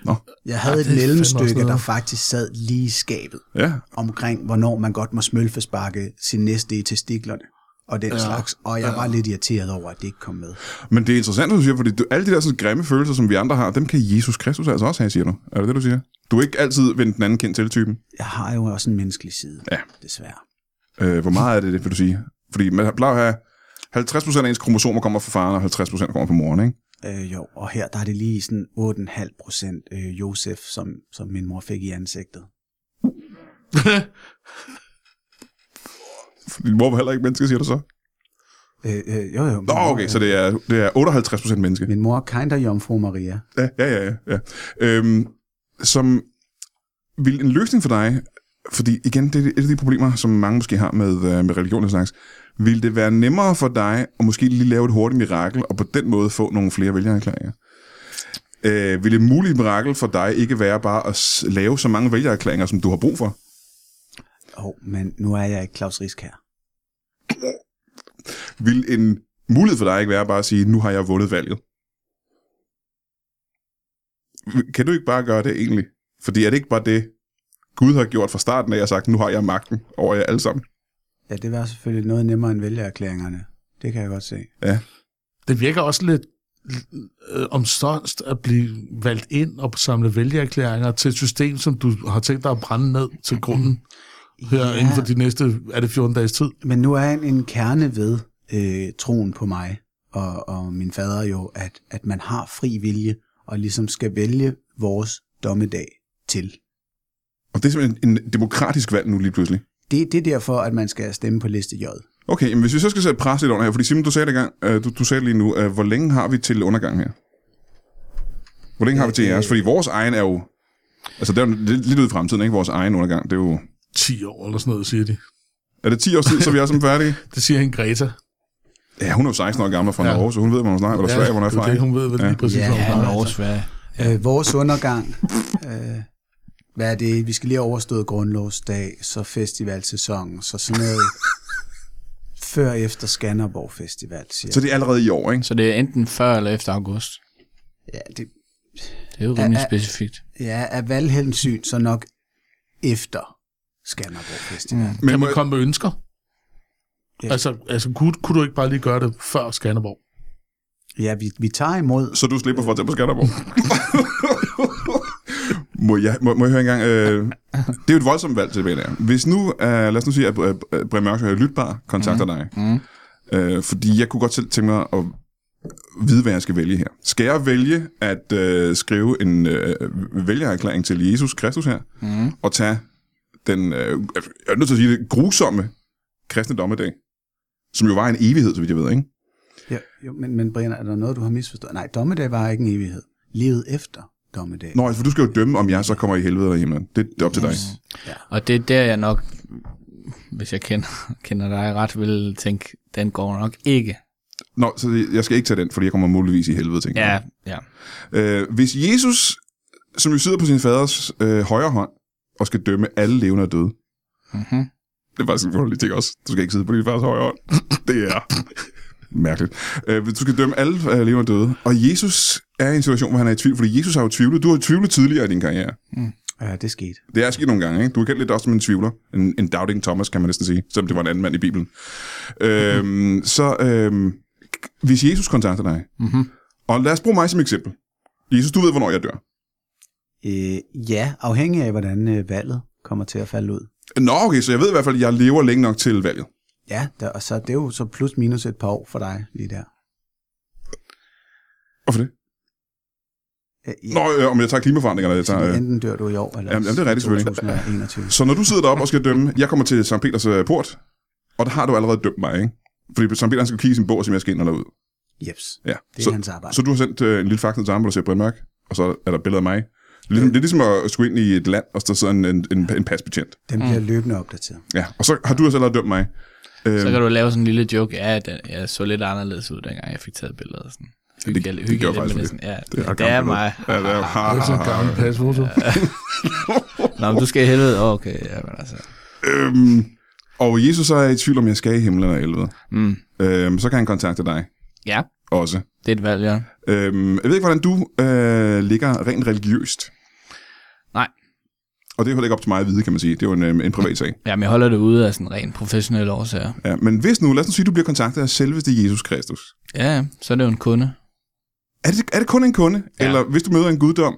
Speaker 1: Nå.
Speaker 2: Jeg havde ja,
Speaker 3: Ja,
Speaker 2: et
Speaker 3: det er fandme også
Speaker 2: mellemstykke,
Speaker 3: noget.
Speaker 2: der faktisk sad lige i skabet
Speaker 1: Ja.
Speaker 2: omkring, hvornår man godt må smølfesparke sin næste i testiklerne og den ja, slags. Og jeg ja. var lidt irriteret over, at det ikke kom med.
Speaker 1: Men det er interessant, hvad du siger, fordi du, alle de der sådan, grimme følelser, som vi andre har, dem kan Jesus Kristus altså også have, siger du. Er det det, du siger? Du er ikke altid vendt den anden kendt til typen.
Speaker 2: Jeg har jo også en menneskelig side,
Speaker 1: Ja.
Speaker 2: desværre.
Speaker 1: Øh, hvor meget er det, det, vil du sige? Fordi man plejer at have 50% af ens kromosomer kommer fra faren, og 50% kommer fra moren, ikke?
Speaker 2: Øh, jo, og her der er det lige sådan 8,5 procent øh, Josef, som, som min mor fik i ansigtet.
Speaker 1: For Din mor var heller ikke menneske, siger du så?
Speaker 2: Øh, øh, jo, jo. min
Speaker 1: Nå,
Speaker 2: mor,
Speaker 1: okay,
Speaker 2: øh,
Speaker 1: så det er, det er 58% menneske.
Speaker 2: Min mor er kinder jomfru Maria.
Speaker 1: Ja, ja, ja. ja, ja. Øhm, som vil en løsning for dig, fordi igen, det er et af de problemer, som mange måske har med, øh, med religion og slags, vil det være nemmere for dig at måske lige lave et hurtigt mirakel, og på den måde få nogle flere vælgererklæringer? Øh, vil et muligt mirakel for dig ikke være bare at s- lave så mange vælgererklæringer, som du har brug for?
Speaker 2: Åh, oh, men nu er jeg ikke Claus Risk her.
Speaker 1: Vil en mulighed for dig ikke være bare at sige, nu har jeg vundet valget? Kan du ikke bare gøre det egentlig? Fordi er det ikke bare det, Gud har gjort fra starten af, og sagt, nu har jeg magten over jer alle sammen?
Speaker 2: Ja, det var selvfølgelig noget nemmere end vælgererklæringerne. Det kan jeg godt se.
Speaker 3: Det virker også lidt øh, omståndst at blive valgt ind og samle vælgererklæringer til et system, som du har tænkt dig at brænde ned til grunden her ja. inden for de næste, er det 14 dages tid?
Speaker 2: Men nu er en, en kerne ved øh, troen på mig og, og min fader jo, at, at man har fri vilje og ligesom skal vælge vores dommedag til.
Speaker 1: Og det er simpelthen en demokratisk valg nu lige pludselig.
Speaker 2: Det, det er derfor, at man skal stemme på liste J.
Speaker 1: Okay, men hvis vi så skal sætte pres lidt under her, fordi Simon, du sagde, det gang, øh, du, du sagde lige nu, øh, hvor længe har vi til undergang her? Hvor længe har vi til jeres? Fordi vores egen er jo... Altså, det er jo lidt lidt ud i fremtiden, ikke? Vores egen undergang, det er jo...
Speaker 3: 10 år eller sådan noget, siger de.
Speaker 1: Er det 10 år siden, så vi er som færdige?
Speaker 3: Det siger hende Greta.
Speaker 1: Ja, hun er jo 16 år gammel og fra ja.
Speaker 3: Ja.
Speaker 1: Norge, så hun ved, hvor hun snakker, eller Sverige, hvor hun er
Speaker 3: det,
Speaker 1: fra.
Speaker 3: det,
Speaker 1: ikke?
Speaker 3: hun ved, hvad ja. lige præcis
Speaker 2: Ja,
Speaker 3: ja,
Speaker 2: ja,
Speaker 3: ja.
Speaker 4: Norge, Sverige.
Speaker 2: Øh, vores undergang. øh, hvad er det? Vi skal lige have overstået grundlovsdag, så festivalsæsonen, så sådan noget. før og efter Skanderborg Festival, siger
Speaker 1: Så det er allerede i år, ikke?
Speaker 4: Så det er enten før eller efter august.
Speaker 2: jeg. Ja, det,
Speaker 4: Det er jo rimelig
Speaker 2: Ja, ja.
Speaker 4: specifikt.
Speaker 2: ja af valghensyn, så nok efter Skanderborg Festival. Mm.
Speaker 1: Men
Speaker 3: Kan
Speaker 1: må,
Speaker 3: man komme med ønsker?
Speaker 2: Ja.
Speaker 3: Altså, altså kunne, kunne du ikke bare lige gøre det før Skanderborg?
Speaker 2: Ja, vi, vi tager imod.
Speaker 1: så du slipper for at tage på Skanderborg? må, jeg, må, må jeg høre engang? Øh, det er jo et voldsomt valg til der. Hvis nu, øh, lad os nu sige, at øh, øh, Brian Mørk og Lytbar kontakter dig.
Speaker 4: Mm.
Speaker 1: Øh, fordi jeg kunne godt selv tænke mig at vide, hvad jeg skal vælge her. Skal jeg vælge at øh, skrive en øh, vælgererklæring til Jesus Kristus her, mm. og tage den, øh, jeg er nødt til at sige det, grusomme kristne dommedag, som jo var en evighed, så vidt jeg ved, ikke?
Speaker 2: Ja, jo, men, men Brian, er der noget, du har misforstået? Nej, dommedag var ikke en evighed. Livet efter dommedag.
Speaker 1: Nå, altså, for du skal jo dømme, om jeg så kommer i helvede eller i himlen. Det, det er op til dig.
Speaker 4: Og det er der, jeg nok, hvis jeg kender, kender dig ret, vil tænke, den går nok ikke.
Speaker 1: Nå, så jeg skal ikke tage den, fordi jeg kommer muligvis i helvede, tænker jeg.
Speaker 4: Ja, ja.
Speaker 1: Øh, hvis Jesus, som jo sidder på sin faders øh, højre hånd, og skal dømme alle levende og døde. Mm-hmm.
Speaker 4: Mhm.
Speaker 1: Det er faktisk en underlig ting også. Du skal ikke sidde på din faders højre hånd. Det er mærkeligt. Øh, hvis du skal dømme alle øh, levende og døde. Og Jesus er i en situation, hvor han er i tvivl, fordi Jesus har jo tvivlet. Du har jo tvivlet tidligere i din karriere.
Speaker 2: Ja, det skete.
Speaker 1: Det er sket nogle gange, ikke? Du er kendt lidt også som en tvivler. En, en doubting Thomas, kan man næsten sige, selvom det var en anden mand i Bibelen. Øhm, så øhm, k- hvis Jesus kontakter dig, mm-hmm.
Speaker 4: Mhm.
Speaker 1: og lad os bruge mig som eksempel. Jesus, du ved, hvornår jeg dør.
Speaker 2: Øh, ja, afhængig af, hvordan øh, valget kommer til at falde ud.
Speaker 1: Nå, okay, så jeg ved i hvert fald, at jeg lever længe nok til valget.
Speaker 2: Ja, der, og så det er jo så plus minus et par år for dig lige der.
Speaker 1: Hvorfor det?
Speaker 2: Øh, ja,
Speaker 1: Nå, øh, om jeg tager klimaforandringerne, jeg tager...
Speaker 2: fordi
Speaker 1: Øh.
Speaker 2: enten dør du i år, eller
Speaker 1: Jamen, jamen, det er rigtigt, selvfølgelig.
Speaker 2: 2021.
Speaker 1: Så når du sidder deroppe og skal dømme, jeg kommer til St. Peters øh, port, og der har du allerede dømt mig, ikke? Fordi St. Peter han skal kigge i sin bog, og se, om jeg skal ind eller ud.
Speaker 2: Jeps,
Speaker 1: Ja.
Speaker 2: det er
Speaker 1: så,
Speaker 2: hans arbejde.
Speaker 1: Så du har sendt øh, en lille fakta til ham, hvor du ser Brian Mørk, og så er der billeder af mig. Det er, ligesom, det er ligesom at skulle ind i et land, og så sidder en, en, en, en pasbetjent.
Speaker 2: Den bliver løbende opdateret.
Speaker 1: Ja, og så har du også allerede dømt mig. Øhm,
Speaker 4: Så kan du lave sådan en lille joke, ja, at jeg så lidt anderledes ud, dengang jeg fik taget billeder. og Sådan. Hygge,
Speaker 1: det gjorde faktisk
Speaker 4: men
Speaker 1: lidt.
Speaker 4: sådan, ja,
Speaker 1: ret
Speaker 4: det, det er
Speaker 1: gammelt.
Speaker 4: mig.
Speaker 1: Ja, det er,
Speaker 3: Det er sådan en gammel
Speaker 1: Ah.
Speaker 3: pasfoto.
Speaker 4: Nå, men du skal i helvede. Åh, Okay, ja, men altså.
Speaker 1: øhm, og Jesus så er i tvivl, om jeg skal i himlen eller helvede.
Speaker 4: Mm.
Speaker 1: Øhm, så kan han kontakte dig
Speaker 4: Ja,
Speaker 1: også.
Speaker 4: det er et valg, ja.
Speaker 1: Øhm, jeg ved ikke, hvordan du øh, ligger rent religiøst.
Speaker 4: Nej.
Speaker 1: Og det er heller ikke op til mig at vide, kan man sige. Det er jo en, øh, en privat sag.
Speaker 4: Jamen, jeg holder det ude af sådan rent professionelle årsager.
Speaker 1: Ja, men hvis nu, lad os nu sige, at du bliver kontaktet af selveste Jesus Kristus.
Speaker 4: Ja, ja, så er det jo en kunde.
Speaker 1: Er det, er det kun en kunde? Ja.
Speaker 4: Ja.
Speaker 1: Eller hvis du møder en guddom,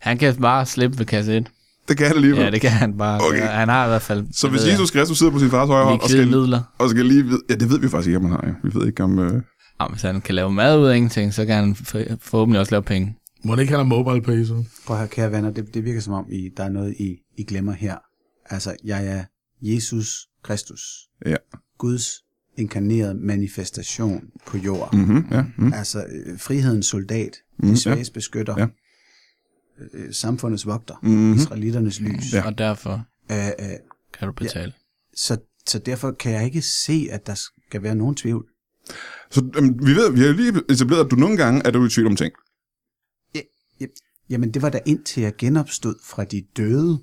Speaker 4: Han kan bare slippe ved kasse 1.
Speaker 1: det kan jeg alligevel.
Speaker 4: Ja, det kan han bare.
Speaker 1: Okay.
Speaker 4: Okay. Han har i hvert fald...
Speaker 1: Så hvis Jesus Kristus sidder på sin fars højre
Speaker 4: Lige
Speaker 1: hånd og skal,
Speaker 4: midler.
Speaker 1: og skal lige vide... Ja, det ved vi faktisk ikke, om han har. Ja. Vi ved ikke, om... Øh...
Speaker 4: Og hvis han kan lave mad ud af ingenting, så kan han f- forhåbentlig også lave penge.
Speaker 3: Må ikke have mobile pay, så?
Speaker 2: Prøv at høre, kære venner, det, det virker som om, I, der er noget, I, I glemmer her. Altså, jeg er Jesus Kristus,
Speaker 1: Ja.
Speaker 2: Guds inkarnerede manifestation på jorden.
Speaker 1: Mm-hmm, ja. Mm.
Speaker 2: Mm. Altså, øh, frihedens soldat, mm, de svages ja. beskytter,
Speaker 1: Mhm, Ja.
Speaker 2: ja. Øh, samfundets vogter,
Speaker 1: Mhm.
Speaker 2: mm-hmm. israeliternes lys.
Speaker 1: Ja.
Speaker 4: Ja. Og derfor
Speaker 2: Øh, øh,
Speaker 4: kan du betale.
Speaker 2: så, så derfor kan jeg ikke se, at der skal være nogen tvivl.
Speaker 1: Så øhm, vi ved, vi har jo lige etableret, at du nogle gange er du i tvivl om ting.
Speaker 2: Jamen, det var da indtil jeg genopstod fra de døde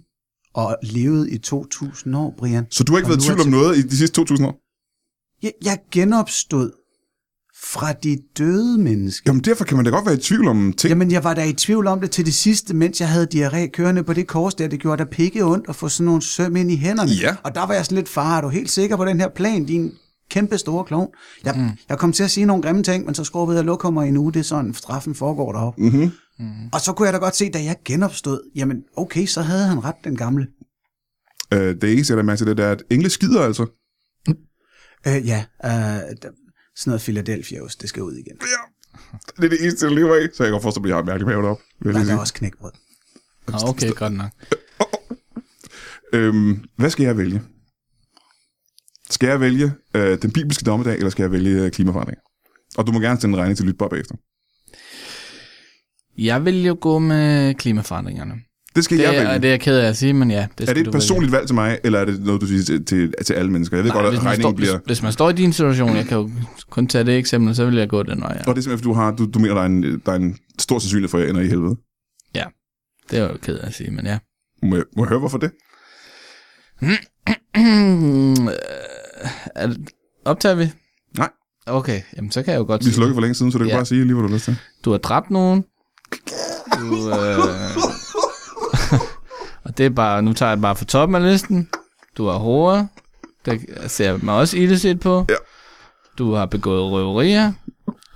Speaker 2: og levede i 2000 år, Brian.
Speaker 1: Så du har ikke
Speaker 2: Og
Speaker 1: været i
Speaker 2: nu
Speaker 1: tvivl
Speaker 2: er
Speaker 1: om noget i de sidste 2.000 år?
Speaker 2: Jeg, jeg genopstod fra de døde mennesker.
Speaker 1: Jamen derfor kan man da godt være i tvivl om ting. Jamen.
Speaker 2: Jamen, jeg var da i tvivl om det til det sidste, mens jeg havde diarré kørende på det kors der. Det gjorde da pikke ondt at få sådan nogle søm ind i hænderne.
Speaker 1: Ja.
Speaker 2: Og der var jeg sådan lidt, far, er du helt sikker på den her plan, din kæmpe store klovn? Jeg, mm. jeg kom til at sige nogle grimme ting, men så skrubbede jeg lokummer i en uge. Det er sådan, straffen foregår deroppe. Mm-hmm.
Speaker 1: Mhm.
Speaker 2: Mm. Og så kunne jeg da godt se, da jeg genopstod, jamen okay, så havde han ret, den gamle.
Speaker 1: Øh, det eneste, jeg lader mærke til, det er, at engle skider altså.
Speaker 2: Øh, ja, øh, der- sådan noget Philadelphia det skal ud igen.
Speaker 1: Det er det eneste, jeg lever af. Så jeg kan godt forstå, at jeg har mærkeligt mave op. Vil jeg
Speaker 2: Men
Speaker 1: lige
Speaker 2: der er
Speaker 1: sige.
Speaker 2: også knækbrød.
Speaker 4: Nå, okay, godt nok.
Speaker 1: Øhm, hvad skal jeg vælge? Skal jeg vælge øh, den bibelske dommedag, eller skal jeg vælge øh, klimaforandring? Og du må gerne sende en regning til Lytbob efter.
Speaker 4: Jeg vil jo gå med klimaforandringerne.
Speaker 1: Det skal det
Speaker 4: Det
Speaker 1: jeg
Speaker 4: er,
Speaker 1: vælge.
Speaker 4: og det er jeg ked af at sige, men ja. Det
Speaker 1: Er det
Speaker 4: skal du
Speaker 1: et
Speaker 4: vælge.
Speaker 1: personligt valg til mig, eller er det noget, du siger til, til, til alle mennesker? Jeg ved Nej, godt,
Speaker 4: hvis
Speaker 1: at
Speaker 4: man,
Speaker 1: regningen
Speaker 4: står,
Speaker 1: bliver...
Speaker 4: hvis, hvis man står i din situation, jeg kan jo kun tage det eksempel, så vil jeg gå den vej.
Speaker 1: Og
Speaker 4: Ja.
Speaker 1: det er simpelthen, fordi du, har, du, du mener, der er, en, der er en stor sandsynlighed for, at jeg ender i helvede.
Speaker 4: Det er jeg jo ked af at sige, men ja.
Speaker 1: Må jeg, må jeg høre, hvorfor det?
Speaker 4: Øh, er det- Optager vi?
Speaker 1: Nej.
Speaker 4: Okay, jamen så kan jeg jo godt
Speaker 1: Vi
Speaker 4: sige,
Speaker 1: slukkede for længe siden, så du kan
Speaker 4: Ja.
Speaker 1: bare sige lige, hvad du har lyst til.
Speaker 4: du har dræbt nogen. Du, øh... og det er bare, nu tager jeg det bare fra toppen af listen. Du har horror. Det ser jeg mig også ildeset på.
Speaker 1: Ja.
Speaker 4: Du har begået røverier.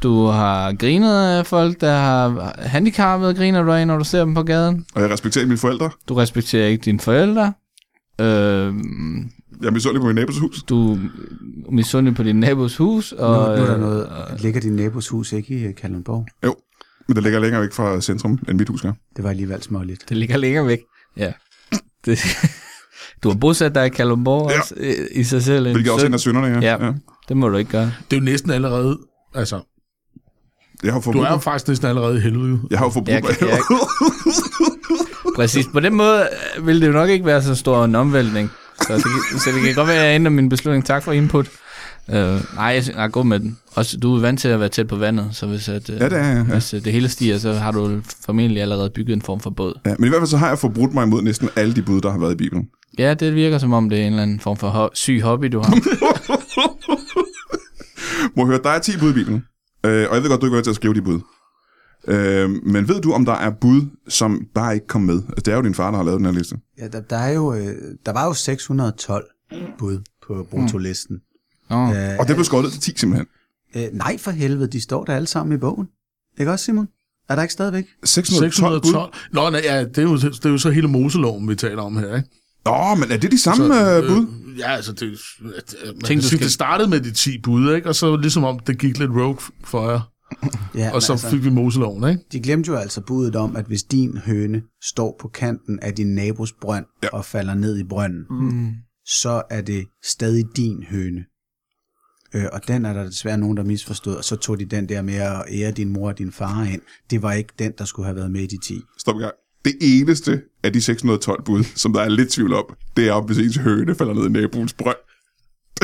Speaker 4: Du har grinet af folk, der har handicappede griner du af, når du ser dem på gaden.
Speaker 1: Og jeg respekterer mine forældre.
Speaker 4: Du respekterer ikke dine forældre. Øh,
Speaker 1: Jeg er misundelig på min nabos hus.
Speaker 4: du er misundelig på din nabos hus.
Speaker 2: Nu,
Speaker 4: Og,
Speaker 2: nu er der
Speaker 4: øh,
Speaker 2: noget. Ligger din nabos hus ikke i øh, Kalundborg?
Speaker 1: Jo, men det ligger længere væk fra centrum, end mit hus gør.
Speaker 2: Det var alligevel småligt.
Speaker 4: Det ligger længere væk. Ja. Det, du har bosat dig i Kalundborg
Speaker 1: Ja.
Speaker 4: ja. også, i, i sig selv. en
Speaker 1: Hvilket er også er en
Speaker 4: synd.
Speaker 1: af synderne, ja.
Speaker 4: Ja. Det må du ikke gøre.
Speaker 3: Det er jo næsten allerede... Altså,
Speaker 1: Jeg har
Speaker 3: du
Speaker 1: forbrugt,
Speaker 3: er jo faktisk næsten allerede i helvede.
Speaker 1: jeg har jo forbrugt
Speaker 4: Jeg
Speaker 1: mig.
Speaker 4: kan- jeg- Præcis. På den måde øh, vil det jo nok ikke være så stor en omvæltning. Så det, kan- så det kan godt være, at jeg ændrer min beslutning. Tak for input. Uh, nej, jeg synes, nej, gå med den. Også, du er vant til at være tæt på vandet, så hvis, at, øh,
Speaker 1: Ja, det er jeg, ja.
Speaker 4: hvis øh, det hele stiger, så har du formentlig allerede bygget en form for båd.
Speaker 1: Ja, men i hvert fald så har jeg forbrudt mig imod næsten alle de bud, der har været i Bibelen.
Speaker 4: Ja, det virker som om, det er en eller anden form for ho- syg hobby, du har.
Speaker 1: Må jeg høre, der er 10 bud i Bibelen. Øh, og jeg ved godt, du ikke er til at skrive de bud. Øh, men ved du, om der er bud, som bare ikke kom med? Altså, det er jo din far, der har lavet den her liste.
Speaker 2: Ja, der, der, er jo, øh, der var jo 612 bud på brutolisten.
Speaker 4: Nå.
Speaker 2: Mm. Øh,
Speaker 1: Og det blev skåret ned til 10 simpelthen.
Speaker 2: øh, nej for helvede, de står der alle sammen i bogen. Ikke også, Simon? Er der ikke stadigvæk?
Speaker 1: 612, 612 bud?
Speaker 3: 612. Nå, nej, ja, det, er jo, det er jo så hele Moseloven, vi taler om her, ikke?
Speaker 1: Nå, men er det de samme øh, bud?
Speaker 3: Øh, ja, altså, det, øh, man
Speaker 4: Tænk,
Speaker 3: kan
Speaker 4: du
Speaker 3: sige,
Speaker 4: skal-
Speaker 3: det startede med de 10 bud, ikke? Og så ligesom om, det gik lidt rogue for jer.
Speaker 2: Ja, men altså-
Speaker 3: Og så fik vi Moseloven, ikke?
Speaker 2: De glemte jo altså budet om, at hvis din høne står på kanten af din nabos brønd ja. og falder ned i brønden,
Speaker 4: Mm.
Speaker 2: så er det stadig din høne. Øh, og den er der desværre nogen, der misforstod, og så tog de den der med at ære din mor og din far ind. Det var ikke den, der skulle have været med i de 10.
Speaker 1: Stop i gang. Det eneste af de 612 bud, som der er lidt tvivl om, det er om, hvis ens høne falder ned i naboens brønd.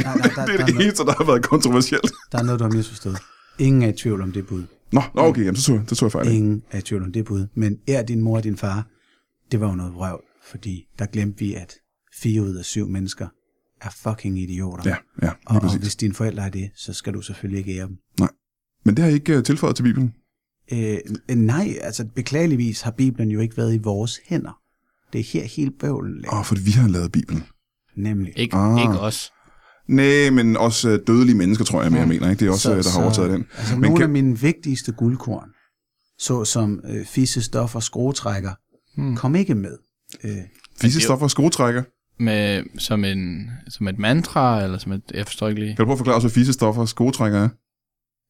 Speaker 2: Nej, nej, der,
Speaker 1: Det
Speaker 2: der,
Speaker 1: er
Speaker 2: er
Speaker 1: det
Speaker 2: noget,
Speaker 1: eneste, der har været kontroversielt.
Speaker 2: der er noget, du har misforstået. Ingen er i tvivl om det bud.
Speaker 1: Nå, nå okay, jamen, så tog jeg, så tog jeg fejl. ikke?
Speaker 2: Ingen er i tvivl om det bud. Men er din mor og din far, det var jo noget vrøvl, fordi der glemte vi, at fire ud af syv mennesker er fucking idioter.
Speaker 1: Ja, ja, lige
Speaker 2: Og, og
Speaker 1: præcis.
Speaker 2: hvis dine forældre er det, så skal du selvfølgelig ikke ære dem.
Speaker 1: Men det har I ikke øh, tilføjet til Bibelen.
Speaker 2: Øh, øh, nej, altså beklageligvis har Bibelen jo ikke været i vores hænder. Det er her hele bøvlen ligger,
Speaker 1: Åh,
Speaker 2: oh.
Speaker 1: oh, for vi har lavet Bibelen.
Speaker 2: nemlig.
Speaker 4: Ikke,
Speaker 1: Ah.
Speaker 4: ah. ikke os.
Speaker 1: Nej, men også øh, dødelige mennesker, tror jeg, men jeg mener. Ikke? Det er også, så, der har overtaget den.
Speaker 2: Altså
Speaker 1: men
Speaker 2: nogle
Speaker 1: kan,
Speaker 2: af mine vigtigste guldkorn, såsom øh, fissestof og skruetrækker, hmm. kom ikke med. Øh,
Speaker 1: fisestoffer og skruetrækker.
Speaker 4: Med, som, en, som et mantra, eller som et... Jeg forstår ikke lige.
Speaker 1: Kan du prøve at forklare os, hvad fisestoffer og skruetrækker er?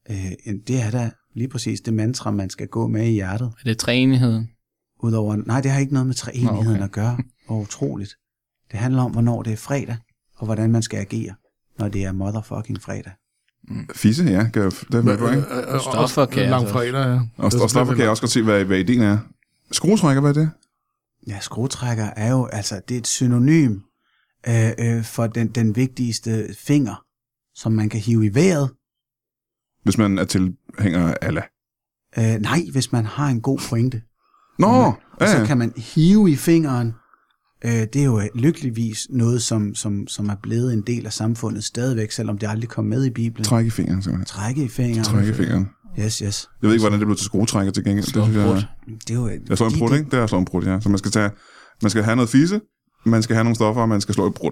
Speaker 2: øh, en- det er da lige præcis det mantra, man skal gå med i hjertet.
Speaker 4: Er det træenigheden?
Speaker 2: Udover, nej, det har ikke noget med træenigheden
Speaker 4: Nå, okay.
Speaker 2: at gøre. Og utroligt. Det handler om, hvornår det er fredag, og hvordan man skal agere, når det er motherfucking fredag.
Speaker 1: Fisse, ja. Kan jeg, det er med, på, ikke?
Speaker 3: Øh,
Speaker 4: Stoffer kan jeg
Speaker 3: Lang
Speaker 4: altså-
Speaker 3: fredag, ja.
Speaker 1: Og, og stoffer kan jeg også godt se, hvad, hvad ideen er. Skruetrækker, hvad er det?
Speaker 2: Ja, skruetrækker er jo, altså, det er et synonym øh, øh, for den, den vigtigste finger, som man kan hive i vejret.
Speaker 1: Hvis man er tilhænger af Allah.
Speaker 2: Øh, nej, hvis man har en god pointe.
Speaker 1: Nå,
Speaker 2: Og
Speaker 1: ja,
Speaker 2: så
Speaker 1: ja.
Speaker 2: kan man hive i fingeren. Øh, det er jo lykkeligvis noget, som, som, som er blevet en del af samfundet stadigvæk, selvom det aldrig kom med i Bibelen.
Speaker 1: Træk i fingeren, simpelthen.
Speaker 2: Trække i fingeren.
Speaker 1: Træk i fingeren.
Speaker 2: Yes, yes.
Speaker 1: Jeg ved ikke, hvordan det blev til skruetrækker til gengæld. Det synes jeg,
Speaker 4: Brudt.
Speaker 2: Det er jo, øh,
Speaker 1: jeg slår en
Speaker 2: fordi
Speaker 1: brud, ikke? Det er at slå en brud, ja. Så man skal, tage, man skal have noget fisse, man skal have nogle stoffer, og man skal slå et brud.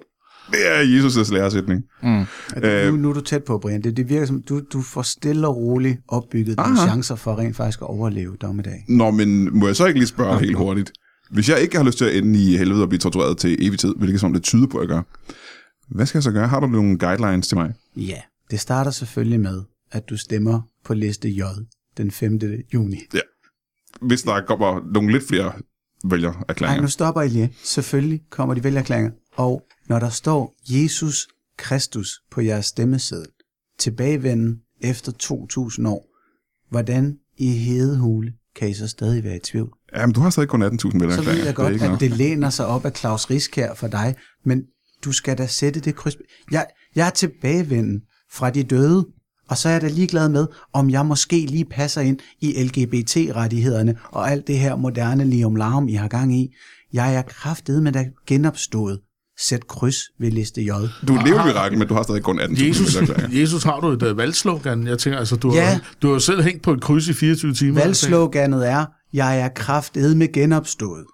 Speaker 1: Det er Jesus' læresætning.
Speaker 4: Mm.
Speaker 2: Det,
Speaker 1: Øh,
Speaker 2: nu, nu er du tæt på, Brian. Det, det virker som, du, du får stille og roligt opbygget dine
Speaker 1: Aha.
Speaker 2: chancer for rent faktisk at overleve dommedag.
Speaker 1: Nå, men må jeg så ikke lige spørge dig helt hurtigt? Hvis jeg ikke har lyst til at ende i helvede og blive tortureret til evig tid, hvilket som det tyder på, at jeg gør, hvad skal jeg så gøre? Har du nogle guidelines til mig?
Speaker 2: Ja, det starter selvfølgelig med, at du stemmer på liste J den 5. juni.
Speaker 1: Hvis der kommer nogle lidt flere
Speaker 2: Nej, nu
Speaker 1: vælgererklæringer.
Speaker 2: stopper I lige. Selvfølgelig kommer de vælgerklæringer. Og når der står Jesus Kristus på jeres stemmeseddel, tilbagevenden efter 2000 år, hvordan i hedehule kan I så stadig være i tvivl?
Speaker 1: Ja, men du har stadig kun 18.000 vælgererklæringer.
Speaker 2: Så ved jeg
Speaker 1: Det er
Speaker 2: godt,
Speaker 1: ikke
Speaker 2: at
Speaker 1: noget.
Speaker 2: det læner sig op af Claus Riskær for dig, men du skal da sætte det kryds. Jeg, jeg er tilbagevenden fra de døde, og så er jeg da ligeglad med, om jeg måske lige passer ind i LGBT-rettighederne og alt det her moderne lium larm, I har gang i. Jeg er kraftet med da genopstået. Sæt kryds ved liste J.
Speaker 1: Du er lever mirakel, men du har stadig kun 18.000
Speaker 3: Jesus,
Speaker 1: vælgererklæringer.
Speaker 3: Jesus, har du et uh, valgslogan? Jeg tænker, altså, du,
Speaker 2: Ja.
Speaker 3: har, du har jo selv hængt på et kryds i 24 timer.
Speaker 2: Valgsloganet er, jeg er kraftet med genopstået.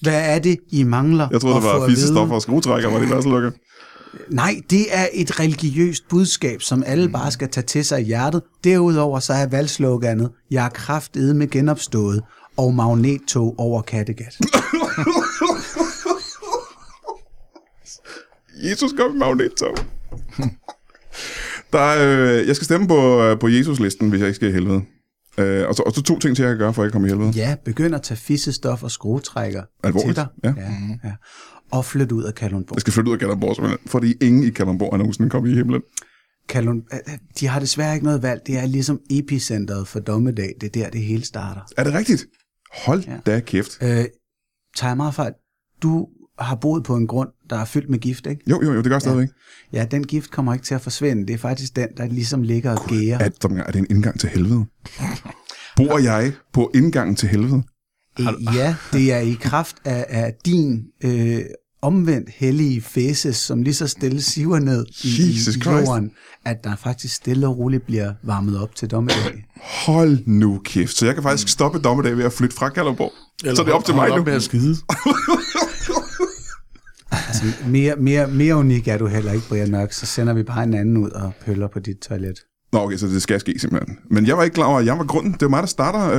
Speaker 2: Hvad er det, I mangler
Speaker 1: Jeg troede,
Speaker 2: at
Speaker 1: det var
Speaker 2: få at vide?
Speaker 1: fisestoffer og skruetrækker, var det der, så lukker.
Speaker 2: Nej, det er et religiøst budskab, som alle
Speaker 1: Mm.
Speaker 2: bare skal tage til sig i hjertet. Derudover så er valgsloganet, jeg er kraftedet med genopstået og magnettog over Kattegat.
Speaker 1: Jesus kom i magnettog. Der er, øh, jeg skal stemme på, øh, på Jesus-listen, hvis jeg ikke skal i helvede. Øh, og, så, og så to ting til, jeg kan gøre, for at jeg kommer i helvede.
Speaker 2: Ja, begynd at tage fissestof og skruetrækker
Speaker 1: Alvorligt,
Speaker 2: til
Speaker 1: ja.
Speaker 2: dig. Ja, ja. Og flyt ud af Kalundborg.
Speaker 1: Jeg skal flytte ud af Kalundborg, simpelthen, fordi ingen i Kalundborg er nogensinde kommet i himlen.
Speaker 2: Kalund... øh, De har desværre ikke noget valg. Det er ligesom epicentret for dommedag. Det er der, det hele starter.
Speaker 1: Er det rigtigt? Hold ja.
Speaker 2: Ja.
Speaker 1: da kæft.
Speaker 2: Øh, tager jeg meget fejl? Du har boet på en grund, der er fyldt med gift, ikke?
Speaker 1: Jo, jo, jo, det gør jeg stadigvæk.
Speaker 2: Ja, den gift kommer ikke til at forsvinde. Det er faktisk den, der ligesom ligger og gærer.
Speaker 1: Er, som, er det en indgang til helvede? Bor jeg på indgangen til helvede?
Speaker 2: Øh, Ja, det er i kraft af, af din øh, omvendt hellige fæses, som lige så stille siver ned i,
Speaker 1: Jesus
Speaker 2: i
Speaker 1: Christ.
Speaker 2: jorden, at der faktisk stille og roligt bliver varmet op til dommedag.
Speaker 1: Hold nu kæft. Så jeg kan faktisk stoppe dommedag ved at flytte fra Kalundborg. så det er op til mig
Speaker 3: nu.
Speaker 1: nu.
Speaker 3: Op med at skide.
Speaker 2: Altså, mere, mere, mere unik er du heller ikke, Brian Mørk. Så sender vi bare en anden ud og pøller på dit toilet.
Speaker 1: Nå, okay, så det skal ske simpelthen. Men jeg var ikke klar over, at jeg var grunden. Det var mig, der starter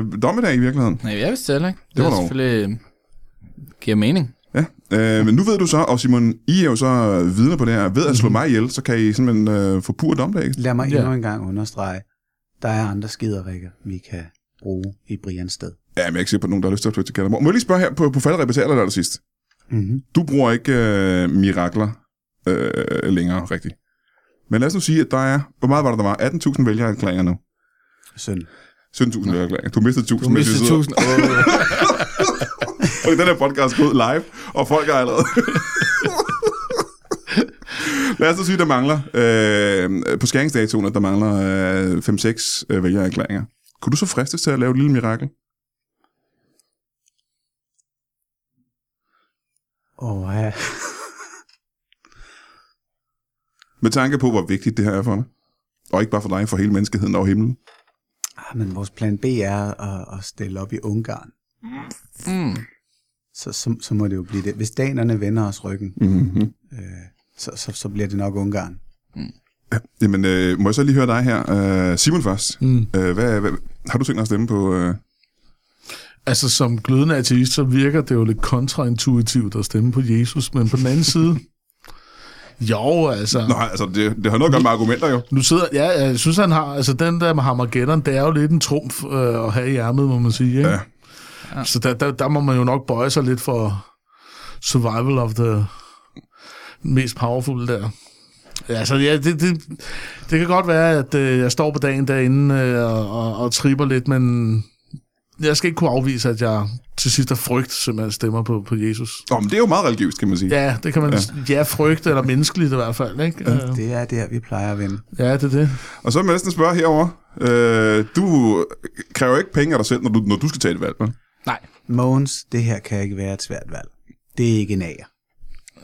Speaker 1: øh, dommedag i virkeligheden.
Speaker 4: Nej, jeg vidste det heller ikke.
Speaker 1: Det
Speaker 4: Det, det
Speaker 1: var
Speaker 4: er
Speaker 1: dog.
Speaker 4: selvfølgelig øh, giver mening.
Speaker 1: Ja, øh, men nu ved du så, og Simon, I er jo så vidner på det her. Ved at
Speaker 2: Mhm.
Speaker 1: slå mig ihjel, så kan I simpelthen øh, få pur dommedag. ikke?
Speaker 2: Lad mig
Speaker 3: Ja.
Speaker 2: endnu en gang understrege, der er andre skiderikker, vi kan bruge i Brians sted.
Speaker 1: Ja, men jeg er ikke sikker på, at nogen, der har lyst til at flytte til Kalundborg. Må jeg lige spørge her på, på faldrebet til aller sidst?
Speaker 2: Mm-hmm.
Speaker 1: Du bruger ikke øh, mirakler øh, længere, rigtigt. Men lad os nu sige, at der er... Hvor meget var der, der var? 18.000 vælgererklæringer nu.
Speaker 2: Synd.
Speaker 1: 17.000 vælgererklæringer. Du mistede 1.000.
Speaker 4: Du mistede
Speaker 1: mens vi sidder-
Speaker 4: 1000 åh,
Speaker 1: Okay, den her podcast går ud live, og folk er allerede... Lad os nu sige, der mangler, øh, på skæringsdatoen, at der mangler øh, 5-6 øh, vælgererklæringer. Kunne du så fristes til at lave et lille mirakel?
Speaker 2: Åh, ja.
Speaker 1: Med tanke på, hvor vigtigt det her er for dig. Og ikke bare for dig, for hele menneskeheden og himlen.
Speaker 2: Ah, men vores plan B er at, at stille op i Ungarn.
Speaker 4: mm.
Speaker 2: så, så, så må det jo blive det. Hvis danerne vender os ryggen, øh,
Speaker 1: Mm-hmm.
Speaker 2: så, så, så bliver det nok Ungarn.
Speaker 1: Jamen, øh, må jeg så lige høre dig her? Øh, Simon først.
Speaker 3: Mm.
Speaker 1: Øh, hvad, hvad, har du tænkt dig at stemme på... Øh,
Speaker 3: Altså, som glødende ateist, så virker det jo lidt kontraintuitivt at stemme på Jesus, men på den anden side... Jo, altså...
Speaker 1: nej, altså, det, det har noget at gøre med argumenter jo.
Speaker 3: Nu sidder, ja, jeg synes, han har, altså den der med Hammergedderen, det er jo lidt en trumf øh, at have i ærmet, må man sige. Ikke?
Speaker 1: Ja.
Speaker 3: Ja. Så der, der, der, må man jo nok bøje sig lidt for survival of the mest powerful der. Ja, så ja, det, det, det kan godt være, at øh, jeg står på dagen derinde øh, og, og, og tripper lidt, men jeg skal ikke kunne afvise, at jeg til sidst af frygt simpelthen stemmer på, på Jesus.
Speaker 1: Nå, men det er jo meget religiøst, kan man sige.
Speaker 3: Ja, det kan man... Ja, ja frygt, eller menneskeligt i hvert fald, ikke? Ja,
Speaker 2: Det er der, vi plejer at vinde.
Speaker 3: ja det er det.
Speaker 1: Og så vil jeg næsten spørge herover. Øh, du kræver ikke penge af dig selv, når du, når du skal tage et valg, vel?
Speaker 4: Nej,
Speaker 2: Mogens, det her kan ikke være et svært valg. Det er ikke en ager.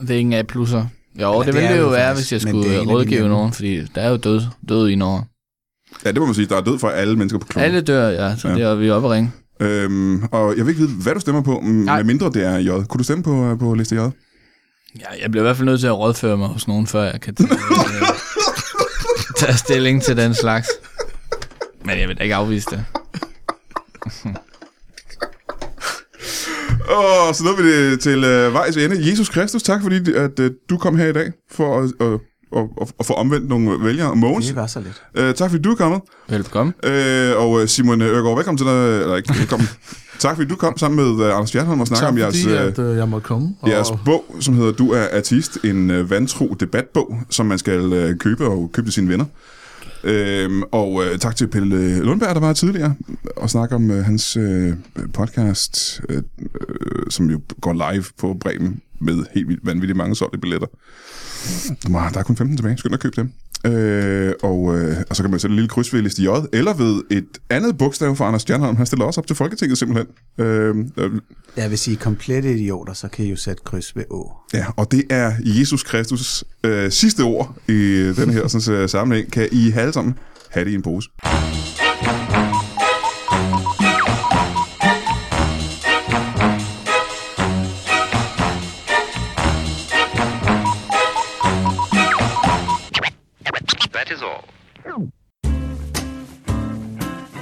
Speaker 4: det er ingen af plusser. Jo,
Speaker 2: Eller
Speaker 4: det,
Speaker 2: det
Speaker 4: det ville
Speaker 2: er
Speaker 4: det jo
Speaker 2: det
Speaker 4: være,
Speaker 2: faktisk,
Speaker 4: hvis jeg
Speaker 2: men det er en af
Speaker 4: skulle
Speaker 2: de
Speaker 4: rådgive
Speaker 2: nemme.
Speaker 4: nogen, fordi der er jo død, død i Norge.
Speaker 1: Ja, det må man sige. Der er død for alle mennesker på kloden.
Speaker 4: Alle dør, ja, så
Speaker 1: Ja.
Speaker 4: ja. det er vi oppe at ringe.
Speaker 1: Øhm, og jeg vil ikke vide, hvad du stemmer på, med mindre det er J. Kunne du stemme på, øh, på liste J?
Speaker 4: Ja, jeg bliver i hvert fald nødt til at rådføre mig hos nogen, før jeg kan tage, øh, tage stilling til den slags. Men jeg vil da ikke afvise det.
Speaker 1: Og så nåede vi det til øh, vejs ende. Jesus Kristus, tak fordi at, øh, du kom her i dag for at øh, og, og, og få omvendt nogle vælgere. Mogens,
Speaker 2: Det var så lidt.
Speaker 1: øh, tak fordi du er kommet.
Speaker 4: Velbekomme.
Speaker 1: Øh, og øh, Simon øh, Ørgaard, velkommen til dig. Eller ikke velkommen. tak fordi du kom sammen med øh, Anders Bjernholm og snakkede
Speaker 3: Tak
Speaker 1: om jeres...
Speaker 3: fordi,
Speaker 1: øh,
Speaker 3: at øh, jeg måtte komme. Og,
Speaker 1: Jeres bog, som hedder Du er artist, en øh, vantro debatbog, som man skal øh, købe og købe til sine venner. Øhm, og øh, tak til Pelle øh, Lundberg, der var her tidligere, og snakke om øh, hans øh, podcast, øh, øh, som jo går live på Bremen med helt vildt vanvittigt mange solgte billetter. Wow, Der er kun 15 tilbage, skynd dig at købe dem. Øh, og, øh, og så kan man sætte en lille kryds ved liste J, eller ved et andet bogstav fra Anders Stjernholm. Han stiller også op til Folketinget simpelthen. Øh, øh,
Speaker 2: Ja, hvis I er komplette idioter, så kan I jo sætte kryds ved Å.
Speaker 1: Ja, og det er Jesus Kristus øh, sidste ord i den her sådan, øh, sammenhæng. Kan I alle sammen have det i en pose?
Speaker 6: That is all.